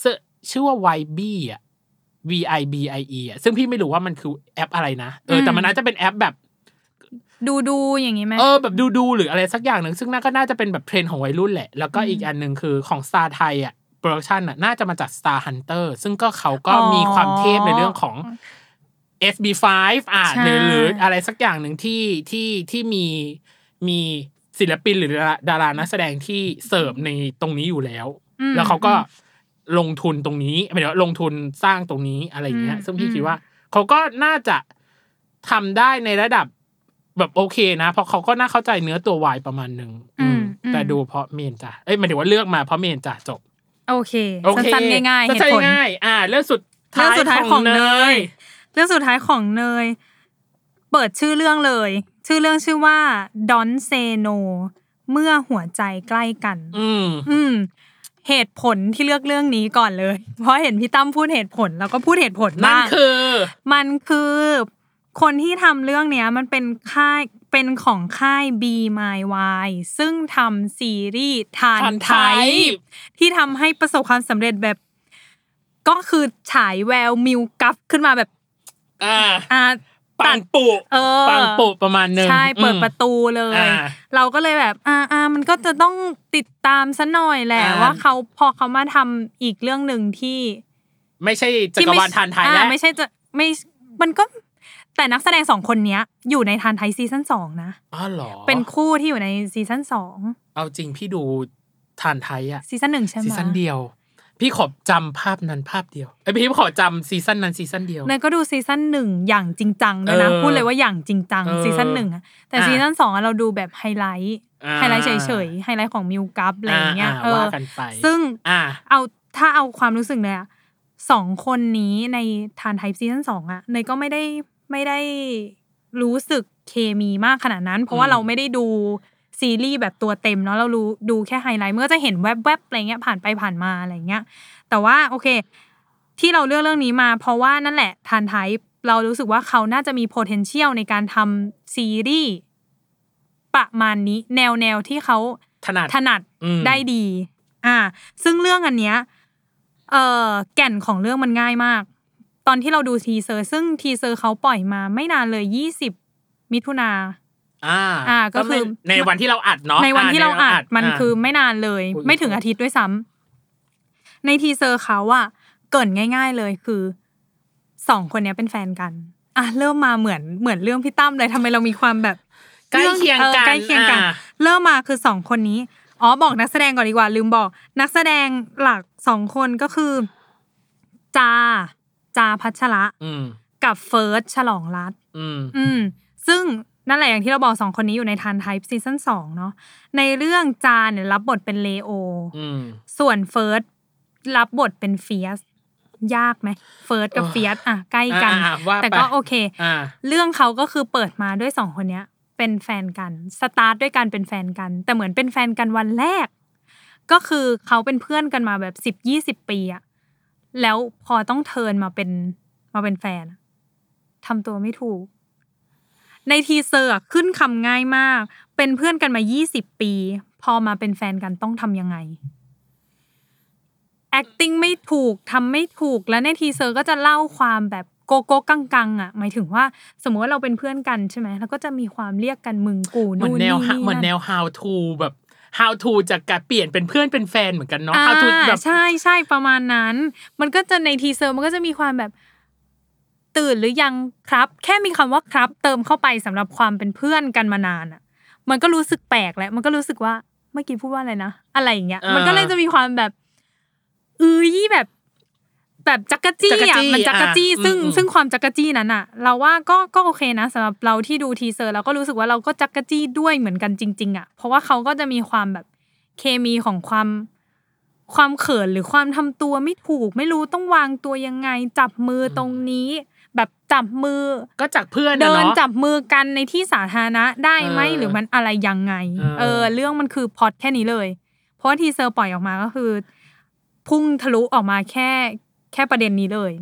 Speaker 1: ซึ่งชื่อว่า YB อ่ะ V I B I E อ่ะซึ่งพี่ไม่รู้ว่ามันคือแอปอะไรนะเออแต่มันน่าจะเป็นแอปแบบ
Speaker 2: ดูดูอย่างนี้ไหม
Speaker 1: เออแบบดูดูๆหรืออะไรสักอย่างหนึ่งซึ่งน่าก็น่าจะเป็นแบบเทรนด์ของวัยรุ่นแหละ แล้วก็อีกอันหนึ่งคือของ Star ไทยอ่ะโปรดักชันอ่ะน่าจะมาจาก Star Hunter ซึ่งก็เขาก็
Speaker 2: อ๋อ
Speaker 1: มีความเทพในเรื่องของ SB5 อ่ะ
Speaker 2: ใช่
Speaker 1: หรือหรืออะไรสักอย่างหนึ่งที่ที่ที่มีมีศิลปินหรือดาราดารานักแสดงที่เสิร์ฟในตรงนี้อยู่แล้ว
Speaker 2: ม
Speaker 1: แล้วเขาก็ลงทุนตรงนี้ไม่ได้ว่าลงทุนสร้างตรงนี้อะไรอย่างเงี้ย
Speaker 2: อืม
Speaker 1: ซึ่งพี่
Speaker 2: อืม
Speaker 1: คิดว่าเขาก็น่าจะทำได้ในระดับแบบโอเคนะ เพราะเขาก็น่าเข้าใจเนื้อตัววายประมาณหนึ่งอื
Speaker 2: อืม
Speaker 1: ม
Speaker 2: อืม
Speaker 1: แต่ดูเพราะเมนจ้ะเอ้ยหมายถึงว่าเลือกมาเพราะเมนจ้ะจบ
Speaker 2: โอเค
Speaker 1: โอเค
Speaker 2: สั้นๆง่ายๆเหตุ
Speaker 1: สั้น
Speaker 2: ผล
Speaker 1: ๆง่ายๆอ่าเรื่องสุด
Speaker 2: เรื่องสุดท้ายของเนย
Speaker 1: ย
Speaker 2: เรื่องสุดท้ายของเนย เปิดชื่อเรื่องเลย ชื่อเรื่องชื่อว่า Don't Say No เมื่อหัวใจใกล้กัน
Speaker 1: อืม
Speaker 2: อืม เหตุผลที่เลือกเรื่องนี้ก่อนเลย เพราะเห็นพี่ตั้มพูดเหตุผล แล้วก็พูดเหตุผล
Speaker 1: นั่น
Speaker 2: บ้าง
Speaker 1: คือ
Speaker 2: มันคือคนที่ทำเรื่องเนี้ยมันเป็นค่ายเป็นของค่าย B My Y ซึ่งทำซีรีส์ทาน
Speaker 1: ทาน
Speaker 2: ไท
Speaker 1: ไท
Speaker 2: ย
Speaker 1: ย
Speaker 2: ที่ทำให้ประสบความสำเร็จแบบ ก็คือฉายแววมิวกัฟขึ้นมาแบบ
Speaker 1: อ่า
Speaker 2: อ่า
Speaker 1: ปังปุ
Speaker 2: เออ
Speaker 1: ปังปุประมาณหนึ่ง
Speaker 2: ใช่เปิด
Speaker 1: อืม
Speaker 2: ประตูเลย
Speaker 1: อ่า
Speaker 2: เราก็เลยแบบอ่าอ่ามันก็จะต้องติดตามซะหน่อยแหละ
Speaker 1: อ่า
Speaker 2: ว่าเขาพอเขามาทำอีกเรื่องหนึ่งที่
Speaker 1: ไม่ใช่จั
Speaker 2: ที่
Speaker 1: กร
Speaker 2: ไม่
Speaker 1: วาลทานไทยแล้ว
Speaker 2: อ่ไม่ใช่จะไม่มันก็แต่นักแสดงสองคนเนี้ย อยู่ในทานไทยซีซั่นสองนะ
Speaker 1: อ๋อเหรอ
Speaker 2: เป็นคู่ที่อยู่ในซีซั่นสอง
Speaker 1: เอาจริงพี่ดูทานไทยอ่ะ
Speaker 2: ซีซั่นหนึ่งใช่ไหม
Speaker 1: ซีซั่นเดียว พี่ขอจำภาพนั้นภาพเดียวไอยพี่ขอจำซีซั่นนั้นซีซั่นเดียว
Speaker 2: เนยก็ดูซีซั่นหนึ่งอย่างจริงจังด้วยนะ
Speaker 1: เออ
Speaker 2: พูดเลยว่าอย่างจริงจัง
Speaker 1: เออ
Speaker 2: ซีซั่นหนึ่งอะแต่
Speaker 1: อ่ะ
Speaker 2: ซีซั่นสองอะเราดูแบบไฮไลท์
Speaker 1: อ่า
Speaker 2: ไฮไลท์เฉยๆไฮไลท์ของมิวกัฟอะไรอย่างเงี้
Speaker 1: า
Speaker 2: ยเอ
Speaker 1: ว่า
Speaker 2: อ
Speaker 1: กันไป
Speaker 2: ซึ่ง
Speaker 1: อ่า
Speaker 2: เอาถ้าเอาความรู้สึกเลยอะสองคนนี้ในทานไทยซีซั่นสองอะเนยก็ไม่ได้ไม่ได้รู้สึกเคมีมากขนาดนั้น เพราะว่า
Speaker 1: อืม
Speaker 2: เราไม่ได้ดูซีรีส์แบบตัวเต็มเนาะเรารู้ดูแค่ไฮไลท์เมื่อก็จะเห็นแวบๆอะไรเงี้ยผ่านไปผ่านมาอะไรเงี้ย แต่ว่าโอเค ที่เราเลือกเรื่องนี้มา เพราะว่านั่นแหละทานไทป์เรารู้สึกว่าเขาน่าจะมี potential ในการทำซีรีส์ประมาณนี้ แนวแนวที่เขา
Speaker 1: ถนัด
Speaker 2: ถนัด
Speaker 1: อืม
Speaker 2: ได้ดี อ่า ซึ่งเรื่องอันเนี้ยเอ่อแก่นของเรื่องมันง่ายมาก ตอนที่เราดูทีเซอร์ ซึ่งทีเซอร์เขาปล่อยมาไม่นานเลยยี่สิบมิถุนา
Speaker 1: อ่า
Speaker 2: อ่าก็คือ
Speaker 1: ในวันที่เราอัดเนาะ
Speaker 2: ในวันที่เราอัดมันคือ
Speaker 1: อ่า
Speaker 2: ไม่นานเลย
Speaker 1: อุ๊ย
Speaker 2: ไม่ถึงอาทิตย์ด้วยซ้ำในทีเซอร์เขาอะเกรินง่าย ๆเลยคือสองคนเนี้ยเป็นแฟนกันอ่ะเริ่มมาเหมือนเหมือนเรื่องพี่ตั้มเลยทำไมเรามีความแบบ
Speaker 1: ใกล้เคียง
Speaker 2: ออ
Speaker 1: กัน
Speaker 2: ใกล้เคียงกัน
Speaker 1: อ่า
Speaker 2: เริ่มมาคือสองคนนี้อ๋อบอกนักแสดงก่อนดีกว่า ลืมบอก นักแสดงหลักสองคนก็คือ จา จาพัชระ
Speaker 1: อืม
Speaker 2: กับเฟิร์สฉลองรัต
Speaker 1: อืม
Speaker 2: อืม ซึ่งนั่นแหละอย่างที่เราบอกสองคนนี้อยู่ในทันไทป์ซีซั่นสองเนาะในเรื่องจานเนี่ยรับบทเป็นเลโอ
Speaker 1: อืม
Speaker 2: ส่วนเฟิร์สรับบทเป็นเฟียส ยากไหมเฟิร์สกับ
Speaker 1: เออ
Speaker 2: เฟียสอ่ะใกล้กัน
Speaker 1: อ่ะอ่ะว่าไป
Speaker 2: แต่ก็โอเค
Speaker 1: อ่า
Speaker 2: เรื่องเขาก็คือเปิดมาด้วยสองคนเนี้ย เป็นแฟนกัน สตาร์ทด้วยการเป็นแฟนกัน แต่เหมือนเป็นแฟนกันวันแรก ก็คือเขาเป็นเพื่อนกันมาแบบสิบยี่สิบปีอะแล้วพอต้องเทิร์นมาเป็นมาเป็นแฟนอะทำตัวไม่ถูก ในทีเซอร์อะขึ้นคำง่ายมาก เป็นเพื่อนกันมายี่สิบปี พอมาเป็นแฟนกันต้องทำยังไง acting ไม่ถูกทำไม่ถูกแล้วในทีเซอร์ก็จะเล่าความแบบโกโก้กังกังๆอ่ะหมายถึงว่าสมมติว่าเราเป็นเพื่อนกันใช่ไหมแล้วก็จะมีความเรียกกันมึงกู
Speaker 1: เหมือ
Speaker 2: นู่
Speaker 1: น
Speaker 2: น
Speaker 1: แน
Speaker 2: นี่
Speaker 1: ว
Speaker 2: นี่
Speaker 1: เหมือนแน
Speaker 2: นั่น
Speaker 1: ว how to แบบ how to จากการเปลี่ยนเป็นเพื่อนเป็นแฟนเหมือนกันเนาะ
Speaker 2: อ่า
Speaker 1: how to แบบ
Speaker 2: ใช่ใช่ประมาณนั้น มันก็จะในทีเซอร์มันก็จะมีความแบบตื่นหรือยังครับ แค่มีคำว่าครับ เติมเข้าไปสำหรับความเป็นเพื่อนกันมานานอ่ะ มันก็รู้สึกแปลกแล้วมันก็รู้สึกว่าเมื่อกี้พูดว่าอะไรนะอะไรอย่างเงี้ย
Speaker 1: อ่ามั
Speaker 2: มันก็เลยจะมีความแบบเอ้ยแบบ แบบจักกะจี้
Speaker 1: จักรจี้
Speaker 2: อ่ะมันจักกะจี้
Speaker 1: อ่ะ
Speaker 2: ซึ่ง
Speaker 1: อืมอืม
Speaker 2: ซึ่งความจักกะจี้นั้นอ่ะ เราว่าก็ก็โอเคนะสำหรับเราที่ดูทีเซอร์เราก็รู้สึกว่าเราก็จักกะจี้ด้วยเหมือนกันจริง ๆ อ่ะ เพราะว่าเขาก็จะมีความแบบเคมีของความความเขินหรือความทำตัวไม่ถูก ไม่รู้ต้องวางตัวยังไง จับมือตรงนี้ แบบจับมือ
Speaker 1: ก็จากเพื่อนอะ
Speaker 2: เดิน
Speaker 1: เนาะ
Speaker 2: จับมือกันในที่สาธารณะได้ไหม
Speaker 1: เออ
Speaker 2: หรือมันอะไรยังไง
Speaker 1: เออ
Speaker 2: เออ เรื่องมันคือพล็อดแค่นี้เลย เพราะว่าทีเซอร์ปล่อยออกมาก็คือ พุ่งทะลุออกมาแค่แค่ประเด็นนี้เลย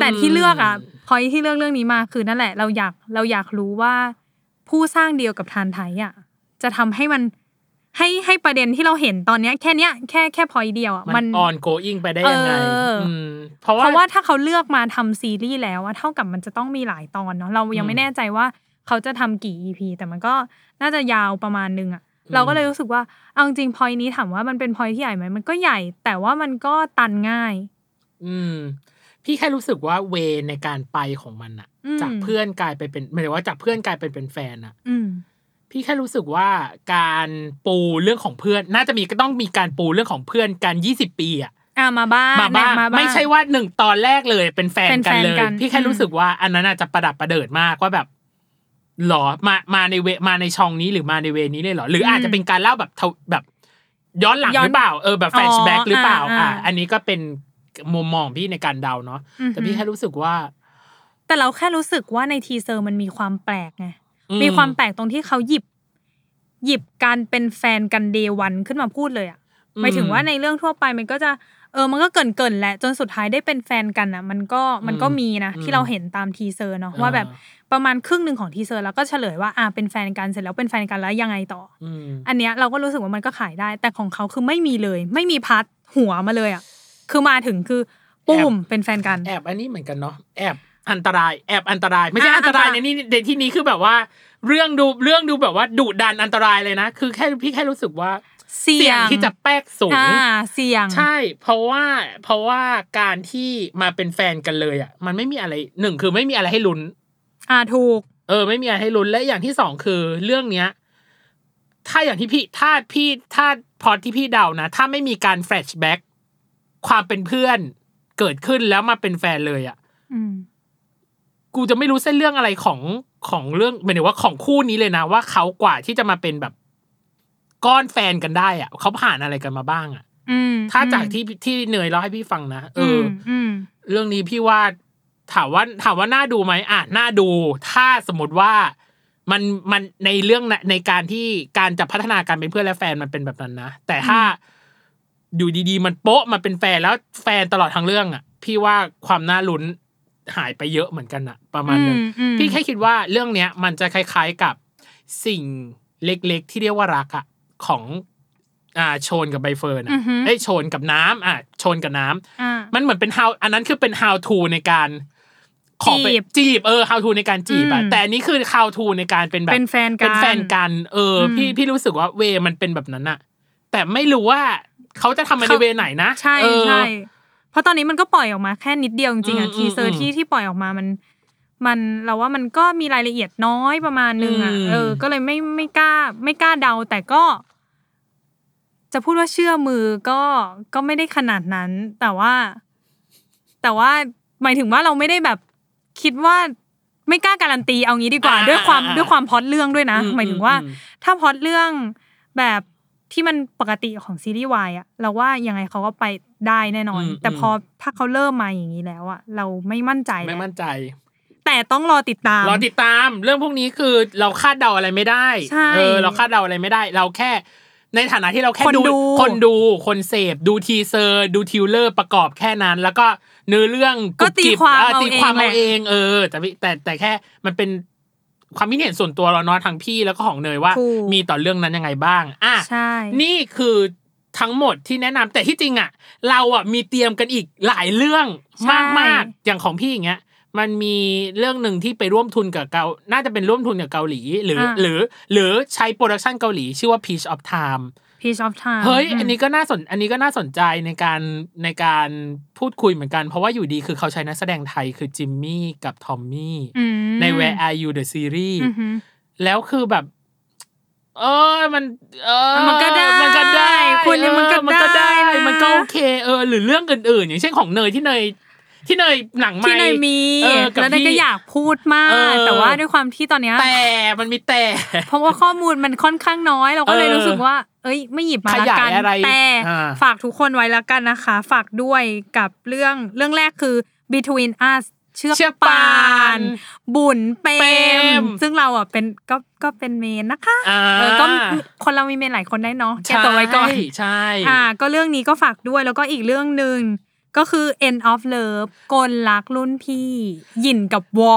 Speaker 2: แต่ที่เลือกอ่ะพอยที่เลือกเรื่องนี้มาคือนั่นแหละ เราอยากเราอยากรู้ว่า ผู้สร้างเดียวกับทานไทยอ่ะจะทำให้มันให้ให้ประเด็นที่เราเห็นตอนเนี้ย แค่เนี้ยแค่แค่พอยเดียวอ่ะ
Speaker 1: มันออนโกอิงไปได้ยังไง
Speaker 2: เอออื
Speaker 1: มเพราะ
Speaker 2: เพราะว่า
Speaker 1: ว่า
Speaker 2: ถ้าเขาเลือกมาทำซีรีส์แล้วอะเท่ากับมันจะต้องมีหลายตอนเนาะเรา
Speaker 1: อื
Speaker 2: ยัง
Speaker 1: ม
Speaker 2: ไม่แน่ใจว่าเขาจะทำกี่ EP แต่มันก็น่าจะยาวประมาณนึงอะ
Speaker 1: ม
Speaker 2: เราก็เลยรู้สึกว่าเอาจริงพอยนี้ถามว่ามันเป็นพอยที่ใหญ่ไหมมันก็ใหญ่ แต่ว่ามันก็ตันง่าย
Speaker 1: อืม พี่แค่รู้สึกว่าเวในการไปของมันอะ
Speaker 2: อืม
Speaker 1: จากเพื่อนกลายไปเป็นหมายถึงว่าจากเพื่อนกลายเป็นเป็นแฟนอะ
Speaker 2: อืม
Speaker 1: พี่แค่รู้สึกว่าการปูเรื่องของเพื่อน น่าจะมีก็ต้องมีการปูเรื่องของเพื่อนกันยี่สิบปีอะ
Speaker 2: อ่ะมาบ้าง
Speaker 1: มาบ้าง
Speaker 2: แนะ
Speaker 1: ไม่ใช่ว่าหนึ่งตอนแรกเลยเป็นแฟน
Speaker 2: เป็น
Speaker 1: กั
Speaker 2: แฟ
Speaker 1: น
Speaker 2: น
Speaker 1: เลย
Speaker 2: กัน
Speaker 1: พี่แค่
Speaker 2: อืม
Speaker 1: รู้สึกว่าอันนั้นอาจจะประดับประเดิดมากว่าแบบหรอมามาในเวมาในช่องนี้หรือมาในเวนี้เลยเหรอ หรืออาจจะเป็นการเล่าแบบเท่าแบบย้อนหลังหรือเปล่าเออแบบแฟชแบ็กหรือเปล่า อ่ะอันนี้ก็เป็นมุมมองพี่ในการเดาเนาะ
Speaker 2: อือหือ
Speaker 1: แต่พี่แค่รู้สึกว่า
Speaker 2: แต่เราแค่รู้สึกว่าในทีเซอร์มันมีความแปลกไง
Speaker 1: อื
Speaker 2: มีความแปลกตรงที่เขาหยิบ หยิบการเป็นแฟนกันเดวันขึ้นมาพูดเลยอะหมายถึงว่าในเรื่องทั่วไปมันก็จะเออมันก็เกินเกินๆแหละ จนสุดท้ายได้เป็นแฟนกันอะมันก็มันก็มีนะ
Speaker 1: อืม
Speaker 2: ที่เราเห็นตามทีเซอร์เนาะ
Speaker 1: อ่า
Speaker 2: ว่าแบบประมาณครึ่งหนึ่งของทีเซอร์แล้วก็เฉลยว่าอ่าเป็นแฟนกันเสร็จแล้วเป็นแฟนกันแล้วยังไงต่อ
Speaker 1: อืม
Speaker 2: อันเนี้ยเราก็รู้สึกว่ามันก็ขายได้ แต่ของเขาคือไม่มีเลย ไม่มีพัดหัวมาเลยอะคือมาถึงคือปุ้มเป็นแฟนกัน
Speaker 1: แอบอันนี้เหมือนกันเนาะแอบอันตราย แอบอันตราย ไม่ใช่
Speaker 2: อ่ะ
Speaker 1: อันตราย
Speaker 2: อันต
Speaker 1: ใน
Speaker 2: ราย
Speaker 1: นี่ในที่นี้คือแบบว่า เรื่องดูเรื่องดูแบบว่าดุดันอันตรายเลยนะ คือแค่พี่แค่รู้สึกว่า
Speaker 2: เสี่
Speaker 1: เสี่
Speaker 2: ย
Speaker 1: ยง
Speaker 2: ง
Speaker 1: ที่จะแป๊กสูง
Speaker 2: อ่าเสี่ยง
Speaker 1: ใช่ เพราะว่าเพราะว่าการที่มาเป็นแฟนกันเลยอ่ะมันไม่มีอะไรหนึ่งคือไม่มีอะไรให้ลุ้น
Speaker 2: อ่าถูก
Speaker 1: เออ ไม่มีอะไรให้ลุ้นและอย่างที่สองคือเรื่องเนี้ย ถ้าอย่างที่พี่ถ้าพี่ถ้าพอที่พี่เดานะ ถ้าไม่มีการแฟลชแบ็กความเป็นเพื่อนเกิดขึ้นแล้วมาเป็นแฟนเลยอ่ะ
Speaker 2: อืม
Speaker 1: กูจะไม่รู้เส้นเรื่องอะไรของของเรื่องหมายถึงว่าของคู่นี้เลยนะ ว่าเขากว่าที่จะมาเป็นแบบก้อนแฟนกันได้อ่ะเขาผ่านอะไรกันมาบ้างอ่ะ
Speaker 2: อืม
Speaker 1: ถ้าจากที่ที่เนยเล่าให้พี่ฟังนะเอออ
Speaker 2: มอืม
Speaker 1: เรื่องนี้พี่ว่าถามว่าถามว่าน่าดูไหมอ่ะน่าดู ถ้าสมมติว่ามันมันในเรื่องนะในการที่การจะพัฒนาการเป็นเพื่อนและแฟนมันเป็นแบบนั้นนะแต่ถ้าอยู่ดีๆ มันโป๊ะมาเป็นแฟนแล้วแฟนตลอดทั้งเรื่องอ่ะ พี่ว่าความน่าลุ้นหายไปเยอะเหมือนกันอะประมาณนึง
Speaker 2: อืมอืม
Speaker 1: พี่แค่คิดว่าเรื่องเนี้ย มันจะคล้าย ๆกับสิ่งเล็กๆ ที่เรียกว่ารักอะของอ่าโชนกับใบเฟิร์นอะ
Speaker 2: อือฮึ
Speaker 1: เอ้ยโชนกับน้ำอ่ะโชนกับน้ำ
Speaker 2: อ่า
Speaker 1: มันเหมือนเป็น how อันนั้นคือเป็น how to ในการขอไป
Speaker 2: จีบ
Speaker 1: จีบเออ how to ในการจีบอะ
Speaker 2: อืม
Speaker 1: แต่อันนี้คือ how to ในการเป็นแบบ
Speaker 2: เป็นแฟนกัน
Speaker 1: เป็นแฟนกันเอออ
Speaker 2: ม
Speaker 1: พี่พี่รู้สึกว่าเวมันเป็นแบบนั้นอะแต่ไม่รู้ว่าเขาจะทำมันใน
Speaker 2: เขา
Speaker 1: เวไหนนะ
Speaker 2: ใช่
Speaker 1: เออ
Speaker 2: ใช่เพราะตอนนี้มันก็ปล่อยออกมาแค่นิดเดียวจริงๆ
Speaker 1: อื
Speaker 2: อ่ะ
Speaker 1: ม
Speaker 2: ทีเซอ
Speaker 1: อืม
Speaker 2: ร์ที่ที่ปล่อยออกมามัน มันเราว่ามันก็มีรายละเอียดน้อยประมาณนึงอ่ะ
Speaker 1: อืม
Speaker 2: เออ ก็เลยไม่ไม่กล้า ไม่กล้าเดา แต่ก็ จะพูดว่าเชื่อมือก็ก็ไม่ได้ขนาดนั้น แต่ว่า แต่ว่าหมายถึงว่าเราไม่ได้แบบคิดว่าไม่กล้าการันตีเอางี้ดีกว่า
Speaker 1: อ่า
Speaker 2: ด้วยความ
Speaker 1: อ่า
Speaker 2: ด้วยความพล็อดเรื่องด้วยนะ หมายถึงว่า
Speaker 1: อืม
Speaker 2: ถ้าพล็อดเรื่องแบบที่มันปกติของซีรีส์วายอะเราว่ายังไงเขาก็ไปได้แน่นอน
Speaker 1: อืม
Speaker 2: แต่พอถ้าเขาเริ่มมาอย่างนี้แล้วอะเราไม่มั่นใจ
Speaker 1: ไม่
Speaker 2: แล้ว
Speaker 1: มั่นใจ
Speaker 2: แต่ต้องรอติดตาม
Speaker 1: รอติดตามเรื่องพวกนี้คือเราคาดเดาอะไรไม่ได้
Speaker 2: ใช่
Speaker 1: เออ เราคาดเดาอะไรไม่ได้ เราแค่ ในฐานะที่เราแค่
Speaker 2: คนดู
Speaker 1: คนดูคนเสพดูทีเซอร์ ดูทิวเลอร์ประกอบแค่นั้น แล้วก็เนื้อเรื่อง
Speaker 2: ก็ตี
Speaker 1: รุบ
Speaker 2: ความ
Speaker 1: กริบ
Speaker 2: เอา
Speaker 1: ตีความ
Speaker 2: เอง
Speaker 1: เอา
Speaker 2: แหละ
Speaker 1: เองเออ แต่พี่แต่แต่แค่มันเป็นความคิดเห็นส่วนตัวเราเนาะทางพี่แล้วก็ของเนยว่า
Speaker 2: ถูก
Speaker 1: มีต่อเรื่องนั้นยังไงบ้าง อ่ะ
Speaker 2: ใช่
Speaker 1: นี่คือทั้งหมดที่แนะนำแต่ที่จริงอ่ะ เราอ่ะมีเตรียมกันอีกหลายเรื่อง
Speaker 2: ใช่
Speaker 1: มากมากๆอย่างของพี่อย่างเงี้ย มันมีเรื่องหนึ่งที่ไปร่วมทุนกับเกาน่าจะเป็นร่วมทุนกับเกาหลี หรือ
Speaker 2: อ่า
Speaker 1: หรือ หรือใช้โปรดักชันเกาหลี ชื่อว่า Peach of Time
Speaker 2: พีชออฟทาม
Speaker 1: เฮ้ย อันนี้ก็น่าสน อันนี้ก็น่าสนใจในการในการพูดคุยเหมือนกัน เพราะว่าอยู่ดีคือเขาใช้นักแสดงไทยคือจิมมี่กับทอมมี่ใน Where Are You the Series แล้วคือแบบ เออมัน เออ
Speaker 2: มันก็ได้
Speaker 1: มันก็ได้
Speaker 2: คุณนี่มันก็
Speaker 1: เออมันก็ได้
Speaker 2: ได้นะ
Speaker 1: มันก็โอเค เออ หรือเรื่องอื่นๆ อย่างเช่นของเนยที่เนย ที่เนยหนังใหม่
Speaker 2: ที่เนยมี
Speaker 1: เออกับ
Speaker 2: แล้วเนยก็
Speaker 1: พี่
Speaker 2: อยากพูดมา
Speaker 1: เอก อ
Speaker 2: แต่ว่าด้วยความที่ตอนเนี้ย
Speaker 1: แต่มันมีแต่
Speaker 2: เพราะว่าข้อมูลมันค่อนข้างน้อย เราก็เลย
Speaker 1: เออ
Speaker 2: รู้สึกว่า เอ้ย ไม่หยิบมา
Speaker 1: ข
Speaker 2: ละ
Speaker 1: ยาย
Speaker 2: กัน
Speaker 1: อะไร
Speaker 2: แต่
Speaker 1: อ่า
Speaker 2: ฝากทุกคนไว้ละกันนะคะ ฝากด้วยกับเรื่องเรื่องแรกคือ Between Us เชือก
Speaker 1: เชือกป่
Speaker 2: ป่า
Speaker 1: าน น
Speaker 2: บุญเปร
Speaker 1: เปร
Speaker 2: ม
Speaker 1: ม
Speaker 2: ซึ่งเราอ่ะเป็นก็ก็เป็นเมนนะคะ
Speaker 1: อ่า
Speaker 2: เออก็คนเรามีเมนหลายคนได้เนาะแก
Speaker 1: ใช่
Speaker 2: ตัวไว้ก่อน
Speaker 1: ใช่
Speaker 2: อ่าก็เรื่องนี้ก็ฝากด้วยแล้วก็อีกเรื่องหนึ่งก็คือ end of love กลรักรุ่นพี่ หยินกับวอ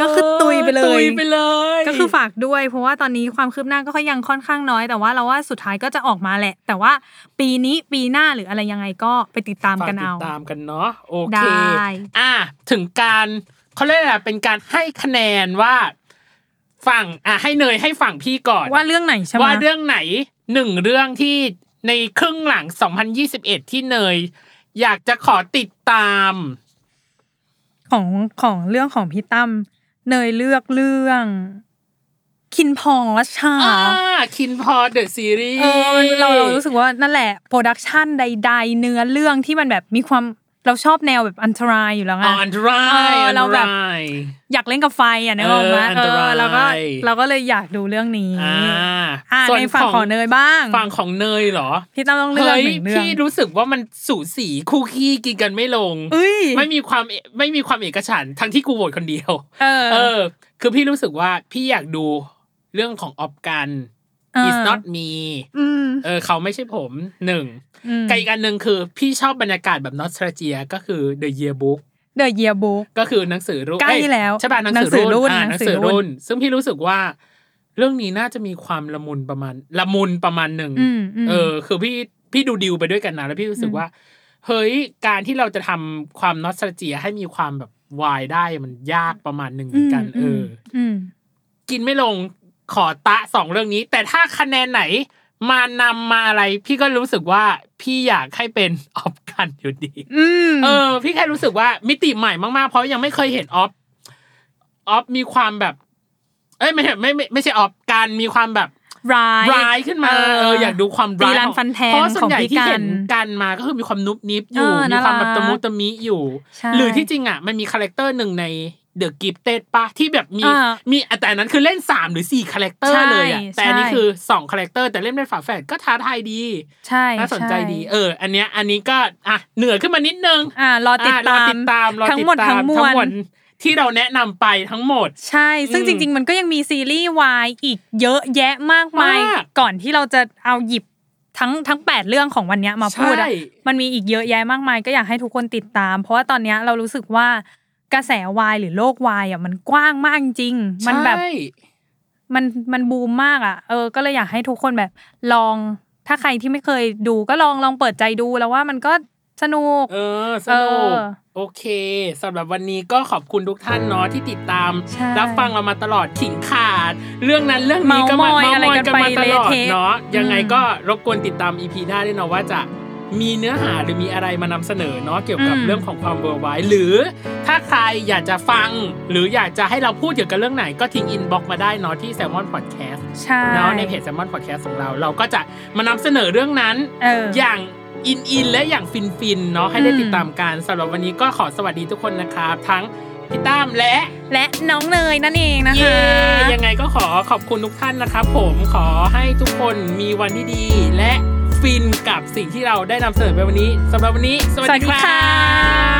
Speaker 2: ก็คือตุยไปเลย
Speaker 1: ตุยไปเลย
Speaker 2: ก็คือฝากด้วย เพราะว่าตอนนี้ความคืบหน้าก็ยังค่อนข้างน้อย แต่ว่าเราว่าสุดท้ายก็จะออกมาแหละ แต่ว่าปีนี้ปีหน้าหรืออะไรยังไงก็ไปติดตาม
Speaker 1: ฝาก
Speaker 2: กัน
Speaker 1: ติ
Speaker 2: เอา
Speaker 1: ดตามกันเนาะโอ
Speaker 2: ได้
Speaker 1: เคอ่ะถึงการเขาเรียกอะไรเป็นการให้คะแนนว่า ฝั่งอ่ะให้เนยให้ฝั่งพี่ก่อน
Speaker 2: ว่าเรื่องไหนใช่ไหม
Speaker 1: ว่าเรื่องไหนหนึ่งเรื่องที่ในครึ่งหลัง 2021 ที่เนย อยากจะขอติดตาม
Speaker 2: ของของเรื่องของพี่ตั้มเนยเลือกเรื่องคินพอชค่ะ
Speaker 1: อ่าคินพอเดอะซีรีส์
Speaker 2: เออมันเราเรารู้สึกว่านั่นแหละโปรดักชันใด ๆ เนื้อเรื่องที่มันแบบมีความเราชอบแนวแบบอันตรายอยู่แล้วไง
Speaker 1: อ่ะอันตราย
Speaker 2: เออเราแบบ
Speaker 1: อันตราย
Speaker 2: อยากเล่นกับไฟอ่ะนึกออกไหม
Speaker 1: เอออัน
Speaker 2: เอ
Speaker 1: ตรา
Speaker 2: อย เราก็เราก็เลยอยากดูเรื่องนี้
Speaker 1: อ่า
Speaker 2: อ่า
Speaker 1: ส่ว
Speaker 2: ในฝั่งของเนยบ้าง
Speaker 1: ฝั่งของเนยเหรอ
Speaker 2: พี่ตั้มต้องเลือก
Speaker 1: เฮ้ย
Speaker 2: หนึ่งเรื่อง
Speaker 1: พี่รู้สึกว่ามันสูสีคู่ขี้กินกันไม่ลง
Speaker 2: เอ้ย
Speaker 1: ไม่มีความไม่มีความเอกฉันท์ทั้งที่กูโหวตคนเดียว
Speaker 2: เออ
Speaker 1: เออ คือพี่รู้สึกว่าพี่อยากดูเรื่องของออฟกัน
Speaker 2: เออ
Speaker 1: is not me
Speaker 2: อืม
Speaker 1: เออเขาไม่ใช่ผมหนึ่ง
Speaker 2: อืม
Speaker 1: กับอีกอันหนึ่งคือ พี่ชอบบรรยากาศแบบนอสตราเจียก็คือ The Yearbook
Speaker 2: The Yearbook
Speaker 1: ก็คือหนังสือรุ่น
Speaker 2: ใกล้
Speaker 1: เอ้ย
Speaker 2: แล้ว
Speaker 1: ใช่ป่ะหนัง
Speaker 2: หนั
Speaker 1: สื
Speaker 2: งสือ
Speaker 1: อ
Speaker 2: รุ่
Speaker 1: รุ่
Speaker 2: น
Speaker 1: นอ่าห
Speaker 2: หนั
Speaker 1: นัง
Speaker 2: งสื
Speaker 1: สื
Speaker 2: อ
Speaker 1: อ
Speaker 2: รุ่น
Speaker 1: รุ่น ซึ่งพี่รู้สึกว่า เรื่องนี้น่าจะมีความละมุนประมาณละมุนประมาณหนึ่ง
Speaker 2: อืมอืม
Speaker 1: เออคือพี่พี่ดูดิวไปด้วยกันนะแล้วพี่รู้สึ
Speaker 2: อื
Speaker 1: ก
Speaker 2: ม
Speaker 1: ว่า เฮ้ยการที่เราจะทำความนอสตาเจียให้มีความแบบวายได้มันยากประมาณหนึ่งเหมือนกัน เอออ
Speaker 2: อืม
Speaker 1: กินไม่ลงขอตะสองเรื่องนี้ แต่ถ้าคะแนนไหน มานำมาอะไร พี่ก็รู้สึกว่าพี่อยากให้เป็น ออฟกันอยู่ดี
Speaker 2: อืม
Speaker 1: เออ พี่แค่รู้สึกว่ามิติใหม่มากๆ เพราะยังไม่เคยเห็นออฟออฟมีความแบบ เอ้ยไม่ใช่ไม่ไม่ไม่ใช่ออฟการมีความแบบ
Speaker 2: ร้าย
Speaker 1: ร้ายขึ้นมา
Speaker 2: เออ
Speaker 1: เอออยากดูความร้าย
Speaker 2: ตีลาน
Speaker 1: ของ
Speaker 2: ฟันแทง
Speaker 1: เพราะส่วนใหญ่
Speaker 2: ของพี่
Speaker 1: ที่เห็น
Speaker 2: กัน
Speaker 1: กันมาก็คือมีความนุบนิบอยู่
Speaker 2: เออ
Speaker 1: มี
Speaker 2: น่า
Speaker 1: ความแบบ
Speaker 2: รัก
Speaker 1: ตะมุตะมิอยู่
Speaker 2: ใช่
Speaker 1: หรือที่จริงอ่ะมันมีคาแรคเตอร์หนึ่งในเดอะกิฟเต็ดปะที่แบบมี
Speaker 2: อ่ามี
Speaker 1: มีแต่อันนั้นคือเล่น 3 หรือ 4 คาแรคเตอ
Speaker 2: ใช่
Speaker 1: ร์เลยอ่ะแต่อันนี้
Speaker 2: ใช่
Speaker 1: คือ 2 คาแรคเตอร์แต่เล่นเป็นฝาแฝดก็ท้าทายดี
Speaker 2: ใช่
Speaker 1: น่าสนใจ
Speaker 2: ช่
Speaker 1: ดีเออ อันเนี้ยอันนี้ก็อ่ะเหนือขึ้นมานิดนึง
Speaker 2: อ่ารอติด
Speaker 1: อ่ะร
Speaker 2: ตา
Speaker 1: อ
Speaker 2: ม
Speaker 1: ติดตามรอ
Speaker 2: ทั้ง
Speaker 1: ติด
Speaker 2: หมด
Speaker 1: ตาม
Speaker 2: ทั้งมวล
Speaker 1: ที่เราแนะนำไปทั้งหมด
Speaker 2: ใช่ ซึ่ง
Speaker 1: อืม
Speaker 2: จริง ๆ มันก็ยังมีซีรีส์วายอีกเยอะแยะมากมาย
Speaker 1: มาก
Speaker 2: ก่อนที่เราจะเอาหยิบทั้งทั้ง 8 เรื่องของวันเนี้ยมาพูดอะ
Speaker 1: ใช่
Speaker 2: มันมีอีกเยอะแยะมากมาย ก็อยากให้ทุกคนติดตาม เพราะว่าตอนเนี้ยเรารู้สึกว่ากระแสวายหรือโลกวายอ่ะมันกว้างมากจริง มันแบบ
Speaker 1: ใช่
Speaker 2: มันมันบูมมากอ่ะ เออ ก็เลยอยากให้ทุกคนแบบลอง ถ้าใครที่ไม่เคยดูก็ลองลองเปิดใจดูแล้วว่ามันก็สนุก
Speaker 1: เออสนุก
Speaker 2: เออ
Speaker 1: โอเคสำหรับวันนี้ก็ขอบคุณทุกท่านเนาะที่ติดตาม
Speaker 2: ใช่
Speaker 1: รับฟังเรามาตลอดขิงขาด เรื่องนั้นเรื่องนี้ก็มา
Speaker 2: เมาท์มอย
Speaker 1: เมาท์
Speaker 2: อะไร
Speaker 1: มอย
Speaker 2: กัน
Speaker 1: กัน
Speaker 2: ไป
Speaker 1: มาตลอด
Speaker 2: เละเทะ
Speaker 1: เนาะยังไง
Speaker 2: อืม
Speaker 1: ก็รบกวนติดตามอีพีหน้าด้วยเนาะว่าจะมีเนื้อหาหรือมีอะไรมานำเสนอเนาะเกี่ยวกับเรื่องของความเบอร์ไว้หรือ ถ้าใครอยากจะฟัง หรืออยากจะให้เราพูดเกี่ยวกับเรื่องไหนก็ทิ้งอินบ็อกมาได้เนาะที่แซลมอนพอดแคสต์
Speaker 2: ใช่
Speaker 1: เนาะในเพจแซลมอนพอดแคสต์ของเรา เราก็จะมานำเสนอเรื่องนั้น
Speaker 2: เออ
Speaker 1: อย่างอินอินและอย่างฟินฟินเนาะให้ได้
Speaker 2: อืม
Speaker 1: ติดตามกันสำหรับวันนี้ก็ขอสวัสดีทุกคนนะครับทั้งพี่ตั้มและ
Speaker 2: และน้องเนยนั่นเองนะคะ
Speaker 1: เย่ยังไงก็ขอขอบคุณทุกท่านนะครับผมขอให้ทุกคนมีวันที่ดี และฟินกับสิ่งที่เราได้นำเสนอไปวันนี้สำหรับวันนี้ สวัส
Speaker 2: สวัส
Speaker 1: ดี
Speaker 2: ดี
Speaker 1: คร
Speaker 2: ค่ะ
Speaker 1: ับ